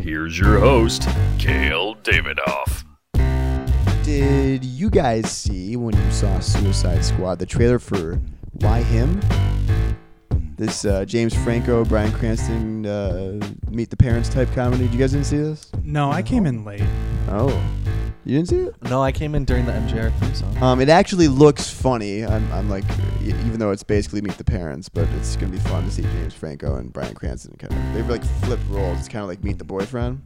Here's your host, Kale Davidoff. Did you guys see when you saw Suicide Squad the trailer for Why Him? This uh, James Franco, Brian Cranston, uh, meet the parents type comedy. Did you guys didn't see this? No, I came in late. Oh, you didn't see it? No, I came in during the MJR theme song. Um, it actually looks funny. I'm, I'm like, e- even though it's basically Meet the Parents, but it's gonna be fun to see James Franco and Brian Cranston kind of. They've like flipped roles. It's kind of like Meet the Boyfriend.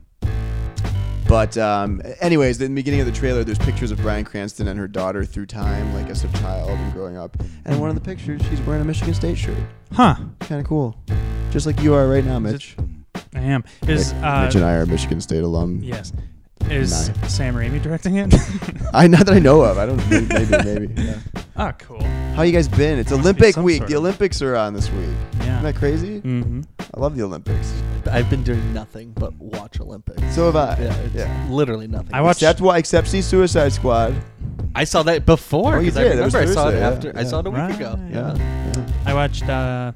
But um, anyways, in the beginning of the trailer, there's pictures of Brian Cranston and her daughter through time, like as a child and growing up. And in one of the pictures, she's wearing a Michigan State shirt. Huh? Kind of cool, just like you are right now, Mitch. I am. Is uh, Mitch and I are Michigan State alum. yes? Is Nine. Sam Raimi directing it? I not that I know of. I don't. Maybe. maybe. Yeah. oh, cool. How you guys been? It's be Olympic some week. sort The of- Olympics are on this week. Yeah. Isn't that crazy? Mm-hmm. I love the Olympics. I've been doing nothing but watch Olympics. So have I. yeah, it's yeah. literally nothing. I watched. Except why? Except see Suicide Squad. I saw that before. Oh, you 'cause I did. That was remember I saw it Thursday, yeah, after. I yeah. saw it a week Right. ago. Yeah. I watched. Uh,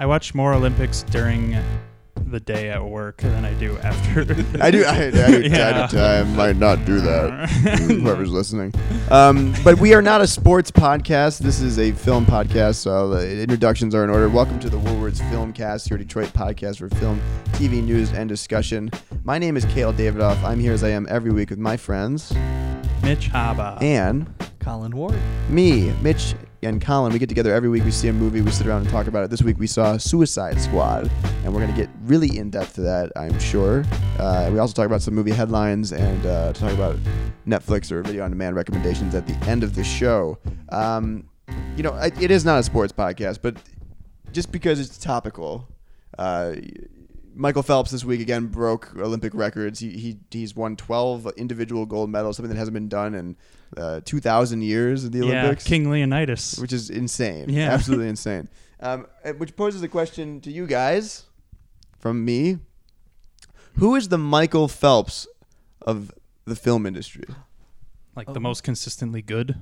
I watch more Olympics during the day at work than I do after. I do. I, I, do- Yeah. I, do- I might not do that. Mm, Whoever's listening. Um, but we are not a sports podcast. This is a film podcast. So the introductions are in order. Welcome to the Woolworths Filmcast, your Detroit podcast for film, TV news, and discussion. My name is Kale Davidoff. I'm here as I am every week with my friends Mitch Haba. and Colin Ward. me, Mitch, and Colin, we get together every week. We see a movie, we sit around and talk about it. This week we saw Suicide Squad, and we're going to get really in depth to that, I'm sure. Uh, we also talk about some movie headlines and uh, talk about Netflix or video on demand recommendations at the end of the show. Um, you know, I, it is not a sports podcast, but just because it's topical, uh, Michael Phelps this week again broke Olympic records. He, he he's won 12 individual gold medals, something that hasn't been done in uh, 2,000 years of the yeah, Olympics, King Leonidas. which is insane. Yeah. absolutely insane. Um, uh, which poses a question to you guys from me: Who is the Michael Phelps of the film industry? like Oh. the most consistently good.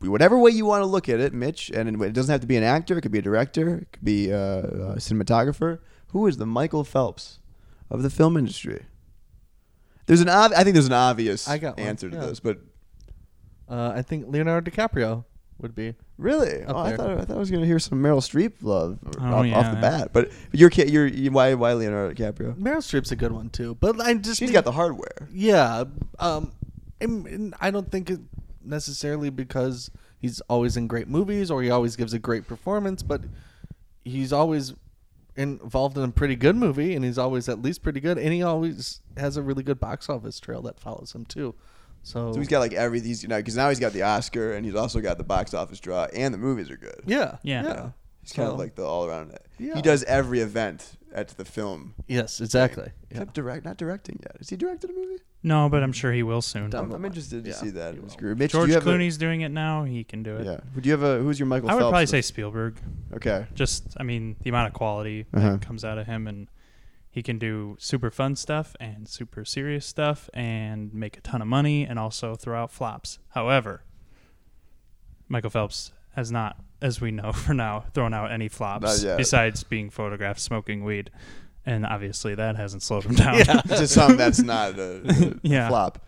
Whatever way you want to look at it, Mitch, and it doesn't have to be an actor. It could be a director. It could be uh, a cinematographer. Who is the Michael Phelps of the film industry? There's an ob- I think there's an obvious I got one, answer to yeah. this, but Uh, I think Leonardo DiCaprio would be. really, Up oh, I there. thought I thought I was gonna hear some Meryl Streep love Oh, off, off yeah, the yeah. bat, but you're ca- you're you, why why Leonardo DiCaprio? Meryl Streep's a good one too, but I just She's think- got the hardware. Yeah. Um, and- and I don't think it necessarily because he's always in great movies or he always gives a great performance, but he's always involved in a pretty good movie and he's always at least pretty good and he always has a really good box office trail that follows him too. So, So he's got like everything. You know, because now he's got the Oscar and he's also got the box office draw, and the movies are good. yeah, Yeah. He's kind of So- like the all around. He Yeah. does every event at the film. Yes, exactly. Yeah. Except direct, not directing yet. Has he directed a movie? No, but I'm sure he will soon. Dumb. I'm, I'm interested to Yeah, see that. he will. Screw. Mitch, George do you have Clooney's doing it now. He can do A, it. yeah. Would you have a? Who's your Michael? I would Phelps probably of- say Spielberg. Okay. Just, I mean, the amount of quality Uh-huh. that comes out of him, and he can do super fun stuff and super serious stuff, and make a ton of money, and also throw out flops. However, Michael Phelps has not, as we know for now, thrown out any flops yet. besides being photographed smoking weed, and obviously that hasn't slowed him down. to some, that's not a, a Yeah. flop.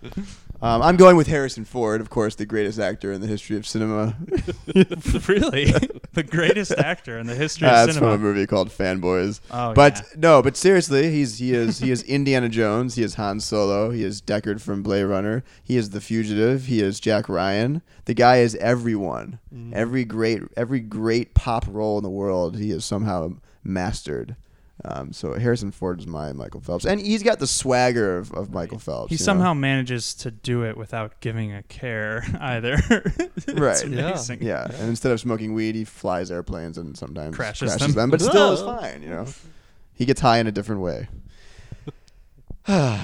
Um, I'm going with Harrison Ford, of course, the greatest actor in the history of cinema. really, the greatest actor in the history Uh, of that's from a cinema. movie called Fanboys. Oh, but yeah. no, but seriously, he's he is he is Indiana Jones. He is Han Solo. He is Deckard from Blade Runner. He is the fugitive. He is Jack Ryan. The guy is everyone. Mm-hmm. Every great every great pop role in the world, he is somehow mastered. Um, so Harrison Ford is my Michael Phelps, and he's got the swagger of, of Michael Phelps. He you know? somehow manages to do it without giving a care either. It's Right. Yeah. amazing. Yeah, and instead of smoking weed, he flies airplanes and sometimes Crashes crashes, them. them. but still is Oh. fine. You know, he gets high in a different way.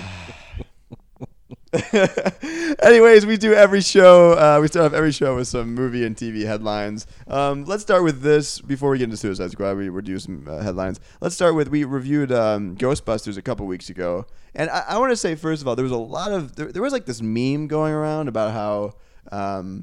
Anyways, we do every show. Uh, we start off every show with some movie and TV headlines. Um, let's start with this before we get into Suicide Squad. We, we do some uh, headlines. Let's start with we reviewed um, Ghostbusters a couple weeks ago, and I, I want to say first of all, there was a lot of there, there was like this meme going around about how. Um,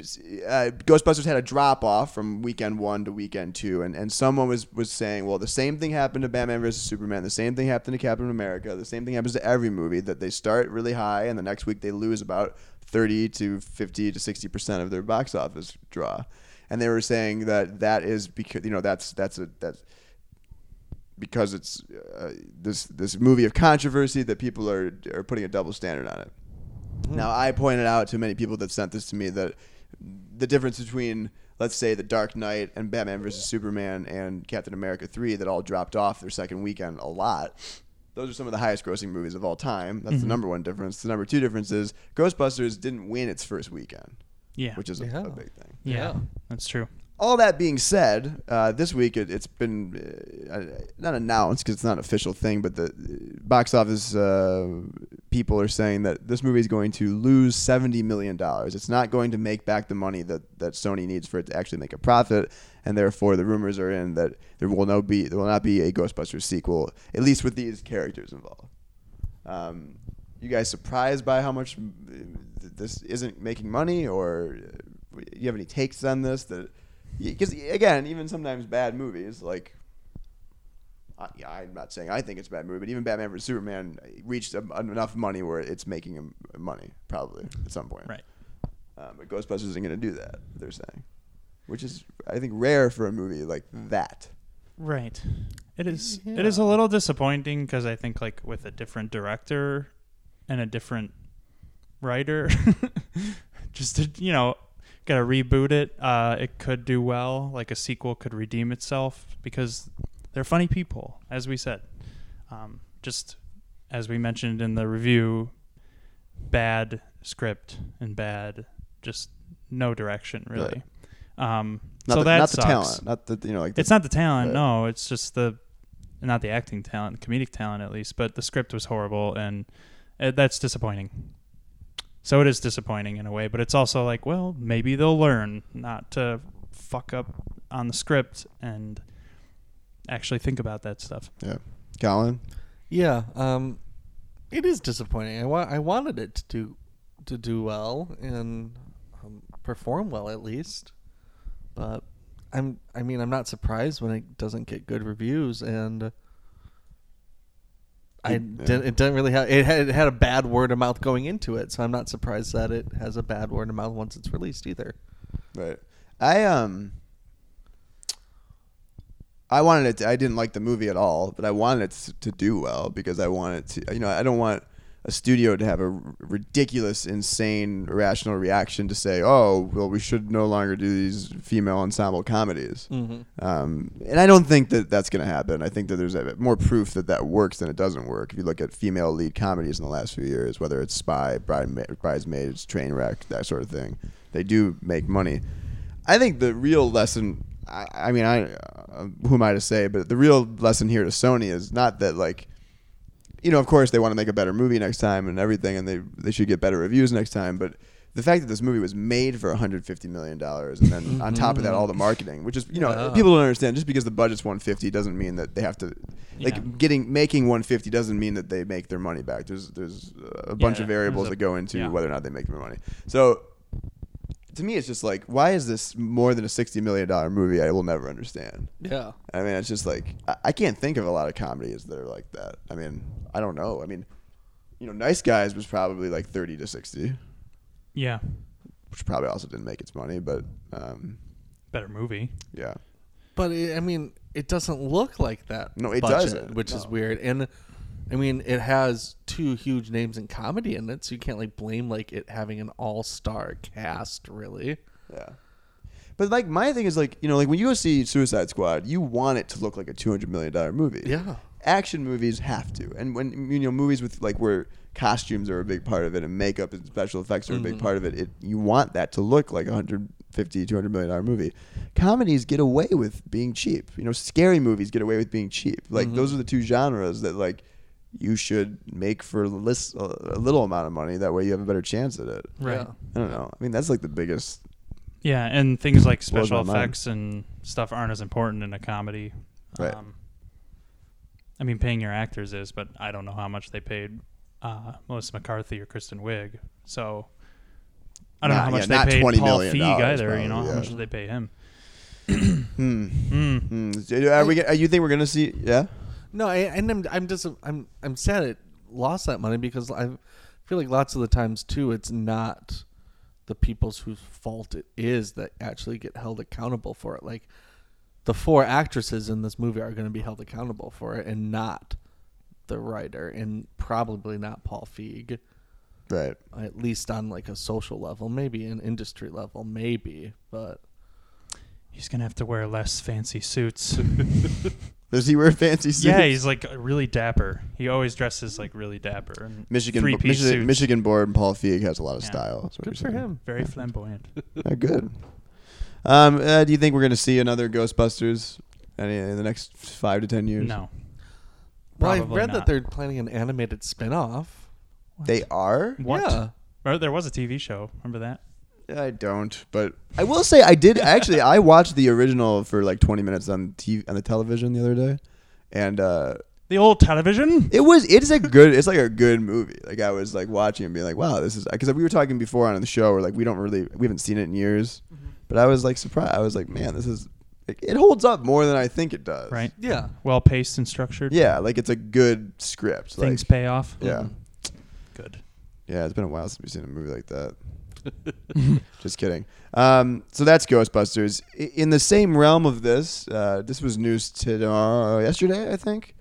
uh, Ghostbusters had a drop off from weekend one to weekend two, and, and someone was, was saying, well, the same thing happened to Batman versus Superman, the same thing happened to Captain America, the same thing happens to every movie that they start really high, and the next week they lose about thirty to fifty to sixty percent of their box office draw, and they were saying that that is because you know that's that's a that's because it's uh, this this movie of controversy that people are are putting a double standard on it. Mm-hmm. Now, I pointed out to many people that sent this to me that the difference between, let's say, The Dark Knight and Batman vs. Superman and Captain America 3 that all dropped off their second weekend a lot. Those are some of the highest grossing movies of all time. That's the Mm-hmm. number one difference. The number two difference is Ghostbusters didn't win its first weekend, Yeah. which is a, a big thing yeah. That's true. all that being said, uh, this week it, it's been uh, not announced because it's not an official thing, but the uh, box office uh, people are saying that this movie is going to lose seventy million dollars. It's not going to make back the money that, that Sony needs for it to actually make a profit, and therefore the rumors are in that there will no be there will not be a Ghostbusters sequel, at least with these characters involved. Um, you guys surprised by how much uh, th- this isn't making money, or uh, you have any takes on this? That because again, even sometimes bad movies like. I- yeah, I'm not saying I think it's a bad movie, but even Batman vs Superman uh, reached a, enough money where it's making him uh, money probably at some point. Right. Um, but Ghostbusters isn't going to do that. They're saying, which is I think rare for a movie like Hmm. that. Right. It is. It is a little disappointing because I think like with a different director and a different writer, just to you know, gotta reboot it. Uh, it could do well. Like a sequel could redeem itself because they're funny people, as we said. Um, just as we mentioned in the review, bad script and bad, just no direction really. Um, Not so the, that not sucks the talent, not the you know like the, it's not the talent. Right. No, it's just the not the acting talent, comedic talent at least. But the script was horrible, and uh, that's disappointing. So it is disappointing in a way, but it's also like, well, maybe they'll learn not to fuck up on the script and actually think about that stuff. yeah. Colin, Yeah, um, it is disappointing. I wa- I wanted it to do, to do well and um, perform well at least, but I'm I mean I'm not surprised when it doesn't get good reviews and I didn't, it didn't really have it had, it had a bad word of mouth going into it, so I'm not surprised that it has a bad word of mouth once it's released either. Right. I um I wanted it to, I didn't like the movie at all, but I wanted it to- to do well because I wanted to you know, I don't want a studio to have a r- ridiculous, insane, irrational reaction to say, "Oh, well, we should no longer do these female ensemble comedies." Um, and I don't think that that's going to happen. I think that there's a, more proof that that works than it doesn't work. If you look at female lead comedies in the last few years, whether it's Spy, Bridema- Bridesmaids, Trainwreck, that sort of thing, they do make money. I think the real lesson, I, I mean, I, uh, who am I to say, but the real lesson here to Sony is not that like you know, of course, they want to make a better movie next time and everything, and they they should get better reviews next time. But the fact that this movie was made for 150 million dollars, and then on top of Mm-hmm. that, all the marketing, which is you know, people don't understand. Just because the budget's 150 doesn't mean that they have to like Yeah. getting making 150 doesn't mean that they make their money back. There's there's a bunch Yeah, of variables there's that a- go into yeah. whether or not they make their money. So to me, it's just like, why is this more than a 60 million dollar movie? I will never understand. Yeah, I mean, it's just like I, I can't think of a lot of comedies that are like that. I mean, I don't know. I mean, you know, Nice Guys was probably like thirty to sixty, Yeah, which probably also didn't make its money, but um, better movie. yeah, But it, I mean, it doesn't look like that. No, it budget, doesn't, which is no. weird. And I mean, it has two huge names in comedy in it, so you can't like blame like it having an all-star cast, really. yeah. But like my thing is like you know like when you go see Suicide Squad, you want it to look like a two hundred million dollar movie. Yeah. action movies have to, and when you know movies with like where costumes are a big part of it and makeup and special effects are a big part of it, it you want that to look like a hundred fifty, two hundred million dollar movie. Comedies get away with being cheap. You know, scary movies get away with being cheap. Like those are the two genres that like. you should make for less, a little amount of money. That way you have a better chance at it. Right. Yeah. I don't know. I mean, that's like the biggest. Yeah, and things like special my mind. effects and stuff aren't as important in a comedy. Um, Right. I mean, paying your actors is, but I don't know how much they paid uh, Melissa McCarthy or Kristen Wiig. So I don't know Not- how yeah, much not they paid $20 Paul million Feig either. probably, you know, yeah. how much did they pay him? Mm. Are we? Are you think we're gonna see? Yeah. No, I, and I'm I'm just I'm I'm sad it lost that money because I feel like lots of the times too it's not the people's whose fault it is that actually get held accountable for it. Like the four actresses in this movie are going to be held accountable for it, and not the writer, and probably not Paul Feig. Right. At least on like a social level, maybe an industry level, maybe. But He's gonna have to wear less fancy suits. Does he wear fancy suits? yeah, he's like really dapper. He always dresses like really dapper. And Michigan, three piece Michigan, Michigan board and Paul Feig has a lot of Yeah. style. That's what good you're for saying. him. Very flamboyant. Uh, good. Um, uh, do you think we're going to see another Ghostbusters any, in the next five to ten years? no, Well, I Probably read not. that they're planning an animated spin off. They are? what? Yeah. Or there was a TV show. Remember that? I don't, but I will say I did actually. I watched the original for like 20 minutes on TV on the television the other day, and uh, The old television. it was it's a good it's like a good movie. Like I was like watching and being like, wow, this is because we were talking before on the show. We're like, we don't really we haven't seen it in years, Mm-hmm. but I was like surprised. I was like, man, this is it, it holds up more than I think it does. Right. Yeah. Well paced and structured. Yeah, like it's a good script. Things like, pay off. Yeah. Good. Yeah, it's been a while since we've seen a movie like that. Just kidding. Um, so that's Ghostbusters. I- In the same realm of this, uh, this was news today, yesterday, I think.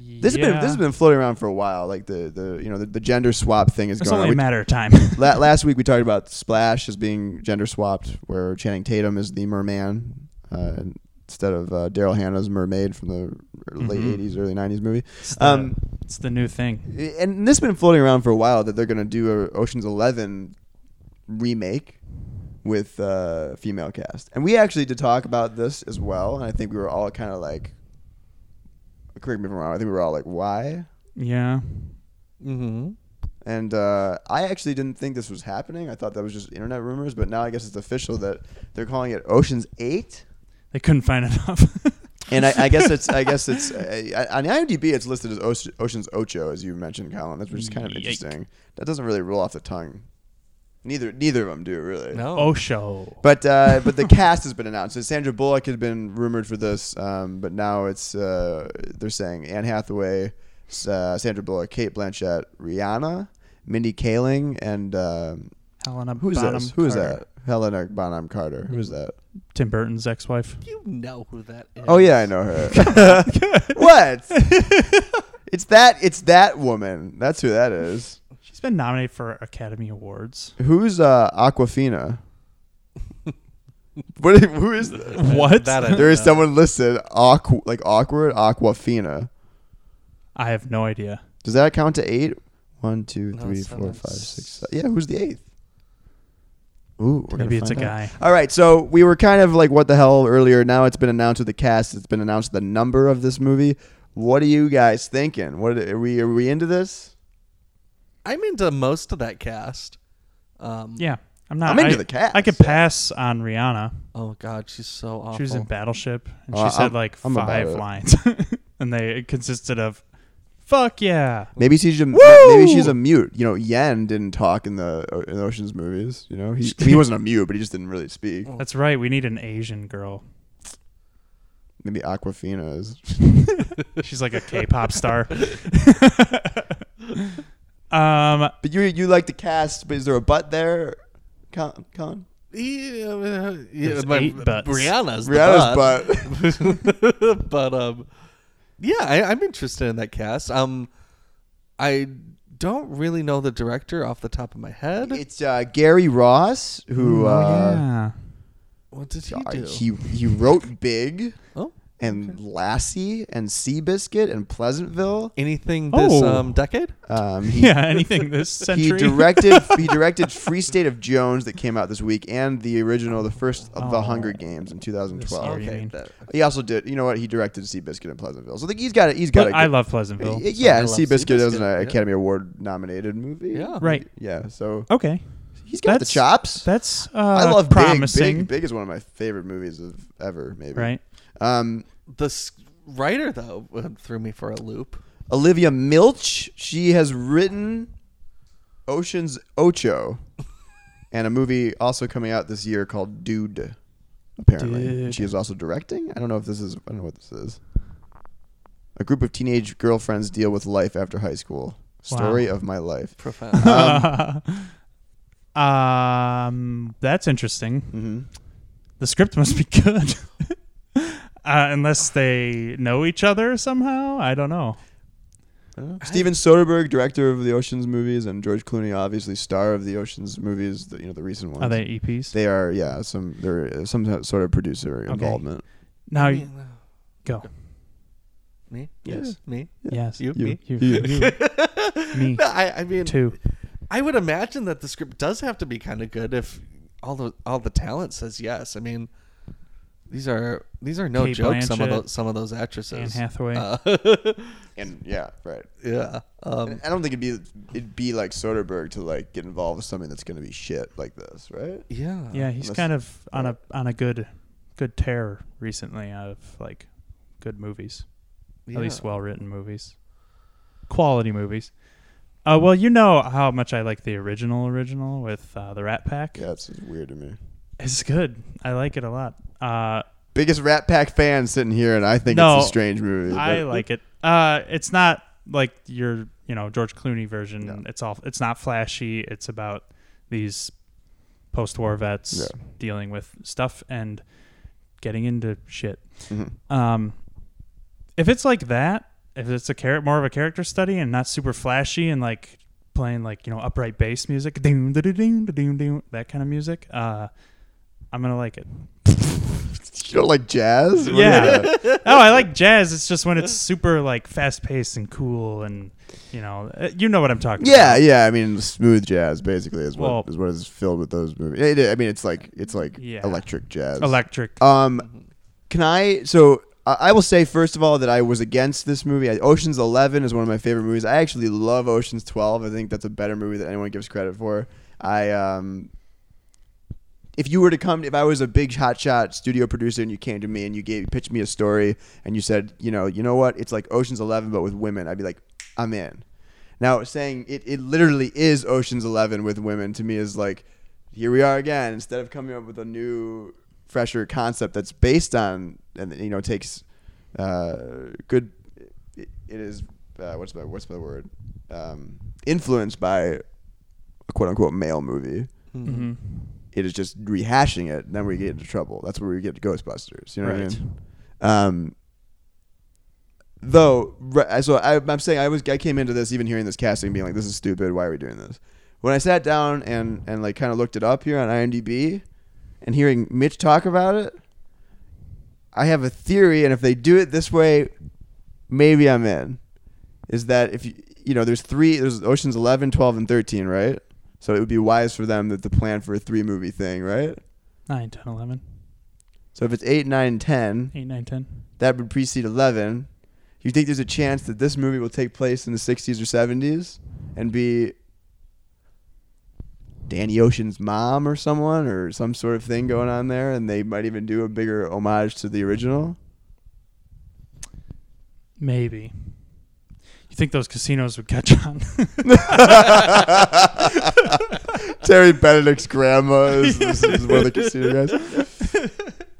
Mm. This has been this has been floating around for a while. Like the, the you know the, the gender swap thing is It's going only on. a We- matter of time. la- last week we talked about Splash as being gender swapped, where Channing Tatum is the merman uh, instead of uh, Daryl Hannah's mermaid from the late '80s, early '90s movie. Mm-hmm. It's the, Um, it's the new thing. and this has been floating around for a while that they're going to do a Ocean's Eleven remake with uh, female cast, and we actually did talk about this as well. And I think we were all kind of like, correct me if I'm wrong. I think we were all like, why? Yeah. Mm-hmm. And uh, I actually didn't think this was happening. I thought that was just internet rumors, but now I guess it's official that they're calling it Ocean's Eight. They couldn't find enough. And I, I guess it's I guess it's uh, on IMDb it's listed as Oce- Ocean's Ocho as you mentioned, Colin. That's which is kind of Yike. interesting. That doesn't really roll off the tongue. Neither neither of them do really. No. oh, show. But uh, but the cast has been announced. So Sandra Bullock had been rumored for this, um, but now it's uh, they're saying Anne Hathaway, S- uh, Sandra Bullock, Kate Blanchett, Rihanna, Mindy Kaling, and um Helena who's Bonham this? Who's Carter. that? Helena Bonham Carter. Who's that? Tim Burton's ex-wife. You know who that is. Oh yeah, I know her. what? it's that. It's that woman. That's who that is. She's been nominated for Academy Awards. Who's uh, Aquafina? what? is- Who is Uh, that? What? that I- There is someone listed aqua, like awkward Aquafina. I have no idea. Does that count to eight? One, two, No, three, it's four, seven. five, six, se- Yeah, who's the eighth? Ooh, we're gonna Maybe it's a find out. guy. All right, so we were kind of like, what the hell earlier. Now it's been announced with the cast. It's been announced the number of this movie. What are you guys thinking? What are we? Are we into this? I'm into most of that cast. Um, Yeah, I'm not. I'm into I- the cast. I could pass on Rihanna. Oh God, she's so awful. She was in Battleship, and Well, she said I'm- like I'm about five it. lines, and they it consisted of "fuck yeah." Maybe she's a, maybe she's a mute. You know, Yen didn't talk in the uh, in the Ocean's movies. You know, he he wasn't a mute, but he just didn't really speak. That's right. We need an Asian girl. Maybe Aquafina is. She's like a K-pop star. um, But you you like the cast, but is there a butt there, Con? Con? Yeah, uh, yeah, There's my- eight butts. Rihanna's the Rihanna's butt. butt. but um, yeah, I, I'm interested in that cast. Um, I don't really know the director off the top of my head. It's uh, Gary Ross who oh, uh, yeah. what did he uh, Mm, do? he he wrote Big oh, and Lassie and Seabiscuit and Pleasantville. Anything this Oh. um, decade? Um, he, Yeah, anything this century. he directed he directed Free State of Jones that came out this week and the original the first of the Oh. Hunger Games in This 2012. year, you mean. He also did. You know what? He directed Seabiscuit and Pleasantville. So I think he's got it. He's got But it. I love Pleasantville. Yeah, and I love Seabiscuit is an Seabiscuit, yeah. Academy Award nominated movie. Yeah. Right. Yeah. So Okay. he's got the Oh, That's- chops. That's uh, I love Big. promising. Big. Big is one of my favorite movies of ever. Maybe. Right. Um, The s- writer though uh, threw me for a loop. Olivia Milch. She has written Ocean's Ocho, and a movie also coming out this year called Dude. Apparently, Dude. she is also directing. I don't know if this is. I don't know what this is. A group of teenage girlfriends deal with life after high school. Story of my life. Profound. Um, that's interesting. Mm-hmm. The script must be good, uh, unless they know each other somehow. I don't know. Steven Soderbergh, director of the Ocean's movies, and George Clooney, obviously star of the Ocean's movies. The, you know the recent ones. Are they E EPs? They are, yeah. Some there is some sort of producer involvement. now you go. me? Yes. Me? Yes, You? Me? you, you, me No, I, I mean, too. I would imagine that the script does have to be kind of good if all the all the talent says yes. I mean, these are these are no Kate joke. Some of Blanchett, those some of those actresses. Anne Hathaway. Uh, And yeah, right. yeah. Um, I don't think it'd be it'd be like Soderbergh to like get involved with something that's gonna be shit like this, right? yeah. yeah, he's unless- kind of on a on a good good tear recently of like good movies, Yeah. at least well written movies, quality movies. Uh, well, you know how much I like the original original with uh, the Rat Pack. Yeah, it's just weird to me. It's good. I like it a lot. Uh, Biggest Rat Pack fan sitting here, and I think No, it's a strange movie. I but- like it. Uh, it's not like your you know George Clooney version. It's all. It's not flashy. It's about these post-war vets Yeah. dealing with stuff and getting into shit. Mm-hmm. Um, if it's like that, if it's a char- more of a character study and not super flashy and like playing like you know upright bass music, doom, da-doo, doom, da-doom, doom, that kind of music, uh, I'm gonna like it. You don't like jazz? What do you Yeah. like? oh, I like jazz. It's just when it's super like fast paced and cool, and you know, uh, you know what I'm talking. Yeah, about. yeah. I mean, smooth jazz basically is what is Well- what is filled with those movies. It- it- I mean, it's like it's like Yeah. electric jazz. electric. Um, can I? So I I will say first of all that I was against this movie. I- Ocean's Eleven is one of my favorite movies. I actually love Ocean's Twelve. I think that's a better movie than anyone gives credit for. I um, if you were to come, if I was a big hotshot studio producer and you came to me and you gave pitched me a story and you said, you know, you know what, it's like Ocean's Eleven but with women, I'd be like, I'm in. Now saying it, it literally is Ocean's Eleven with women to me is like, here we are again. Instead of coming up with a new, fresher concept that's based on and you know takes uh, good, it, it is uh, what's the what's the word um, influenced by a quote unquote male movie it is just rehashing it, and then we get into trouble. That's where we get to Ghostbusters. You know Right. what I mean? Um, though, re- so I, I'm saying I was I came into this even hearing this casting being like, "This is stupid. Why are we doing this?" When I sat down and and like kind of looked it up here on IMDb, and hearing Mitch talk about it, I have a theory, and if they do it this way, maybe I'm in. Is that if you you know there's three there's Ocean's 11, 12, and 13, right? So it would be wise for them that the plan for a three movie thing, right? Nine, ten, eleven, So if it's 8, 9, and 10, eight, nine, ten. that would precede 11. You think there's a chance that this movie will take place in the 60s or 70s and be Danny Ocean's mom or someone or some sort of thing going on there and they might even do a bigger homage to the original? Maybe. You think those casinos would catch on? Terry Benedict's grandma is, is, is one of the casino guys.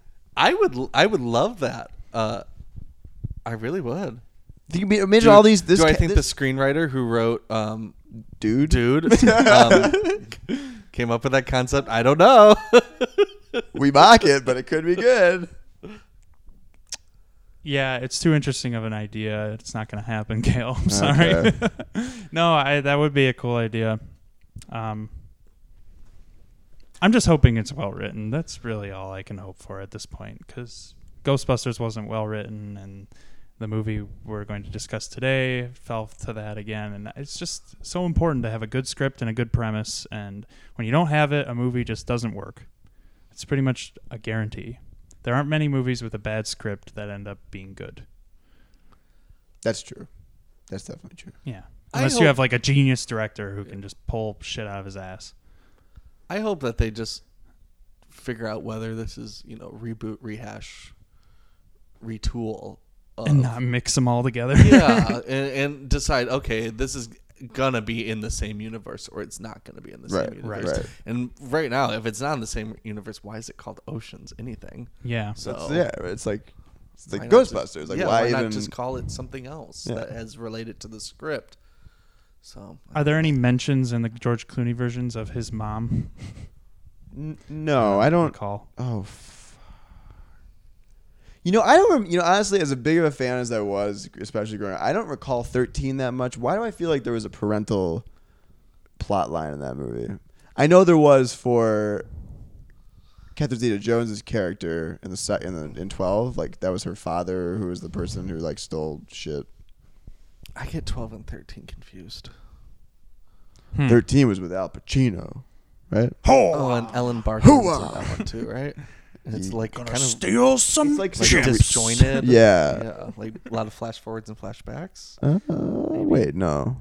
I would I would love that. Uh, I really would. Do you be- imagine all these? This Do I ca- think this the screenwriter who wrote um, dude, Dude um, came up with that concept? I don't know. we mock it, but it could be good. yeah, it's too interesting of an idea. It's not going to happen, Gail. I'm sorry. Okay. no, I that would be a cool idea. Um, I'm just hoping it's well written. That's really all I can hope for at this point, because Ghostbusters wasn't well written, and the movie we're going to discuss today fell to that again. And it's just so important to have a good script and a good premise. And when you don't have it, a movie just doesn't work. It's pretty much a guarantee. There aren't many movies with a bad script that end up being good. That's true. That's definitely true. Yeah. I Unless hope- you have like a genius director who can just pull shit out of his ass. I hope that they just figure out whether this is you know reboot, rehash, retool. Of, and not mix them all together. Uh, yeah, and, and decide okay, this is gonna be in the same universe or it's not gonna be in the Right, same right. universe. And right now, if it's not in the same universe, why is it called Oceans? Anything? yeah. So So, yeah, it's like it's like why not just- Ghostbusters. Like yeah, why, not even? just call it something else Yeah. that has related to the script? So Are there any mentions in the George Clooney versions of his mom? N- no, I don't. Call. Oh. F- you know, I don't. Rem- you know, honestly, as a big of a fan as I was, especially growing up, I don't recall thirteen that much. Why do I feel like there was a parental plot line in that movie? I know there was for Catherine Zeta-Jones's character in the se- in the, in twelve. Like that was her father, who was the person who like stole shit. I get twelve and thirteen confused. Hmm. Thirteen was with Al Pacino, right? Oh, and Ellen Barkin's in that one too, right? And it's like kind of Steal some It's like like disjointed. Yeah. yeah, like a lot of flash forwards and flashbacks. Uh, wait, no,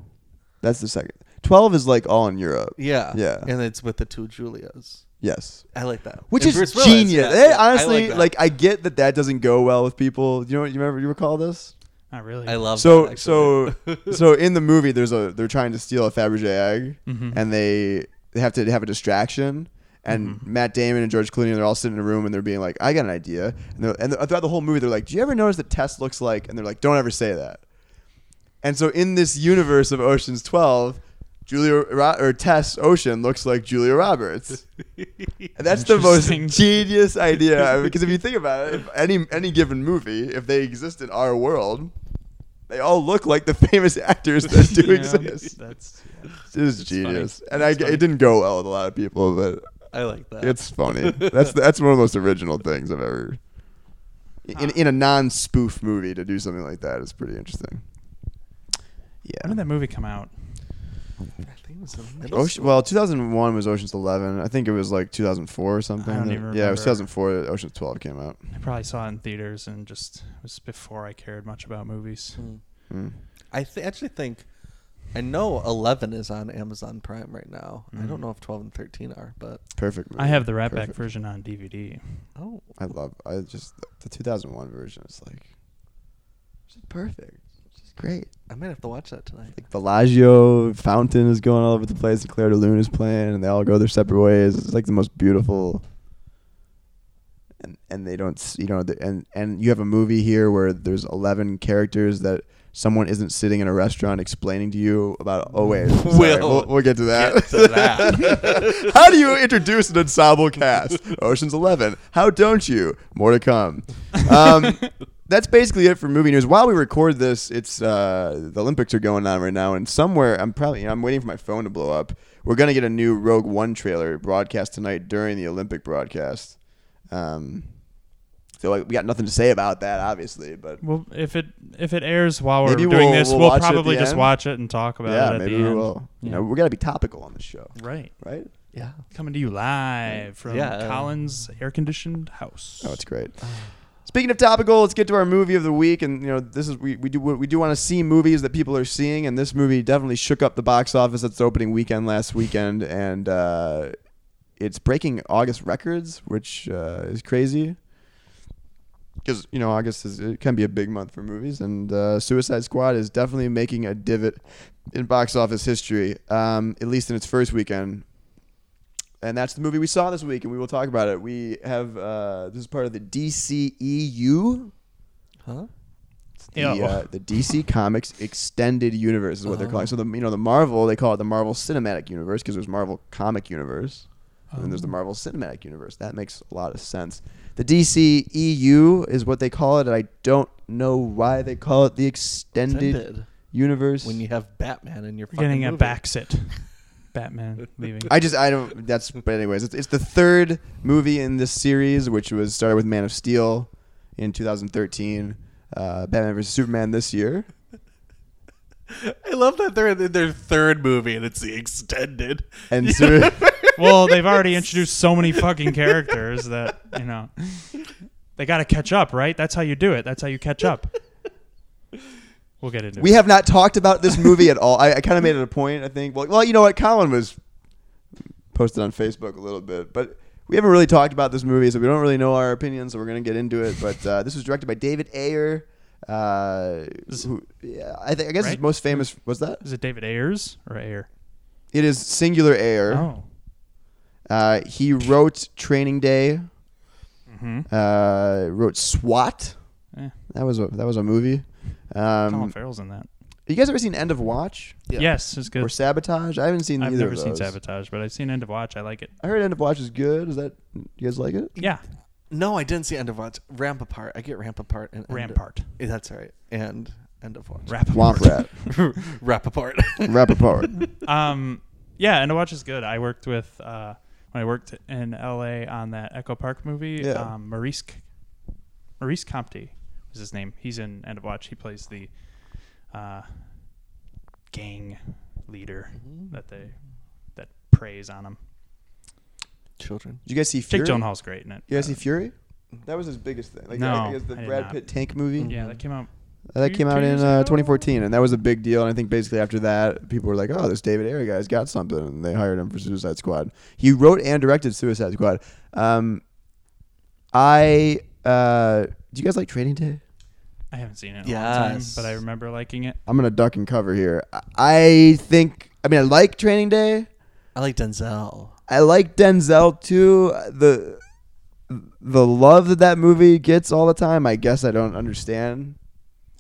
that's the second. Twelve is like all in Europe. Yeah, Yeah. and it's with the two Julias. Yes. I like that, Which And is Bruce Willis, genius. yeah, Eh, yeah, honestly, I like, that. I get that that doesn't go well with people. You know what? You remember? You recall this? Not really. I love So that, so actually. so in the movie, there's a they're trying to steal a Fabergé egg, Mm-hmm. and they they have to have a distraction. And Mm-hmm. Matt Damon and George Clooney, they're all sitting in a room and they're being like, "I got an idea." And, they're- and throughout the whole movie, they're like, "Do you ever notice that Tess looks like?" And they're like, "Don't ever say that." And so in this universe of Ocean's Twelve, Julia Ro- or Tess Ocean looks like Julia Roberts. And that's the most Interesting. genius idea because if you think about it, if any any given movie, if they exist in our world, they all look like the famous actors that do Yeah, exist. That's It is genius, and I, it didn't go well with a lot of people, but I like Uh. that. it's funny. that's that's one of the most original things I've ever. In, in a non spoof movie to do something like that is pretty interesting. when did Yeah. that movie come out? I think it was in middle Ocean, well, 2001 was Ocean's 11. I think it was like 2004 or something. don't even yeah, it was remember. 2004 that Ocean's 12 came out. I probably saw it in theaters and just it was before I cared much about movies. Mm, hmm. Mm. I th- actually think I know eleven is on Amazon Prime right now. I don't know if twelve and thirteen are, but Perfect. Movie. I have the Rat Pack Perfect. version on DVD. oh, I love. I just the 2001 version is like, it's just perfect. It's just great. I might have to watch that tonight. Like Bellagio fountain is going all over the place, and Claire de Lune is playing, and they all go their separate ways. It's like the most beautiful. And and they don't, s- you know, the, and and you have a movie here where there's 11 characters that. Someone isn't sitting in a restaurant explaining to you about. Oh wait, sorry, We'll we'll, we'll get to that. Get to that. How do you introduce an ensemble cast? Ocean's Eleven. How don't you? More to come. Um, that's basically it for movie news. While we record this, it's uh, the Olympics are going on right now, and somewhere I'm probably you know, I'm waiting for my phone to blow up. We're gonna get a new Rogue One trailer broadcast tonight during the Olympic broadcast. Um, so like, we got nothing to say about that, obviously, but Well, if it if it airs while we're Maybe doing we'll- this, we'll we'll, watch it at probably the just end. watch it and talk about it yeah, at maybe the we end. will. You Yeah. know, we gotta be topical on the show, Right. right? yeah. Coming to you live from Yeah. Colin's air conditioned house. Oh, it's great. Speaking of topical, let's get to our movie of the week, and you know this is we, we do we do want to see movies that people are seeing, and this movie definitely shook up the box office at its opening weekend last weekend, and uh, it's breaking August records, which uh, is crazy because you know August is it can be a big month for movies, and uh, Suicide Squad is definitely making a divot in box office history, um, at least in its first weekend. And that's the movie we saw this week, and we will talk about it. We have uh, this is part of the DCEU. Huh? The, Ew. uh, the DC Comics Extended Universe is what they're calling. it. So the you know the Marvel they call it the Marvel Cinematic Universe because there's Marvel Comic Universe, and then there's the Marvel Cinematic Universe. That makes a lot of sense. The DC EU is what they call it, and I don't know why they call it the Extended, Extended. Universe. When you have Batman in your We're getting fucking a movie. back sit. Batman leaving. I just I don't. That's but anyways, it's, it's the third movie in this series, which was started with Man of Steel, in 2013, uh, Batman vs Superman this year. I love that they're in their third movie and it's the extended. And so, Well, they've already introduced so many fucking characters that you know they got to catch up, right? That's how you do it. That's how you catch up. We'll get into we it. have not talked about this movie at all. I, I kind of made it a point. I think. Well, well, you know what? Colin was posted on Facebook a little bit, but we haven't really talked about this movie, so we don't really know our opinions. So we're gonna get into it. But uh, this was directed by David Ayer. Uh, who, yeah, I, think I guess his Right? most famous was that Is it David Ayers or Ayer? it is singular Ayer. Oh, Uh, he wrote Training Day. Mm-hmm. Uh, wrote SWAT. Eh. That was a that was a movie. Colin Um, Farrell's in that. you guys ever seen End of Watch Yes, it's good. or Sabotage? I haven't seen I've either never of seen those. Sabotage, but I've seen End of Watch. I like it. I heard End of Watch is good. Is that you guys like it? Yeah, No, I didn't see End of Watch. Ramp Apart. I get Ramp Apart and End- Rampart. Yeah, that's all right. And End of Watch. Wrap Womp rat. Wrap Apart. Rappaport. Um, yeah, and to watch is good. I worked with uh, when I worked in L.A. on that Echo Park movie. Yeah. Um, Maurice Maurice Comte was his name. He's in End of Watch. He plays the uh, gang leader Mm-hmm. that they that preys on him. Children. Did you guys see Fury? Jake Gyllenhaal's great in it. Uh, You guys see Fury? That was his biggest thing. Like No, I guess the I did Brad not. Pitt tank movie. yeah, that came out. That Two- came out two in years uh, ago? 2014, and that was a big deal. And I think basically after that, people were like, "Oh, this David Ayer guy's got something," and they hired him for Suicide Squad. He wrote and directed Suicide Squad. Um, I uh, do you guys like Training Day? I haven't seen it. In a long time, Yes. but I remember liking it. I'm gonna duck and cover here. I- I think. I mean, I like Training Day. I like Denzel. I like Denzel too. The the love that that movie gets all the time. I guess I don't understand.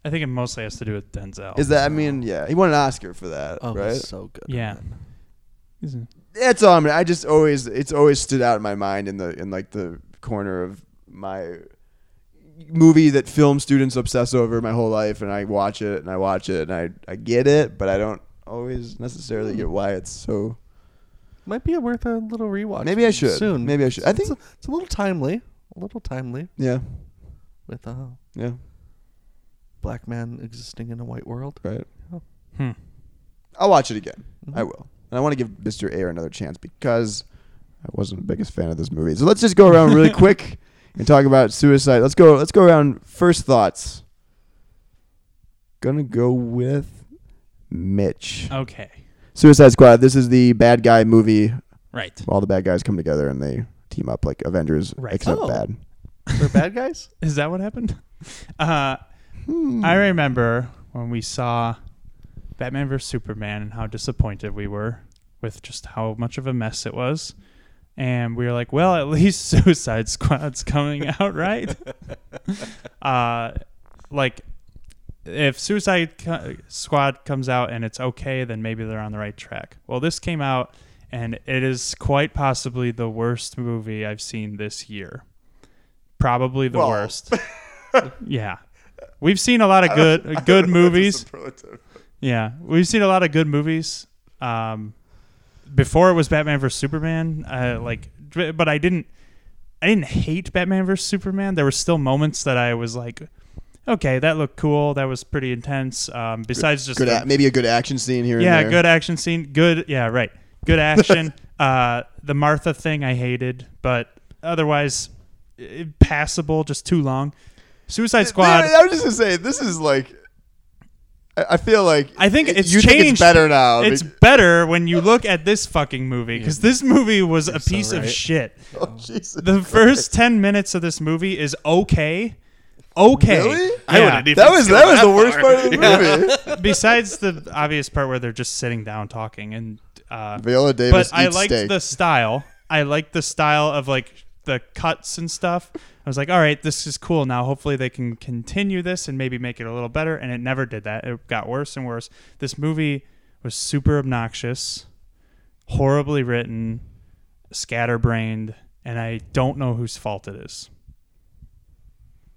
I think it mostly has to do with Denzel. Is that? I mean, yeah, he won an Oscar for that, Oh, right? he's so good. yeah? that's all I mean. I just always it's always stood out in my mind in the in like the corner of my movie that film students obsess over my whole life and I watch it and I watch it and I, I get it, but I don't always necessarily get why it's so Might be worth a little rewatch. Maybe I should. Soon. Maybe I should. I It's- think- it's a little timely. A little timely Yeah. with a Yeah. black man existing in a white world. Right. Hmm. Mm-hmm. I'll watch it again. I will. And I want to give Mr. Ayer another chance because I wasn't the biggest fan of this movie. So let's just go around really quick and talk about suicide. Let's go let's go around first thoughts. Gonna go with Mitch. Okay. Suicide Squad, this is the bad guy movie. Right. All the bad guys come together and they team up like Avengers Right. except Oh. bad. They're bad guys? Is that what happened? Uh, I remember when we saw Batman vs Superman and how disappointed we were with just how much of a mess it was, and we were like, "Well, at least Suicide Squad's coming out, right?" uh, like, if Suicide Co- Squad comes out and it's okay, then maybe they're on the right track. Well, this came out, and it is quite possibly the worst movie I've seen this year. Probably the worst. yeah, we've seen a lot of good uh, good movies. Yeah, we've seen a lot of good movies. Um, before it was Batman vs Superman, uh, like, but I didn't, I didn't hate Batman vs Superman. There were still moments that I was like, okay, that looked cool. That was pretty intense. Um, besides just Good the- a- maybe a good action scene here yeah, and there. good action scene. Good, yeah, right. Good action. uh, the Martha thing I hated, but otherwise, i passable. Just too long. Suicide Squad. I was just gonna say this is like I I feel like I think it- it's you changed. think it's better now. It's be- better when you look at this fucking movie because this movie was a piece of shit. oh, Jesus. The first ten minutes of this movie is okay, okay. Really? I yeah. that was that was the worst part of the movie. Besides the obvious part where they're just sitting down talking and. Uh, Viola Davis but I eats liked steak. the style. I liked the style of like the cuts and stuff. I was like, all right, this is cool. Now hopefully they can continue this and maybe make it a little better. And it never did that. It got worse and worse. This movie was super obnoxious, horribly written, scatterbrained, and I don't know whose fault it is.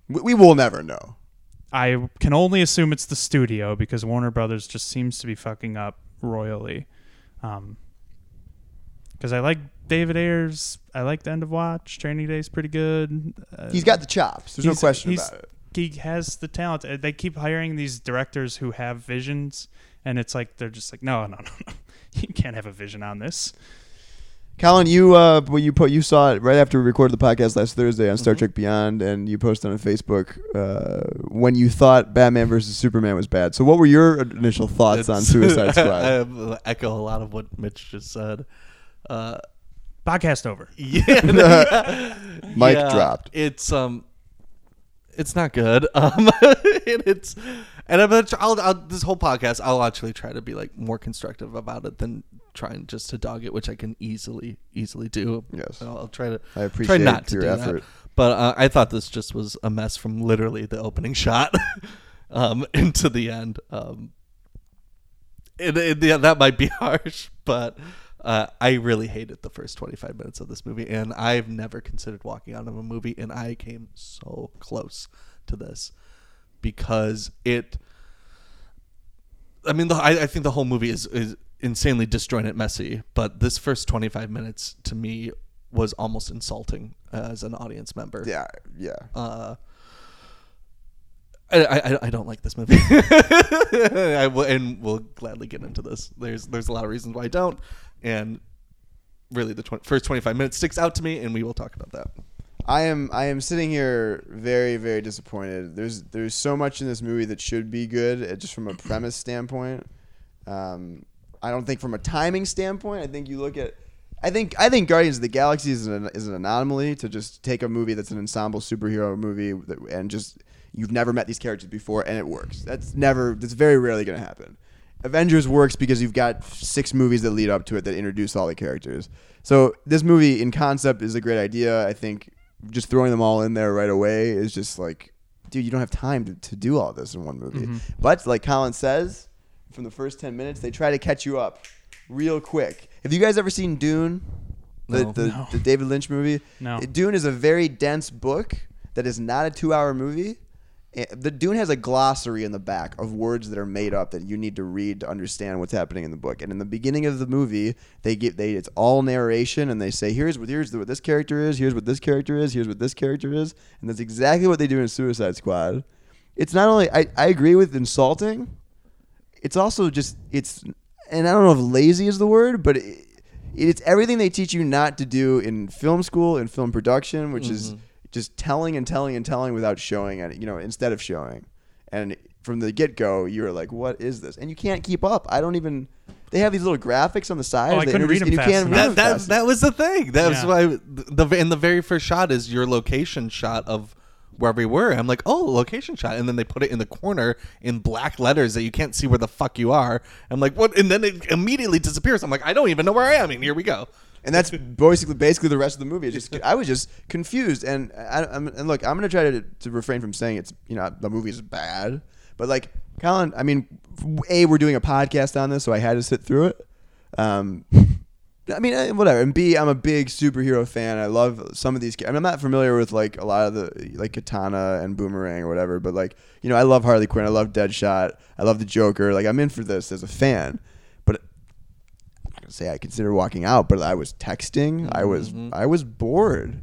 We, we will never know. I can only assume it's the studio because Warner Brothers just seems to be fucking up royally. Because because Um, I like David Ayers. I like the End of Watch. Training Day's pretty good. Uh, He's got the chops. There's no he's- question he's- about it. He has the talent. Uh, They keep hiring these directors who have visions, and it's like they're just like, no, no, no, no. You can't have a vision on this. Colin, you uh, well, you put you saw it right after we recorded the podcast last Thursday on Mm-hmm. Star Trek Beyond, and you posted on Facebook uh, when you thought Batman versus Superman was bad. So, what were your initial thoughts on It's- Suicide I Squad? have- echo a lot of what Mitch just said. Uh, Podcast over. yeah, Mic yeah, dropped. It's um, it's not good. Um, and it's and I'm gonna try, I'll, I'll this whole podcast I'll actually try to be like more constructive about it than trying just to dog it, which I can easily easily do. Yes. I'll, I'll try to. I appreciate try not to your do effort. That. But uh, I thought this just was a mess from literally the opening shot um, into the end. Um, and, and, yeah, that might be harsh, but uh, I really hated the first 25 minutes of this movie, and I've never considered walking out of a movie, and I came so close to this because it. I mean, the, I, I think the whole movie is, is insanely disjointed, messy. But this first twenty five minutes to me was almost insulting as an audience member. Yeah, yeah. Uh, I, I, I don't like this movie. I will, and we'll gladly get into this. There's there's a lot of reasons why I don't, and really the 20, first twenty five minutes sticks out to me, and we will talk about that. I am I am sitting here very very disappointed. There's there's so much in this movie that should be good, uh, just from a premise standpoint. Um, I don't think from a timing standpoint. I think you look at. I think I think Guardians of the Galaxy is an is an anomaly to just take a movie that's an ensemble superhero movie that, and just you've never met these characters before and it works. That's never that's very rarely going to happen. Avengers works because you've got six movies that lead up to it that introduce all the characters. So this movie in concept is a great idea. I think just throwing them all in there right away is just like, dude, you don't have time to, to do all this in one movie. But like Colin says, from the first 10 minutes, they try to catch you up real quick. Have you guys ever seen Dune? The, No. the, the David Lynch movie? No. Dune is a very dense book that is not a two hour movie. Eh, The Dune has a glossary in the back of words that are made up that you need to read to understand what's happening in the book. And in the beginning of the movie, they give they it's all narration and they say here's what here's what this character is, here's what this character is, here's what this character is, and that's exactly what they do in Suicide Squad. It's not only I, I agree with insulting, it's also just it's and I don't know if lazy is the word, but it, it's everything they teach you not to do in film school and film production, which is Mm-hmm. just telling and telling and telling without showing and you know instead of showing. And from the get go, you're like, what is this? And you can't keep up. I don't even. They have these little graphics on the side. Oh, I couldn't read 'em fast enough. that, that, that was the thing. That Yeah. was why the the- and the very first shot is your location shot of wherever we were. I'm like, oh, location shot, and then they put it in the corner in black letters that you can't see where the fuck you are. I'm like, what? And then it immediately disappears. I'm like, I don't even know where I am. And here we go. and that's basically basically the rest of the movie. It's just I was just confused, and I, I'm, and look, I'm gonna try to, to refrain from saying it's you know the movie's bad, but like Colin, I mean, a we're doing a podcast on this, so I had to sit through it. Um, I mean, eh, whatever. And B, I'm a big superhero fan. I love some of these. ca- I mean, I'm not familiar with like a lot of the like Katana and Boomerang or whatever, but like you know, I love Harley Quinn. I love Deadshot. I love the Joker. Like I'm in for this as a fan, but not gonna say I consider walking out, but I was texting. I was I was bored.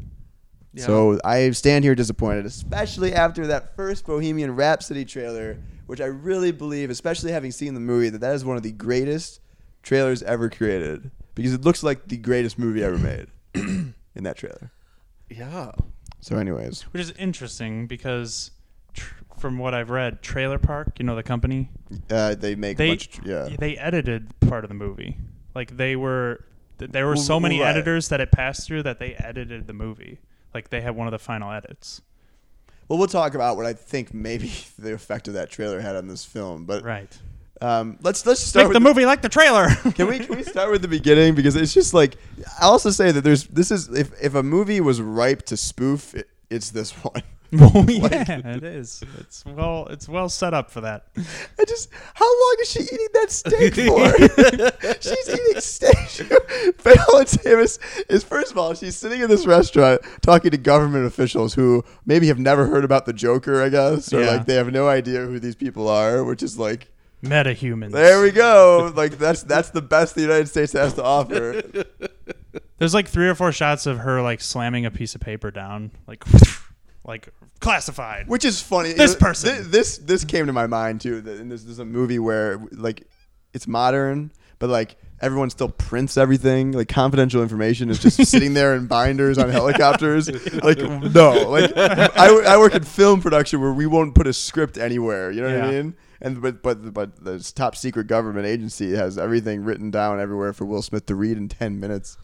So I stand here disappointed, especially after that first Bohemian Rhapsody trailer, which I really believe, especially having seen the movie, that that is one of the greatest trailers ever created because it looks like the greatest movie ever made in that trailer. Yeah. So, anyways, which is interesting because tr- from what I've read, Trailer Park, you know the company, uh, they make they much, yeah. they edited part of the movie. Like they were th- there were so many Right. editors that it passed through that they edited the movie. Like they had one of the final edits. well, we'll talk about what I think maybe the effect of that trailer had on this film, but Right. um, let's let's start Make with the movie like the trailer. Can we can we start with the beginning because it's just like I also say that there's this is if if a movie was ripe to spoof, it, it's this one. Oh, yeah, it is. It's well, it's well set up for that. I just how long is she eating that steak for? she's eating steak. Viola Davis is first of all she's sitting in this restaurant talking to government officials who maybe have never heard about the Joker, I guess, or Yeah. like they have no idea who these people are, which is like. Meta humans. There we go. Like that's that's the best the United States has to offer. There's like three or four shots of her like slamming a piece of paper down, like like classified. Which is funny. This Th- person. th- this this came to my mind too. that- And this, this is a movie where like it's modern, but like everyone still prints everything. Like confidential information is just sitting there in binders on helicopters. Like no, like I, w- I work in film production where we won't put a script anywhere. You know what I Yeah. mean? And but but but this top secret government agency has everything written down everywhere for Will Smith to read in ten minutes.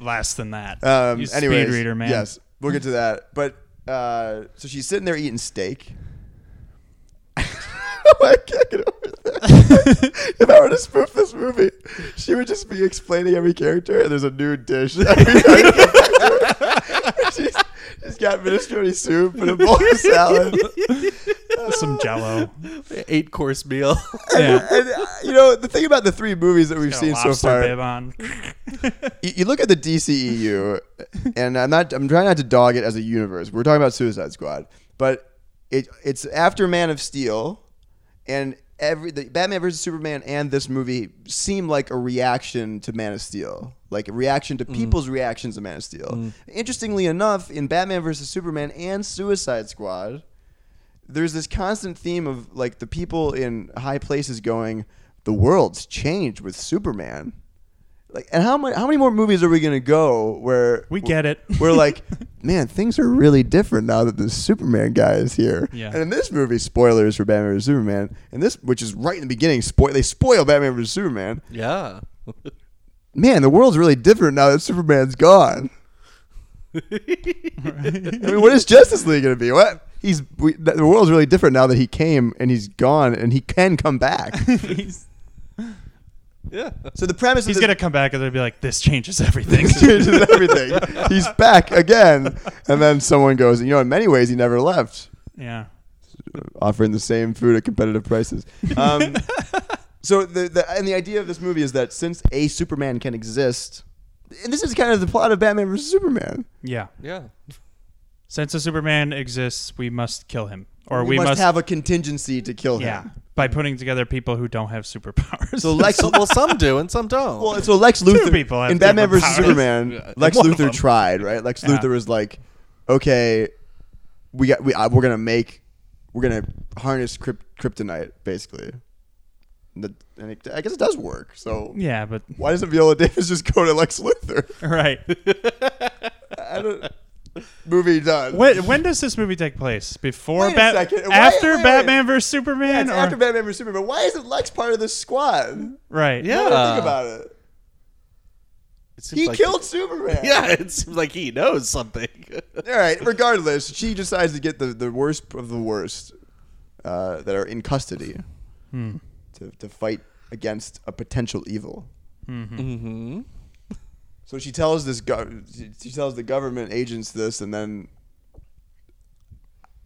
Less than that. Um, He's a anyways, speed reader man. Yes, we'll get to that. But uh, so she's sitting there eating steak. I can't get over that. if I were to spoof this movie, she would just be explaining every character, and there's a new dish. every time. she's, she's got minestrone soup and a bowl of salad. Some Jello. Eight course meal. yeah. And uh, you know the thing about the three movies that we've Got a seen so lobster far, bib on. you, you look at the DCEU, and I'm not. I'm trying not to dog it as a universe. We're talking about Suicide Squad, but it it's after Man of Steel, and every the Batman versus Superman and this movie seem like a reaction to Man of Steel, like a reaction to people's reactions to Man of Steel. Interestingly enough, in Batman versus Superman and Suicide Squad, there's this constant theme of like the people in high places going, the world's changed with Superman. Like, and how many how many more movies are we gonna go where We get it. We're like, man, things are really different now that the Superman guy is here. Yeah. And in this movie, spoilers for Batman vs Superman, and this which is right in the beginning, spoil they spoil Batman vs Superman. yeah. Man, the world's really different now that Superman's gone. I mean, what is Justice League gonna be? What he's we, the world's really different now that he came and he's gone and he can come back. he's Yeah. so the premise he's of this- gonna come back and they'll be like, "This changes everything." changes everything. He's back again, and then someone goes, you know, in many ways he never left, yeah. offering the same food at competitive prices. Um, so the, the and the idea of this movie is that since a Superman can exist, and this is kind of the plot of Batman vs Superman. Yeah. Yeah. Since a Superman exists, we must kill him, or We, we, must, have a contingency to kill him. yeah by putting together people who don't have superpowers. So Lex, So, well, some do and some don't. Well, so Lex Luthor people have in Batman different versus powers. Superman, Lex One of Luthor them. tried, right? Lex Luthor is like, okay, we got we uh, we're gonna make we're gonna harness kryp- kryptonite basically. And the- and it, I guess it does work. So yeah, but why doesn't Viola Davis just go to Lex Luthor? right. I don't. Movie done. When, when does this movie take place? Before Wait a Bat- second. Why- after wait, wait. Batman vs Superman, It's or- after Batman vs Superman. Why isn't Lex part of this squad? right? yeah. I don't think about it. Uh, It seems He like- killed Superman. Yeah, it seems like he knows something. All right. Regardless, she decides to get the, the worst of the worst uh, that are in custody to, to fight against a potential evil. mm-hmm. So she tells this gov- she- she tells the government agents this, and then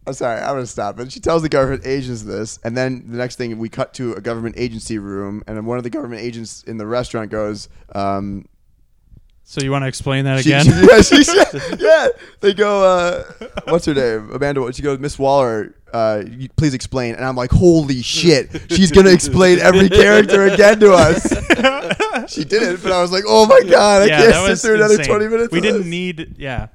I'm sorry, I'm gonna stop it. She tells the government agents this, and then the next thing we cut to a government agency room, and then one of the government agents in the restaurant goes, um, So you want to explain that She- again? she- yeah, she said- yeah. They go, uh, what's her name? Amanda. She goes, Miss Waller, uh, you- please explain. And I'm like, holy shit, she's gonna explain every character again to us. she did it, but I was like, oh my god, I yeah, can't that sit was through another insane. 20 minutes. We of didn't this. need yeah.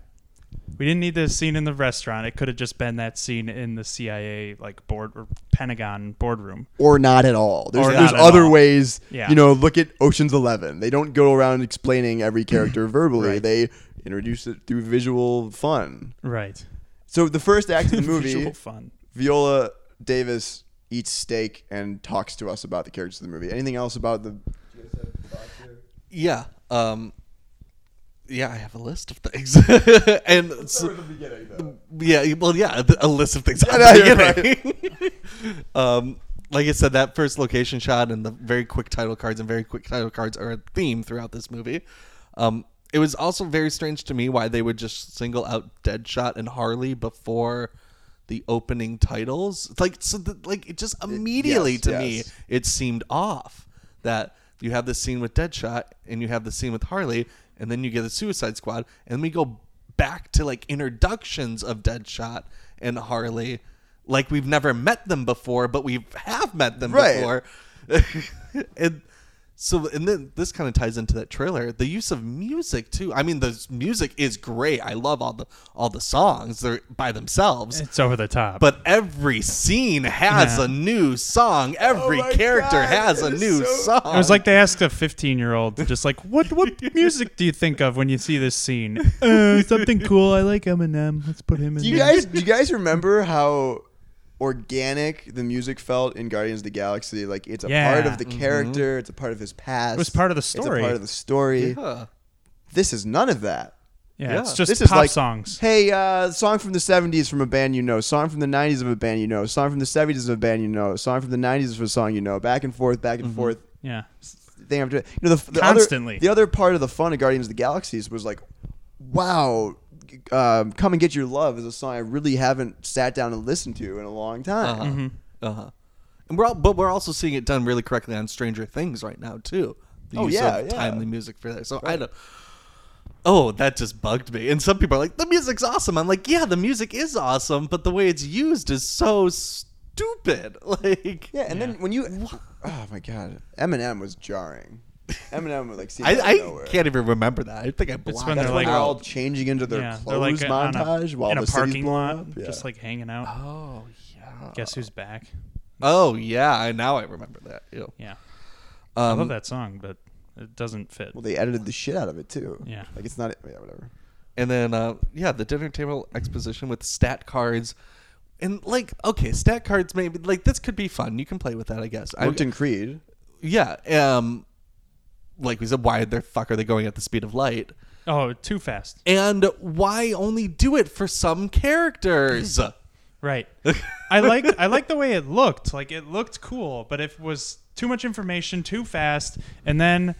We didn't need the scene in the restaurant. It could have just been that scene in the CIA like board or Pentagon boardroom. or not at all. There's, Or there's not at other all. ways. Yeah. You know, look at Ocean's Eleven. They don't go around explaining every character verbally. They introduce it through visual fun. Right. So the first act of the movie. Visual fun. Viola Davis eats steak and talks to us about the characters of the movie. Anything else about the? Yeah. Um, yeah, I have a list of things, and so- yeah, e, well, yeah, th- a list of things. at know, you're the beginning. um, like I said, that first location shot and the very quick title cards and very quick title cards are a theme throughout this movie. Um, it was also very strange to me why they would just single out Deadshot and Harley before the opening titles. It's Like, so the, like it just immediately yes, to yes. me it seemed off that you have this scene with Deadshot and you have the scene with Harley, and then you get the Suicide Squad, and we go back to like introductions of Deadshot and Harley, like we've never met them before, but we have met them Right. before. and So and then this kind of ties into that trailer. The use of music too. I mean, the s- music is great. I love all the all the songs. They're by themselves. It's over the top. but every scene has Yeah. a new song. Every Oh character has a new song. it was like they asked a 15 year old, just like, what what music do you think of when you see this scene? Uh, something cool. I like Eminem. Let's put him in. Do you there. guys do you guys remember how organic the music felt in Guardians of the Galaxy? Like it's a part Yeah. Mm-hmm. of the character, it's a part of his past. It was part of the It's story. a part of the story. Huh. This is none of that. Yeah, it's Yeah. just this is pop like songs. Hey, uh, song from the '70s from a band you know. Song from the '90s of a band you know. Song from the '70s of a band you know. Song from the '90s of a song you know. Back and forth, back and Mm-hmm. forth. Yeah. Thing after you know the, the Constantly. Other, the other part of the fun of Guardians of the Galaxies was like, wow, um, "Come and Get Your Love" is a song I really haven't sat down and listened to in a long time. mm-hmm. Uh-huh. And we're all, but we're also seeing it done really correctly on Stranger Things right now too. The Oh, use yeah, of yeah. timely music for that. So I don't. Oh, that just bugged me. And some people are like, "The music's awesome." I'm like, "Yeah, the music is awesome, but the way it's used is so stupid." Like, Yeah, and then when you, oh my god, Eminem was jarring. Eminem was like, seemed out of I, I nowhere. can't even remember that. I think I blocked. when that That's when like- they're all changing into their yeah. They're clothes like uh, on montage a, while in the a city's parking lot, blowing up. Yeah. just like hanging out. Oh yeah. Guess who's back? Oh yeah. I- Now I remember that. Ew. Yeah. I Um, love that song, but it doesn't fit. Well, they edited the shit out of it too. Yeah. like it's not. Yeah, whatever. and then uh, yeah, the dinner table exposition with stat cards, and like okay, stat cards maybe like this could be fun. You can play with that, I guess. I, Worked in Creed. yeah, um, like we said, why the fuck are they going at the speed of light? oh, too fast. And why only do it for some characters? Right. I like I like the way it looked. Like it looked cool, but it was too much information too fast, and then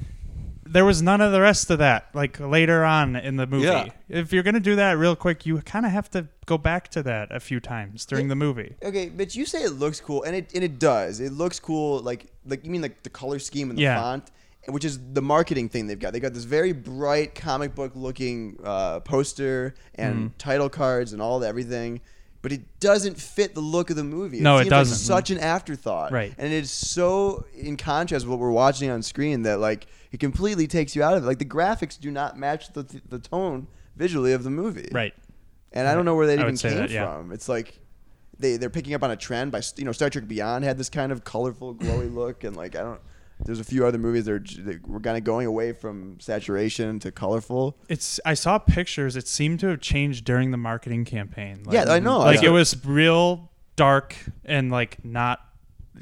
there was none of the rest of that. Like later on in the movie, Yeah. if you're gonna do that real quick, you kind of have to go back to that a few times during the movie. Okay, but you say it looks cool, and it and it does. It looks cool. Like like you mean like the color scheme and the Yeah. font, which is the marketing thing they've got. They got this very bright comic book looking uh, poster Mm. and title cards and all that everything. But it doesn't fit the look of the movie. No, it seems like doesn't. such an afterthought, Right. And it's so in contrast with what we're watching on screen that like it completely takes you out of it. Like the graphics do not match the the tone visually of the movie, Right. and I don't know where that I would even say came that, yeah. from. It's like they they're picking up on a trend by you know Star Trek Beyond had this kind of colorful, glowy look, and like I don't. There's a few other movies that, are, j- that were kind of going away from saturation to colorful. It's I saw pictures. It seemed to have changed during the marketing campaign. Like, Yeah, I know. Like Yeah. it was real dark and like not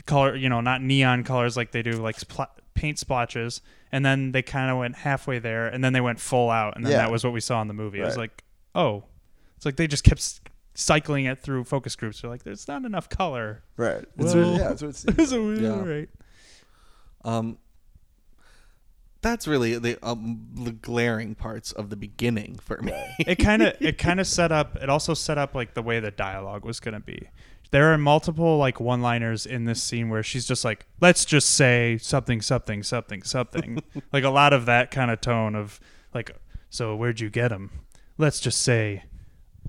color, you know, not neon colors like they do like spl- paint splotches. And then they kind of went halfway there, and then they went full out, and then Yeah. that was what we saw in the movie. It was Right. like, oh, it's like they just kept s- cycling it through focus groups. They're like, there's not enough color. Right. That's Well- what, yeah, that's what it's, so we- Yeah. right. Um, that's really the, um, the glaring parts of the beginning for me. it kind of it kind of set up it also set up like the way the dialogue was going to be there are multiple like one liners in this scene where she's just like let's just say something something something something like a lot of that kind of tone of like so where'd you get him let's just say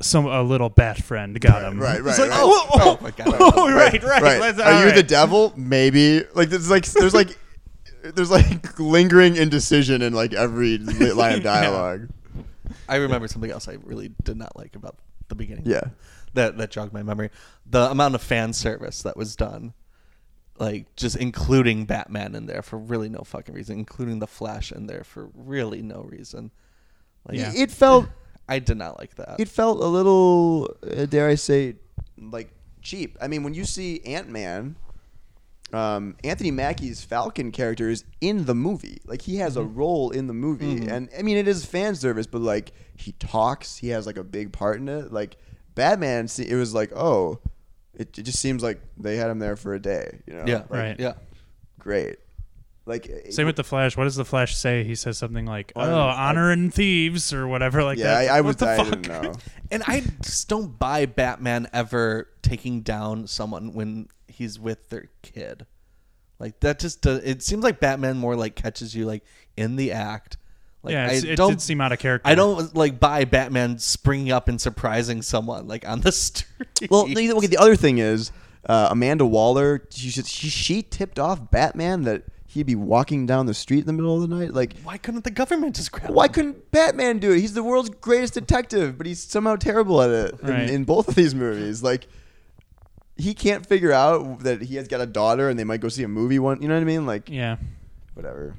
some a little bat friend got him right, right, It's like, right. oh, oh, Oh my God. oh, right right, Let's- all Are you the right. devil? Maybe. Like there's like there's like there's like lingering indecision in like every li- line of dialogue. I remember something else I really did not like about the beginning. Yeah. That that jogged my memory. The amount of fan service that was done. Like just including Batman in there for really no fucking reason, including the Flash in there for really no reason. Like Yeah. It felt I did not like that. it felt a little uh, dare i say like cheap i mean when you see ant-man um, anthony mackie's falcon character is in the movie like he has a role in the movie and i mean it is fan service but like he talks he has like a big part in it like batman se- it was like oh it, it just seems like they had him there for a day you know yeah. Like, Right. Yeah. great like it- same with the Flash. What does the Flash say? He says something like, "Oh, don't know. I- honor and thieves" or whatever like yeah that. i, I What was the i fuck? didn't know And I just don't buy Batman ever taking down someone when he's with their kid. Like that just does, it seems like Batman more like catches you like in the act. Like Yeah, I it's- it don't did seem out of character. I don't like buy Batman springing up and surprising someone like on the street. Well, the, okay. The other thing is uh, Amanda Waller. She, she she tipped off Batman that he'd be walking down the street in the middle of the night. Like, Why couldn't the government just grab? why him? couldn't Batman do it? He's the world's greatest detective, but he's somehow terrible at it in, Right. in both of these movies. Like, he can't figure out that he has got a daughter and they might go see a movie one. You know what I mean? Like, Yeah. whatever.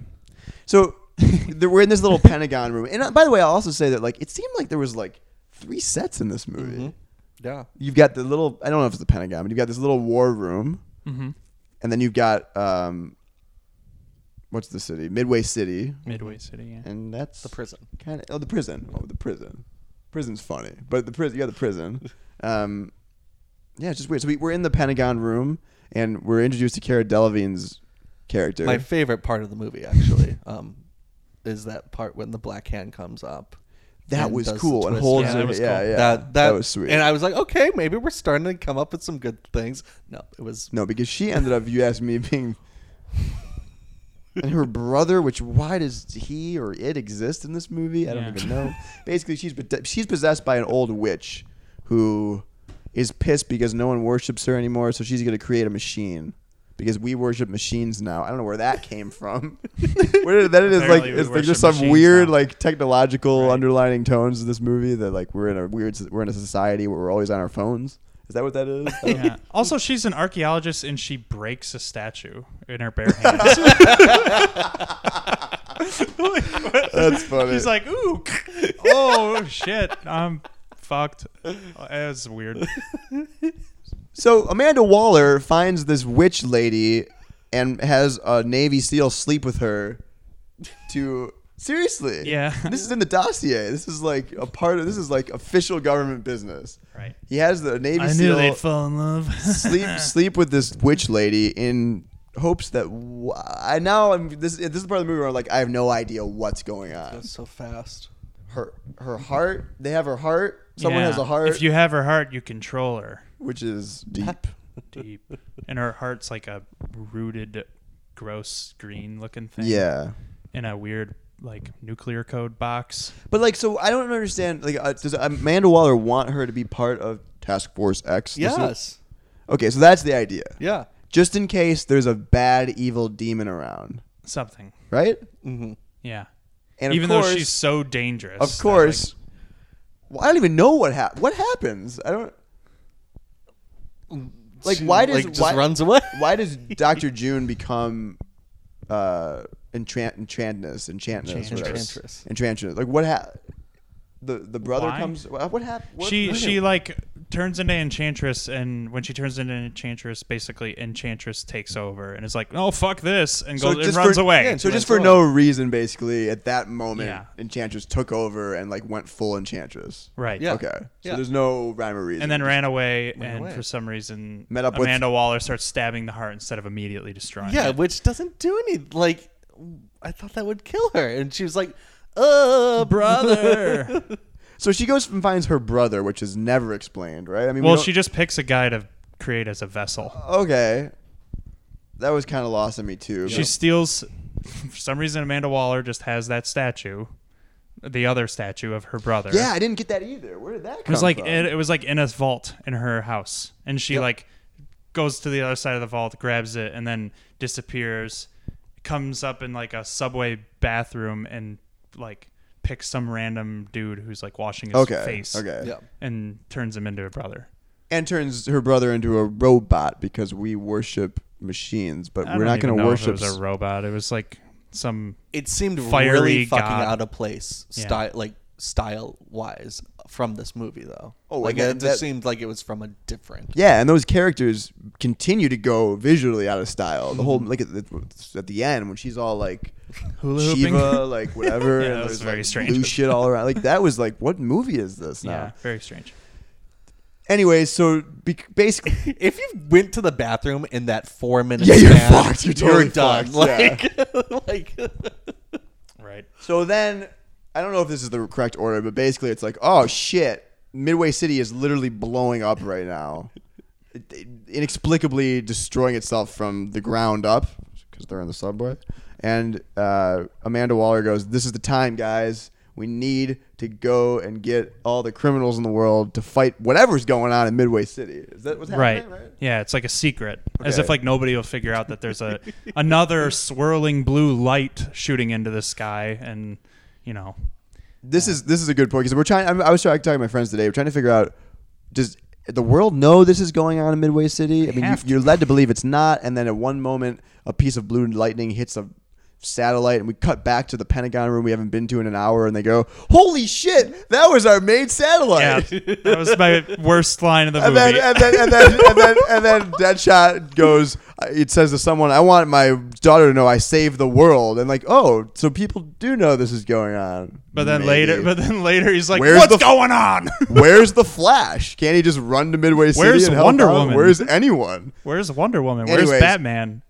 So there- we're in this little Pentagon room, and uh, by the way, I'll also say that like it seemed like there was like three sets in this movie. Mm-hmm. Yeah. You've got the little I don't know if it's the Pentagon, but you've got this little war room, Mm-hmm. and then you've got um, what's the city? Midway City, Midway City. Yeah. and that's the prison. Kind of oh the prison, oh the prison. Prison's funny, but the prison you got the prison. Um, yeah, it's just weird. So we, we're in the Pentagon room, and we're introduced to Cara Delevingne's character. My favorite part of the movie actually um, is that part when the black hand comes up. That and was does the cool. And twist. holds Yeah, it. that was yeah, cool. yeah. That, that was sweet. And I was like, okay, maybe we're starting to come up with some good things. No, it was no, because she ended up, you asked me, being. And her brother, which why does he or it exist in this movie? I don't Yeah. even know. Basically, she's pos- she's possessed by an old witch, who is pissed because no one worships her anymore. So she's going to create a machine because we worship machines now. I don't know where that came from. where did, that is like Apparently we it's like worship just some machines weird now. like technological underlining tones in this movie that like we're in a weird we're in a society where we're always on our phones. Is that what that is? yeah. Also, she's an archaeologist and she breaks a statue in her bare hands. That's funny. She's like, ooh, oh shit, I'm fucked. That's weird. So Amanda Waller finds this witch lady and has a Navy SEAL sleep with her to seriously. Yeah. This is in the dossier. This is like a part of this is like official government business. Right. He has the Navy I knew SEAL they'd fall in love. sleep sleep with this witch lady in hopes that w- I now I'm this this is part of the movie where I'm like I have no idea what's going on. That's so fast. Her her heart, they have her heart. Someone Yeah. has a heart If you have her heart, you control her. which is deep. Deep. And her heart's like a rooted, gross green looking thing. yeah. In a weird like nuclear code box. But like, so I don't understand. Like, uh, does Amanda Waller want her to be part of Task Force X? This is- Yes. Okay, so that's the idea. Yeah. Just in case there's a bad, evil demon around, Something. right? Mm. Yeah. And Even of course, though she's so dangerous. of course, well, I don't even know what hap- what happens. I don't. Like, She, why does Mm, like, just why, runs away? Why does Doctor June become uh entrant enchantness enchantness whatever. Enchantress. enchantress? Like, what happened? The the brother Why? comes. What, what happened? she she like turns into enchantress and when she turns into enchantress basically enchantress takes over and is like oh fuck this and goes and runs for, away So just for runs no reason, basically, at that moment, Yeah. Enchantress took over and like went full Enchantress. right Yeah. Okay. So Yeah. there's no rhyme or reason. and then Just- ran away and away. for some reason Met up with- amanda waller starts stabbing the heart instead of immediately destroying Yeah, it which doesn't do any. Like, I thought that would kill her, and she was like, "Uh, brother." so she goes and finds her brother, which is never explained, right? I mean, we well don't- she just picks a guy to create as a vessel Oh, okay. That was kind of lost on me too. she steals for some reason amanda waller just has that statue the other statue of her brother yeah, I didn't get that either. Where did that come It was like from? it, it was like in a vault in her house, and she like goes to the other side of the vault, grabs it, and then disappears. Comes up in like a subway bathroom and like picks some random dude who's like washing his okay. face, Okay. yeah. and turns him into a brother. And turns her brother into a robot because we worship machines, but I we're don't not going even to know if worship. It was a robot. It was like some It seemed Fiery really fucking god. out of place, Yeah. style like style wise, from this movie though. Oh, like and that- it that- just seemed like it was from a different. Yeah, and those characters continue to go visually out of style. The whole like at the, at the end when she's all like Mm-hmm. Hula hooping. Shiva, like whatever, Yeah, and that was there's, very like, strange. blue shit all around. Like that was like, what movie is this now? yeah, very strange. Anyway, so be- basically, If you went to the bathroom in that four minutes, Yeah, you're fucked. You're totally fucked, Like, like Right. so then I don't know if this is the correct order, but basically it's like, oh shit, Midway City is literally blowing up right now, It- inexplicably destroying itself from the ground up because they're in the subway. And uh, Amanda Waller goes, "This is the time, guys. We need to go and get all the criminals in the world to fight whatever's going on in Midway City. Is that what's Right. happening? Right. Yeah, it's like a secret. As Okay. if like nobody will figure out that there's a another swirling blue light shooting into the sky and you know. This is this is a good point because we're trying. I'm- I was trying to talk to my friends today. We're trying to figure out does the world know this is going on in Midway City? I mean, you, have to. you're led to believe it's not, and then at one moment, a piece of blue lightning hits a satellite, and we cut back to the Pentagon room we haven't been to in an hour, and they go, "Holy shit, that was our main Yeah. satellite!" that was my worst line of the And movie. then, and then and then and then and then Deadshot goes. It says to someone, "I want my daughter to know I saved the world." And like, oh, so people do know this is going on. but then Maybe. later but then later he's like, Where's What's the- going on? Where's the Flash? Can't he just run to Midway City Where's and help Wonder out? Woman? Where's anyone? Where's Wonder Woman? Anyways. Where's Batman?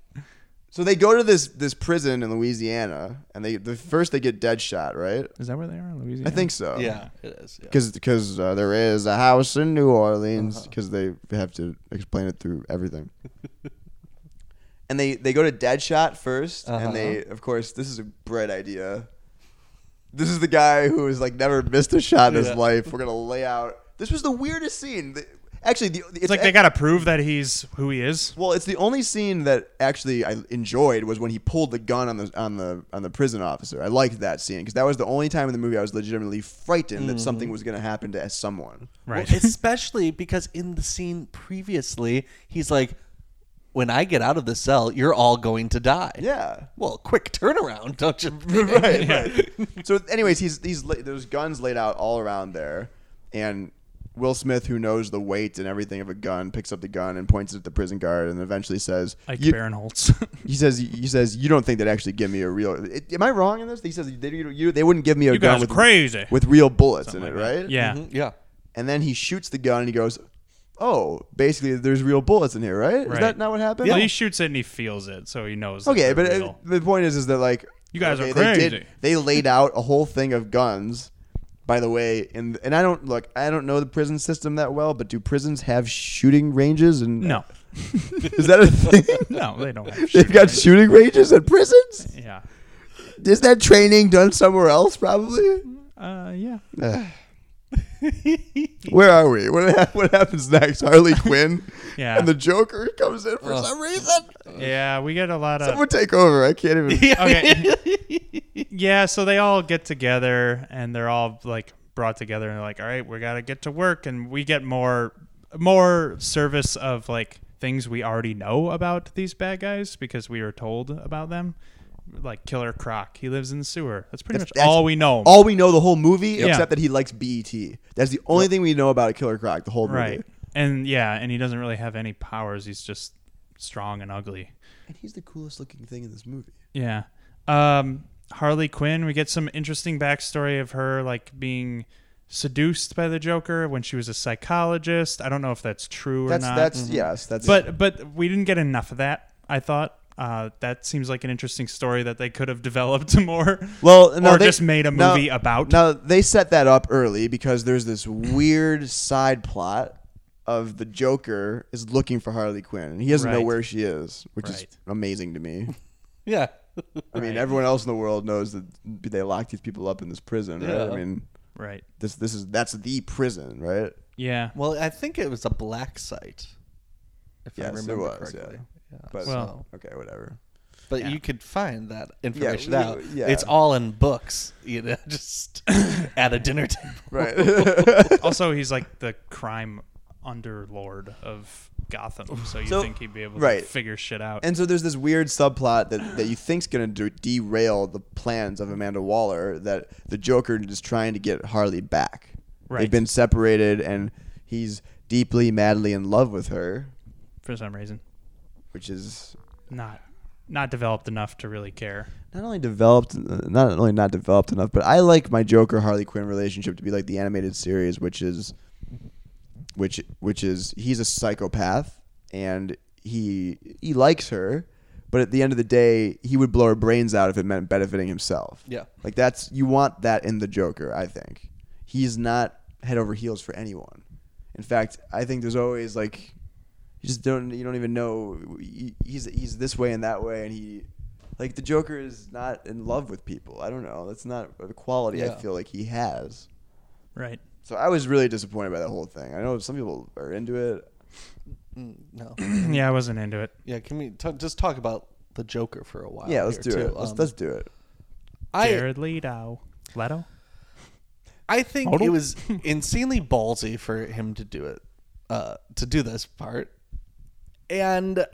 So they go to this this prison in Louisiana, and they the first they get Deadshot, right? Is that where they are in Louisiana? I think so. Yeah, it is. Yeah. because because uh, there is a house in New Orleans because they have to explain it through everything. and they they go to Deadshot 1st and they of course this is a bright idea. This is the guy who has like never missed a shot in Yeah. his life. We're gonna lay out. This was the weirdest scene. The- Actually, the, It's like they gotta prove that he's who he is. Well, it's the only scene that actually I enjoyed was when he pulled the gun on the on the on the prison officer. I liked that scene because that was the only time in the movie I was legitimately frightened that Mm-hmm. something was going to happen to someone. Right. Well, especially because in the scene previously, he's like, "When I get out of the cell, you're all going to die." Yeah. Well, quick turnaround, don't you? right, right. So, anyways, he's he's la- there's guns laid out all around there, and Will Smith, who knows the weight and everything of a gun, picks up the gun and points it at the prison guard, and eventually says, Like "You- Barinholtz. He says, "He says you don't think they'd actually give me a real. It, am I wrong in this? He says they, you, you, they wouldn't give me a You gun guys with crazy. with real bullets in it, right? Mm-hmm. yeah. yeah. And then he shoots the gun and he goes, "Oh, basically there's real bullets in here, right? Is Right. that not what happened? Well, he shoots it and he feels it, so he knows. that okay, they're but uh, real. the point is, is that like You guys okay, are They, crazy. they laid out a whole thing of guns. By the way, and and I don't look, I don't know the prison system that well, but do prisons have shooting ranges? And no, is that a thing? no, they don't. Have They've shooting got ranges. shooting ranges at prisons. Yeah. Is that training done somewhere else? Probably. Uh, yeah. Where are we? What, ha- what happens next? Harley Quinn Yeah. and the Joker comes in for some reason. Yeah, we get a lot of. Someone take over. I can't even. okay. yeah, so they all get together and they're all like brought together and they're like, all right, we gotta get to work, and we get more more service of like things we already know about these bad guys because we were told about them. Like Killer Croc, he lives in the sewer. That's pretty That's- much all we know. All we know the whole movie, Yeah. except that he likes BET. That's the only thing we know about Killer Croc. The whole movie. right, and yeah, and he doesn't really have any powers. He's just strong and ugly. And he's the coolest looking thing in this movie. Yeah. Um, Harley Quinn, we get some interesting backstory of her like being seduced by the Joker when she was a psychologist. I don't know if that's true or That's not. Mm-hmm. that's yes. That's but but we didn't get enough of that, I thought. Uh, that seems like an interesting story that they could have developed more. Well, no, or they- just made a no, movie about. No, they set that up early because there's this weird side plot of the Joker is looking for Harley Quinn and he doesn't know Right. where she is, which is Right. amazing to me. Yeah. I mean, everyone else in the world knows that they lock these people up in this prison, right? I Yeah. mean, Right. this this is that's the prison, right? Yeah. Well, I think it was a black site. If I Yes, remember there was. correctly. Yeah. But Well- okay, whatever. But you could find that information we- out. yeah. It's all in books, you know, just at a dinner table. Right. also, he's like the crime underlord of Gotham, so you think he'd be able right. to figure shit out. and so there's this weird subplot that, that you think's going to derail the plans of Amanda Waller that the Joker is trying to get Harley back. They've Right. been separated and he's deeply madly in love with her, for some reason, which is not not developed enough to really care. not only developed not only not developed enough, but I like my Joker Harley Quinn relationship to be like the animated series, which is which which is he's a psychopath and he he likes her, but at the end of the day, he would blow her brains out if it meant benefiting himself. Yeah. Like that's you want that in the Joker, I think. He's not head over heels for anyone. In fact, I think there's always like you just don't you don't even know he- he's he's this way and that way and he Like the Joker is not in love with people. I don't know. That's not a quality I Yeah. feel like he has. Right. So I was really disappointed by the whole thing. I know some people are into it. No. yeah, I wasn't into it. Yeah, can we t- just talk about the Joker for a while? Yeah, let's do here, too? it. Let's, Um, let's do it. I Jared Leto. Leto? I think Model? it was insanely ballsy for him to do it, uh, to do this part, and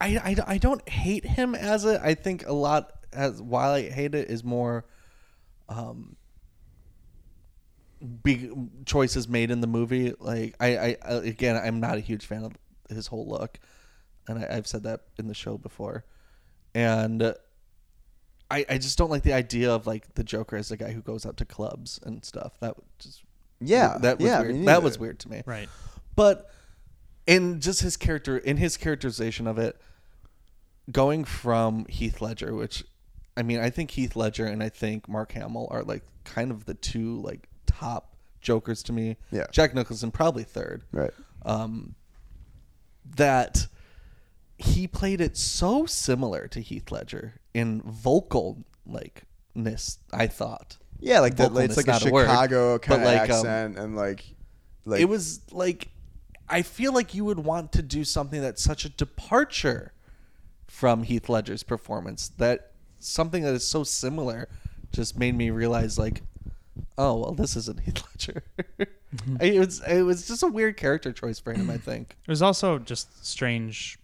I, I I don't hate him as it. I think a lot as while I hate it is more, um, big choices made in the movie. Like I, I I- again, I'm not a huge fan of his whole look, and I, I've said that in the show before, and. I, I just don't like the idea of like the Joker as the guy who goes out to clubs and stuff. That would just Yeah, that was yeah, me weird. neither. That was weird to me. Right. But in just his character, in his characterization of it, going from Heath Ledger, which I mean, I think Heath Ledger and I think Mark Hamill are like kind of the two like top Jokers to me. Yeah. Jack Nicholson probably third Right. um, that he played it so similar to Heath Ledger in vocal likeness. I thought. Yeah, like that. Like, Vocalness, it's like a not a word, Chicago but kind of like, um, accent, and like, like it was like I feel like you would want to do something that's such a departure from Heath Ledger's performance that something that is so similar just made me realize like oh well this isn't Heath Ledger. it was it was just a weird character choice for him I think. It was also just strange.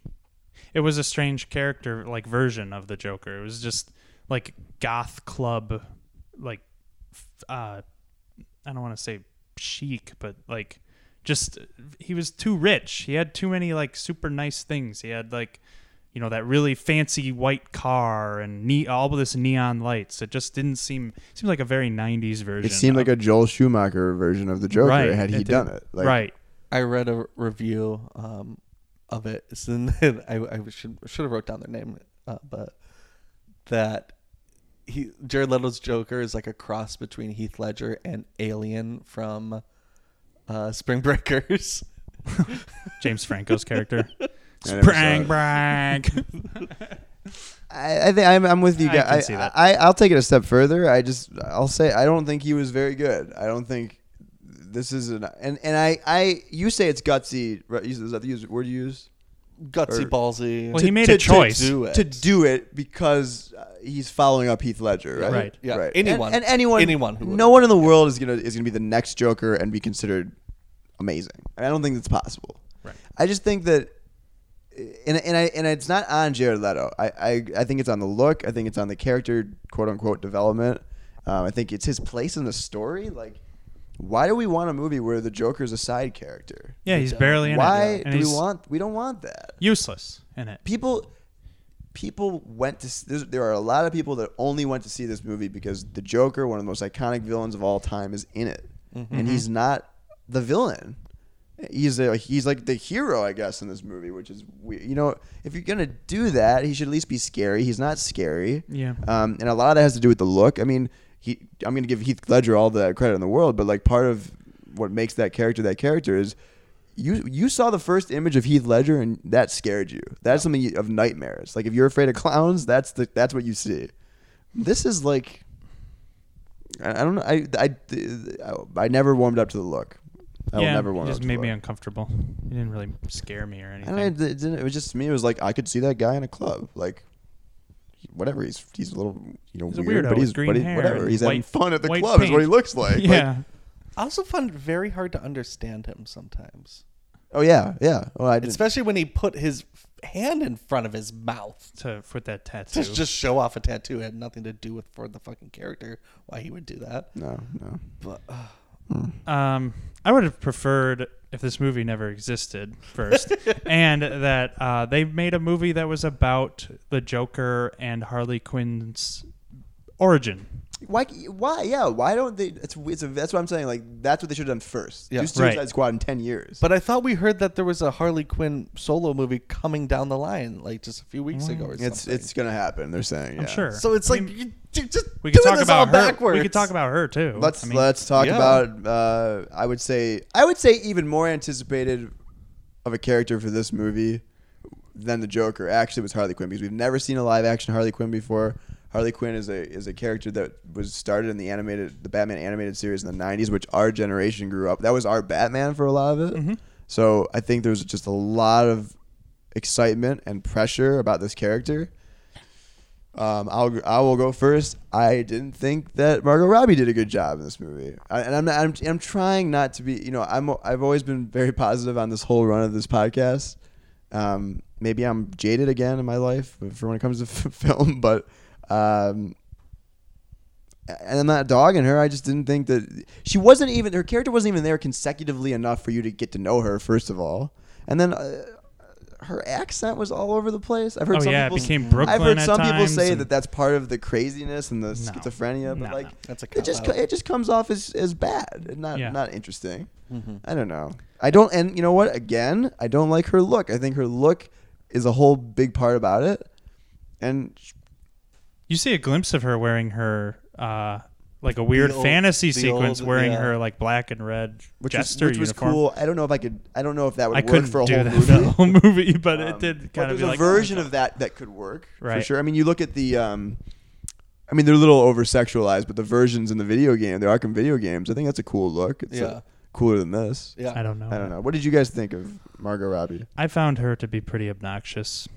It was a strange character, like version of the Joker. It was just like goth club, like f- uh, I don't want to say chic, but like just he was too rich. He had too many like super nice things. He had like you know that really fancy white car and ne- all of this neon lights. It just didn't seem seemed like a very '90s it version. seemed of- like a Joel Schumacher version of the Joker right. had he did- done it. Like, right. I read a review um, of it. It's in, I, I should should have wrote down their name, uh, but that he Jared Leto's Joker is like a cross between Heath Ledger and Alien from uh, Spring Breakers. James Franco's character. I never saw Sprang it. brag. I, I think I'm, I'm with you I guys. can see that. I, will take it a step further. I just I'll say I don't think he was very good. I don't think this is an and and I I you say it's gutsy. Right? Is that the use- word you use? Gutsy Or- ballsy. Well, he made a choice. do it. to do it because uh, he's following up Heath Ledger, right? Right. Yeah. Right. Anyone. and, and anyone, Anyone who no would've- one in the world is gonna is gonna be the next Joker and be considered amazing. And I don't think that's possible. Right. I just think that, and and I and it's not on Jared Leto. I I, I think it's on the look. I think it's on the character quote unquote development. Um, I think it's his place in the story. Like, why do we want a movie where the Joker's a side character? Yeah, he's barely in it. Why and do we he's want? We don't want that useless in it? people people went to s- there's, there are a lot of people that only went to see this movie because the joker one of the most iconic villains of all time is in it and he's not the villain he's a, he's like the hero i guess in this movie which is weird. you know if you're gonna do that he should at least be scary he's not scary Yeah. um, and a lot of that has to do with the look i mean he i'm gonna give heath ledger all the credit in the world but like part of what makes that character that character is you you saw the first image of Heath Ledger and that scared you. That's something you, of nightmares. Like if you're afraid of clowns, that's the that's what you see. This is like I, I don't know. I, I I never warmed up to the look. I will yeah, never warm it up. just to made the me look. uncomfortable. It didn't really scare me or anything. And I, it, didn't, it was just to me. It was like I could see that guy in a club. Like whatever. He's he's a little you know He's a weird, weirdo but he's with green but he, hair whatever. and He's having white- fun at the white club. Is what he paint. looks like. Like, yeah, I also found it very hard to understand him sometimes, oh yeah, yeah. Well, I didn't- especially when he put his hand in front of his mouth. to with that tattoo. To just show off a tattoo it had nothing to do with for the fucking character why he would do that. no no. But uh, Um, I would have preferred if this movie never existed first, and that uh, they made a movie that was about the Joker and Harley Quinn's origin. Why? Why? Yeah. Why don't they? It's, it's a, that's what I'm saying. Like that's what they should have done first. Yeah. Do Suicide Right. Squad in ten years. But I thought we heard that there was a Harley Quinn solo movie coming down the line, like just a few weeks ago or it's something. it's gonna happen. They're saying. Yeah. I'm sure. so it's like you, you just we could doing talk this about all her. backwards. We could talk about her too. Let's I mean, let's talk Yeah. about. Uh, I would say I would say even more anticipated of a character for this movie than the Joker actually was Harley Quinn because we've never seen a live action Harley Quinn before. Harley Quinn is a is a character that was started in the animated the Batman animated series in the 90s which our generation grew up. That was our Batman for a lot of it. Mm-hmm. So I think there was just a lot of excitement and pressure about this character. Um, I'll I will go first. I didn't think that Margot Robbie did a good job in this movie, I, and I'm, not, I'm I'm trying not to be. You know, I'm I've always been very positive on this whole run of this podcast. Um, maybe I'm jaded again in my life for when it comes to film, but um, and I'm not dogging her. I just didn't think that she wasn't even her character wasn't even there consecutively enough for you to get to know her. First of all, and then uh, her accent was all over the place. I've heard Oh, some yeah, it people became I've Brooklyn heard at some people times say and- that that's part of the craziness and the schizophrenia, but No, like no. That's a it just cop-out. it just comes off as, as bad and not Yeah. not interesting. Mm-hmm. I don't know. I don't, and you know what? Again, I don't like her look. I think her look is a whole big part about it, and You see a glimpse of her wearing her uh, like a weird The old- fantasy the sequence, old- wearing yeah. her like black and red which was, jester which was uniform. cool. I don't know if I could. I don't know if that would I work couldn't for a do whole that movie. the whole movie, but it Um, did but kind of there's be a like oh version of that that could work for Right. sure. I mean, you look at the. Um, I mean, they're a little over sexualized, but the versions in the video game, the Arkham video games, I think that's a cool look. It's uh, Yeah. cooler than this. Yeah. I don't know. I don't know. What did you guys think of Margot Robbie? I found her to be pretty obnoxious.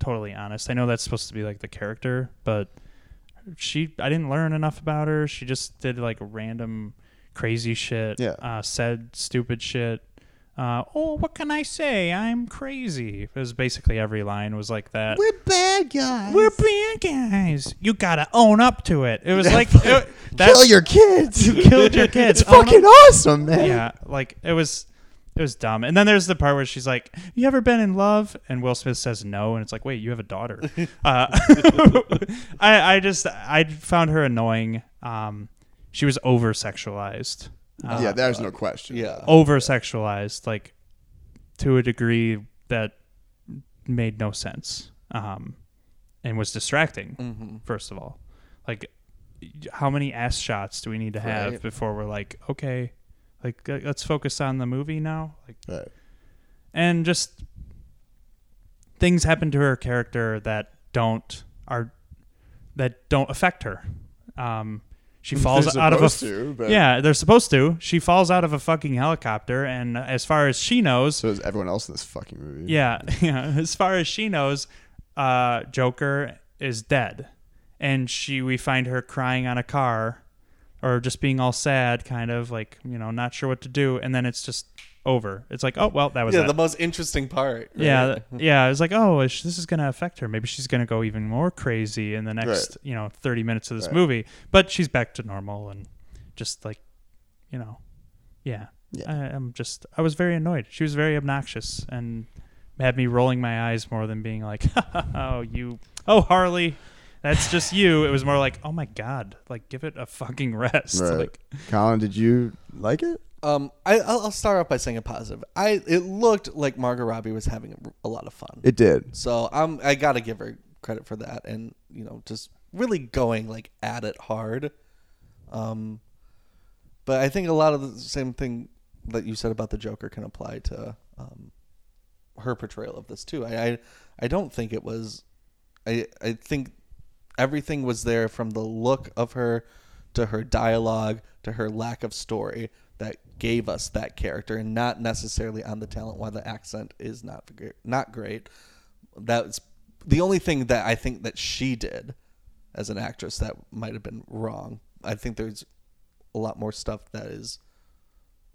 Totally honest. I know that's supposed to be like the character, but she I didn't learn enough about her. She just did like random crazy shit. Yeah. Uh, said stupid shit. Uh, oh, what can I say? I'm crazy. It was basically every line was like that. bad guys. We're bad guys. You gotta own up to it. It was like it, that- Kill your kids. You killed your kids. it's Own fucking up. awesome, man. yeah, like it was it was dumb. And then there's the part where she's like, "You ever been in love?" And Will Smith says no, and it's like, "Wait, you have a daughter." uh, I I just I found her annoying. Um, she was over sexualized. Uh, yeah, there's no question. Yeah. over sexualized, like to a degree that made no sense um, and was distracting. Mm-hmm. First of all, like how many ass shots do we need to have Right. before we're like, okay, like uh, let's focus on the movie now? Like, Right. and just things happen to her character that don't are that don't affect her. Um, she falls They're out of a supposed to, but- yeah. They're supposed to. She falls out of a fucking helicopter, and as far as she knows, So is everyone else in this fucking movie? yeah, yeah. As far as she knows, uh, Joker is dead, and she we find her crying on a car, or just being all sad, kind of like you know not sure what to do, and then it's just over. It's like oh well that was Yeah, it. the most interesting part. right? Yeah, th- yeah. It's like, oh, is- this is going to affect her. Maybe she's going to go even more crazy in the next, you know, thirty minutes of this movie. But she's back to normal and just like, you know, yeah. Yeah. I, I'm just, I was very annoyed. She was very obnoxious and had me rolling my eyes more than being like, oh, you, oh, Harley, that's just you. It was more like, oh my god, like give it a fucking rest. Right. Like, Colin, did you like it? Um, I I'll I'll start off by saying a positive. I it looked like Margot Robbie was having a lot of fun. It did. So I'm I gotta give her credit for that, and you know, just really going like at it hard. Um, but I think a lot of the same thing that you said about the Joker can apply to um, her portrayal of this too. I, I I don't think it was. I I think everything was there from the look of her to her dialogue to her lack of story that gave us that character and not necessarily on the talent why the accent is not gr- not great that's the only thing that I think that she did as an actress that might have been wrong. I think there's a lot more stuff that is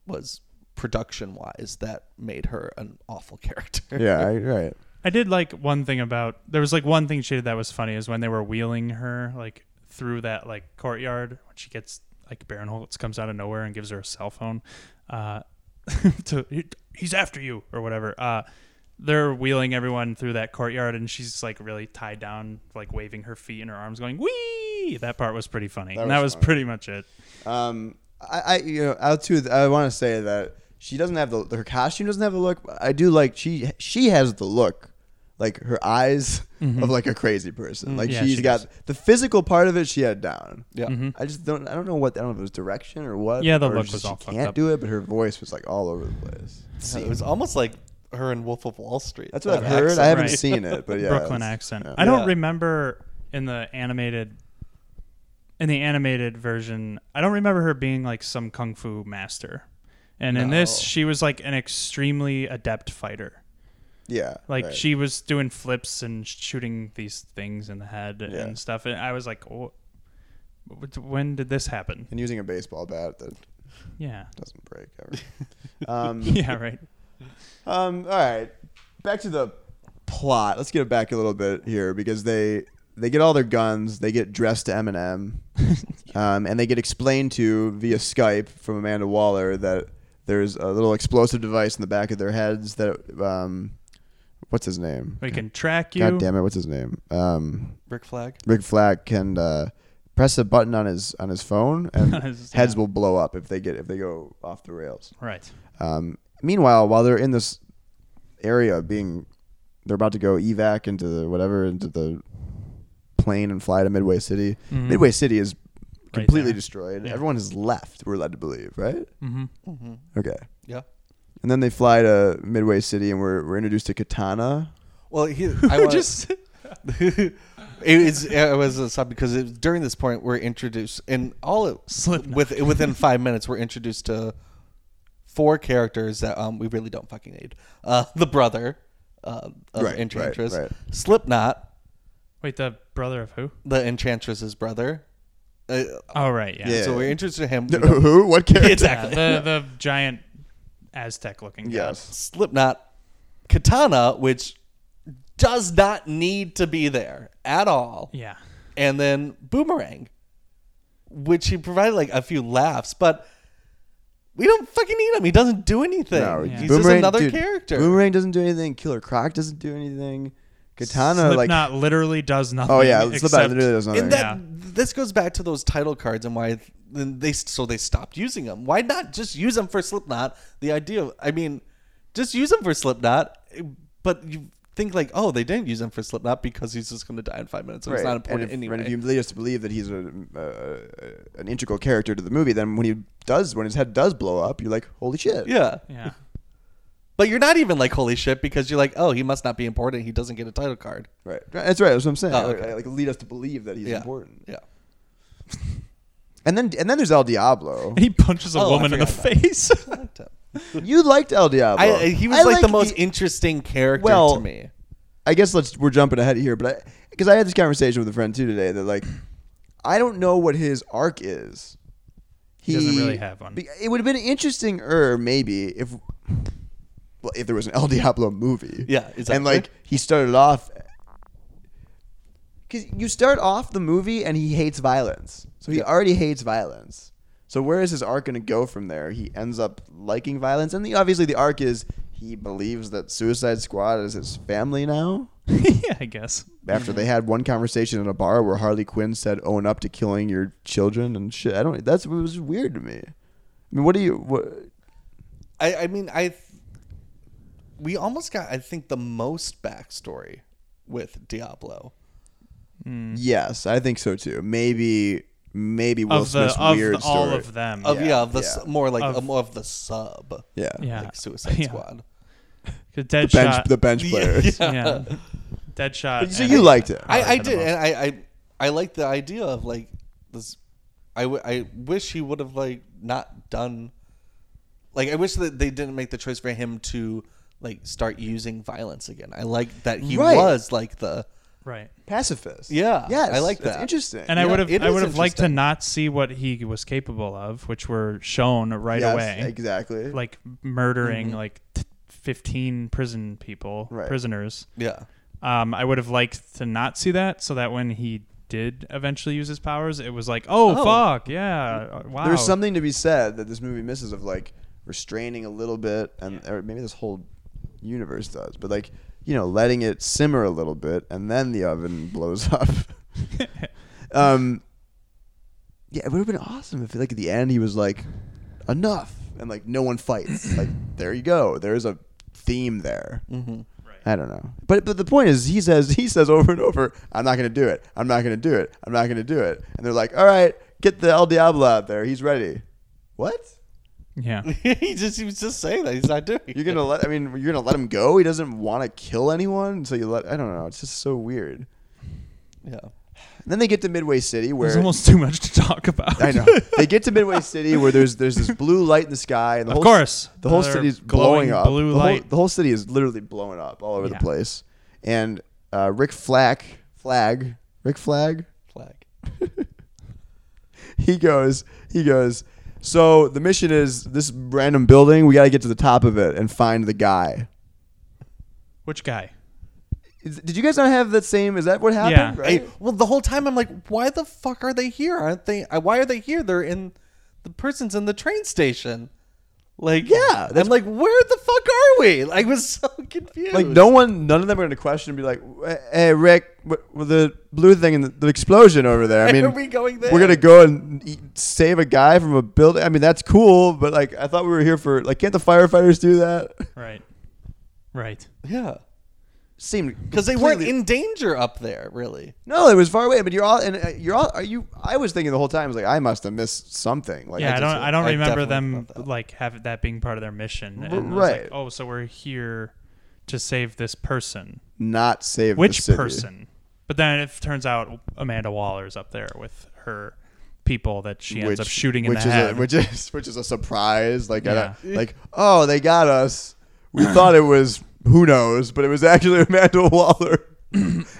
was production wise that made her an awful character. Yeah, I, right. I did like one thing about there was like one thing she did that was funny is when they were wheeling her like through that like courtyard when she gets like Baron Holtz comes out of nowhere and gives her a cell phone uh to he's after you or whatever uh they're wheeling everyone through that courtyard and she's like really tied down like waving her feet and her arms going wee that part was pretty funny and that was was pretty much it Um, I, I you know, out too. I want to say that she doesn't have the her costume doesn't have the look. But I do like she she has the look, like her eyes of like a crazy person. Like Mm, Yeah, she's she got does. Mm-hmm. the physical part of it. She had down. Yeah. I just don't. I don't know what. I don't know if it was direction or what. Yeah, the or look just was she all fucked Can't up. Uh, do it, but her voice was like all over the place. It was almost like her in Wolf of Wall Street. That's what That I've heard. accent. I haven't right. seen it, but yeah, Brooklyn it's- accent. yeah. I don't Yeah. remember in the animated in the animated version, I don't remember her being like some kung fu master. And in this, she was like an extremely adept fighter. Yeah, Like right. she was doing flips and shooting these things in the head Yeah. and stuff. And I was like, oh, when did this happen? and using a baseball bat that Yeah. doesn't break ever. um, Yeah, right. Um, all right, back to the plot. Let's get it back a little bit here because they they get all their guns, they get dressed to Eminem, um, and they get explained to via Skype from Amanda Waller that there's a little explosive device in the back of their heads that um, what's his name? We can track you. God damn it, what's his name? Um, Rick Flag. Rick Flack can uh, press a button on his on his phone and His- heads yeah. will blow up if they get if they go off the rails. Right. Um, meanwhile, while they're in this area being, they're about to go evac into the whatever into the plane and fly to Midway City. Midway City is completely there. destroyed. Yeah. Everyone has left. We're led to believe, right? Mm-hmm. Okay, Yeah. and then they fly to Midway City, and we're we're introduced to Katana. Well, he, I wanna, just it is. It was a sub because it, during this point we're introduced, and all it, Slipknot. with within five minutes we're introduced to four characters that um, we really don't fucking need. Uh, the brother uh, of Right, Enchantress, right, right. Slipknot, Wait, the brother of who? the Enchantress's brother. Uh, Oh, right. Yeah. Yeah. So we're interested in him. We don't- Who? What character? Yeah, exactly. the, the giant Aztec looking guy. Yes. Slipknot, Katana, which does not need to be there at all. Yeah. and then Boomerang, which he provided like a few laughs, but we don't fucking need him. He doesn't do anything. No, He's just Boomerang- another dude, character. Boomerang doesn't do anything. Killer Croc doesn't do anything. Katana, like, Slipknot literally does nothing. oh yeah, Slipknot except, literally does nothing. and that Yeah. this goes back to those title cards and why then they so they stopped using them. Why not just use them for Slipknot? The idea, of, I mean, just use them for Slipknot, but you think like, oh, they didn't use him for Slipknot because he's just going to die in five minutes. So it's not important and if, anyway. And if you lead us to believe that he's a, uh, an integral character to the movie, then when he does, when his head does blow up, you're like, holy shit. yeah. Yeah. But you're not even like holy shit because you're like, oh, he must not be important. He doesn't get a title card. Right. Right, That's right. That's what I'm saying. Oh, Like- okay. Like, lead us to believe that he's Yeah. important. Yeah. And then, and then there's El Diablo. And he punches a Oh, I woman in the forgot about face. you liked El Diablo. I, uh, he was I like, the most the- interesting character Well, to me. I guess let's we're jumping ahead here, but I because I had this conversation with a friend too today that like I don't know what his arc is. He doesn't really have one. Be- It would have been interesting, or maybe if well, if there was an El Diablo movie. Yeah, exactly. And like he started off because you start off the movie and he hates violence, so he already hates violence. So where is his arc going to go from there? He ends up liking violence, and the, obviously the arc is he believes that Suicide Squad is his family now yeah, I guess. after they had one conversation in a bar where Harley Quinn said, "Own up to killing your children and shit." I don't. That's it was weird to me. I mean, what do you? What, I, I mean, I. We almost got, I think, the most backstory with Diablo. Yes, I think so too. Maybe, maybe Will of the Smith's of weird the- all story. of them. Of Yeah, yeah, of the s yeah. more like Of- of, more of the sub, Yeah, Yeah. like Suicide Yeah. Squad. 'Cause Bench Deadshot. the bench players. yeah. Deadshot. So and- you liked it? I, I the did, most. and I, I I like the idea of like this. I, w- I wish he would have like not done. Like I wish that they didn't make the choice for him to like start using violence again. I like that he Right. was like the right. pacifist. Yeah, yes, I like that's that. interesting. And I Yeah, would have it I is would have liked to interesting. not see what he was capable of, which were shown right Yes, away. exactly. Like murdering Mm-hmm. like t- 15 prison people, Right. prisoners. yeah Um, I would have liked to not see that, so that when he did eventually use his powers, it was like, oh, Oh. fuck, yeah, uh, wow. There's something to be said that this movie misses of like restraining a little bit, and or maybe this whole universe does, but like you know, letting it simmer a little bit, and then the oven blows up. um, yeah, it would have been awesome if like at the end he was like, enough, and like no one fights. like there you go, there's a theme there. Mm-hmm. I don't know, but but the point is, he says he says over and over, "I'm not going to do it. I'm not going to do it. I'm not going to do it." And they're like, "All right, get the El Diablo out there. He's ready." What? Yeah. he just he was just saying that he's not doing. You're it. gonna let. I mean, you're gonna let him go. He doesn't want to kill anyone, so you let. I don't know. It's just so weird. Yeah. And then they get to Midway City, where There's almost too much to talk about. I know they get to Midway City, where there's there's this blue light in the sky, and the Of whole, course. the whole They're city's glowing blowing up. blue the, Whole, light. the whole city is literally blowing up all over Yeah. the place. And uh, Rick Flack, Flag, Rick Flag, Flag. he goes, he goes. So the mission is this random building. We got to get to the top of it and find the guy. Which guy? Is- did you guys not have that same? Is that what happened? Yeah. Right? Hey, well, the whole time I'm like, why the fuck are they here? Aren't they? uh, Why are they here? They're in the person's in the train station. Like, Yeah, that's- I'm like, where the fuck are we? I was so confused. like no one, none of them are going to question and be like, "Hey, Rick, what, what the blue thing and the, the explosion over there." I mean, are we going there? We're gonna go and eat, save a guy from a building. I mean, that's cool, but like, I thought we were here for like, can't the firefighters do that? Right. Right. yeah, Seemed because they weren't completely- in danger up there, really. No, it was far away. But you're all and uh, you're all. Are you? I was thinking the whole time. I was like, I must have missed something. Like, Yeah, I, just- don't. I don't I remember definitely them thought that. like have that being part of their mission. And R- it was like, right. oh, so we're here to save this person. not save the Which city. person? But then it turns out Amanda Waller's up there with her people that she ends up shooting in which the is head. A, which is which is a surprise. Like, I Yeah. don't- like oh, they got us. We thought it was who knows, but it was actually Amanda Waller.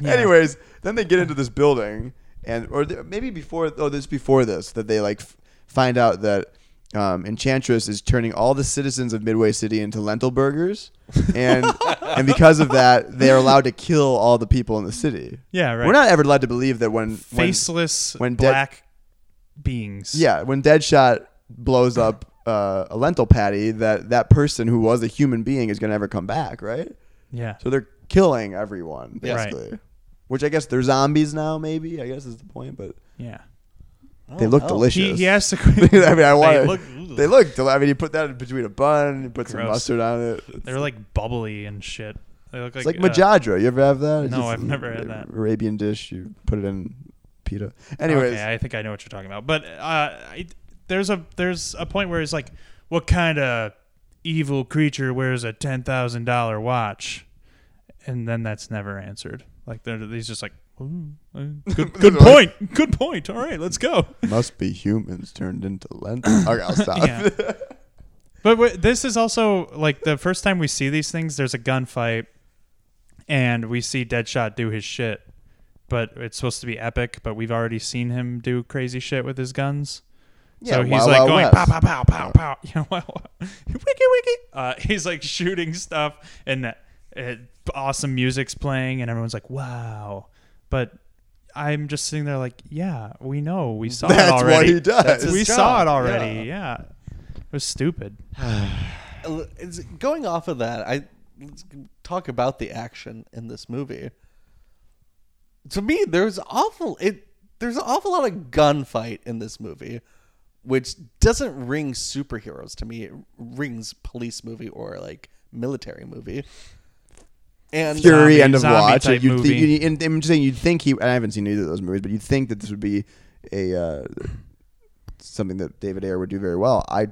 Anyways, then they get into this building, and or th- maybe before oh, this before this that they like f- find out that. Um, Enchantress is turning all the citizens of Midway City into lentil burgers, and and because of that, they are allowed to kill all the people in the city. Yeah, right. We're not ever led to believe that when when- Faceless when dead- black beings. yeah, when Deadshot blows up uh, a lentil patty, that that person who was a human being is going to ever come back, right? Yeah. So they're killing everyone Yeah. Right. basically. Which I guess they're zombies now, maybe. I guess is the point, but yeah. they look delicious. He, he asked the I mean, I want. They They look- look. They look deli- I mean, you put that in between a bun, you put some Gross. mustard on it. It's, They're like bubbly and shit. They look it's like like uh, majadra. You ever have that? It's no, just I've never had an that. Arabian dish. You put it in pita. Anyways, okay, I think I know what you're talking about. But uh, I, there's a there's a point where it's like, what kind of evil creature wears a ten thousand dollar watch? And then that's never answered. Like they're, he's just like, "Ooh, uh, good, good point, good point. All right, let's go. must be humans turned into lentils. okay, I'll stop. Yeah. But w- this is also like the first time we see these things. There's a gunfight, and we see Deadshot do his shit. But it's supposed to be epic. But we've already seen him do crazy shit with his guns. Yeah, so he's Wild like Wild going West. pow pow pow pow pow. You know, wow, wow. wiki wiki. Uh, he's like shooting stuff, and uh, it, awesome music's playing, and everyone's like, "Wow!" But I'm just sitting there like, "Yeah, we know, we saw it That's already. what he does. That's his we job, saw it already. Yeah. it was stupid. Uh, it's- going off of that, I let's talk about the action in this movie. To me, there's awful it. There's an awful lot of gunfight in this movie, which doesn't ring superheroes to me. It rings police movie or like military movie. And Fury, zombie- end of zombie watch. type You'd think- movie. you'd- and I'm just saying, you'd think he. And I haven't seen either of those movies, but you'd think that this would be a uh, something that David Ayer would do very well. I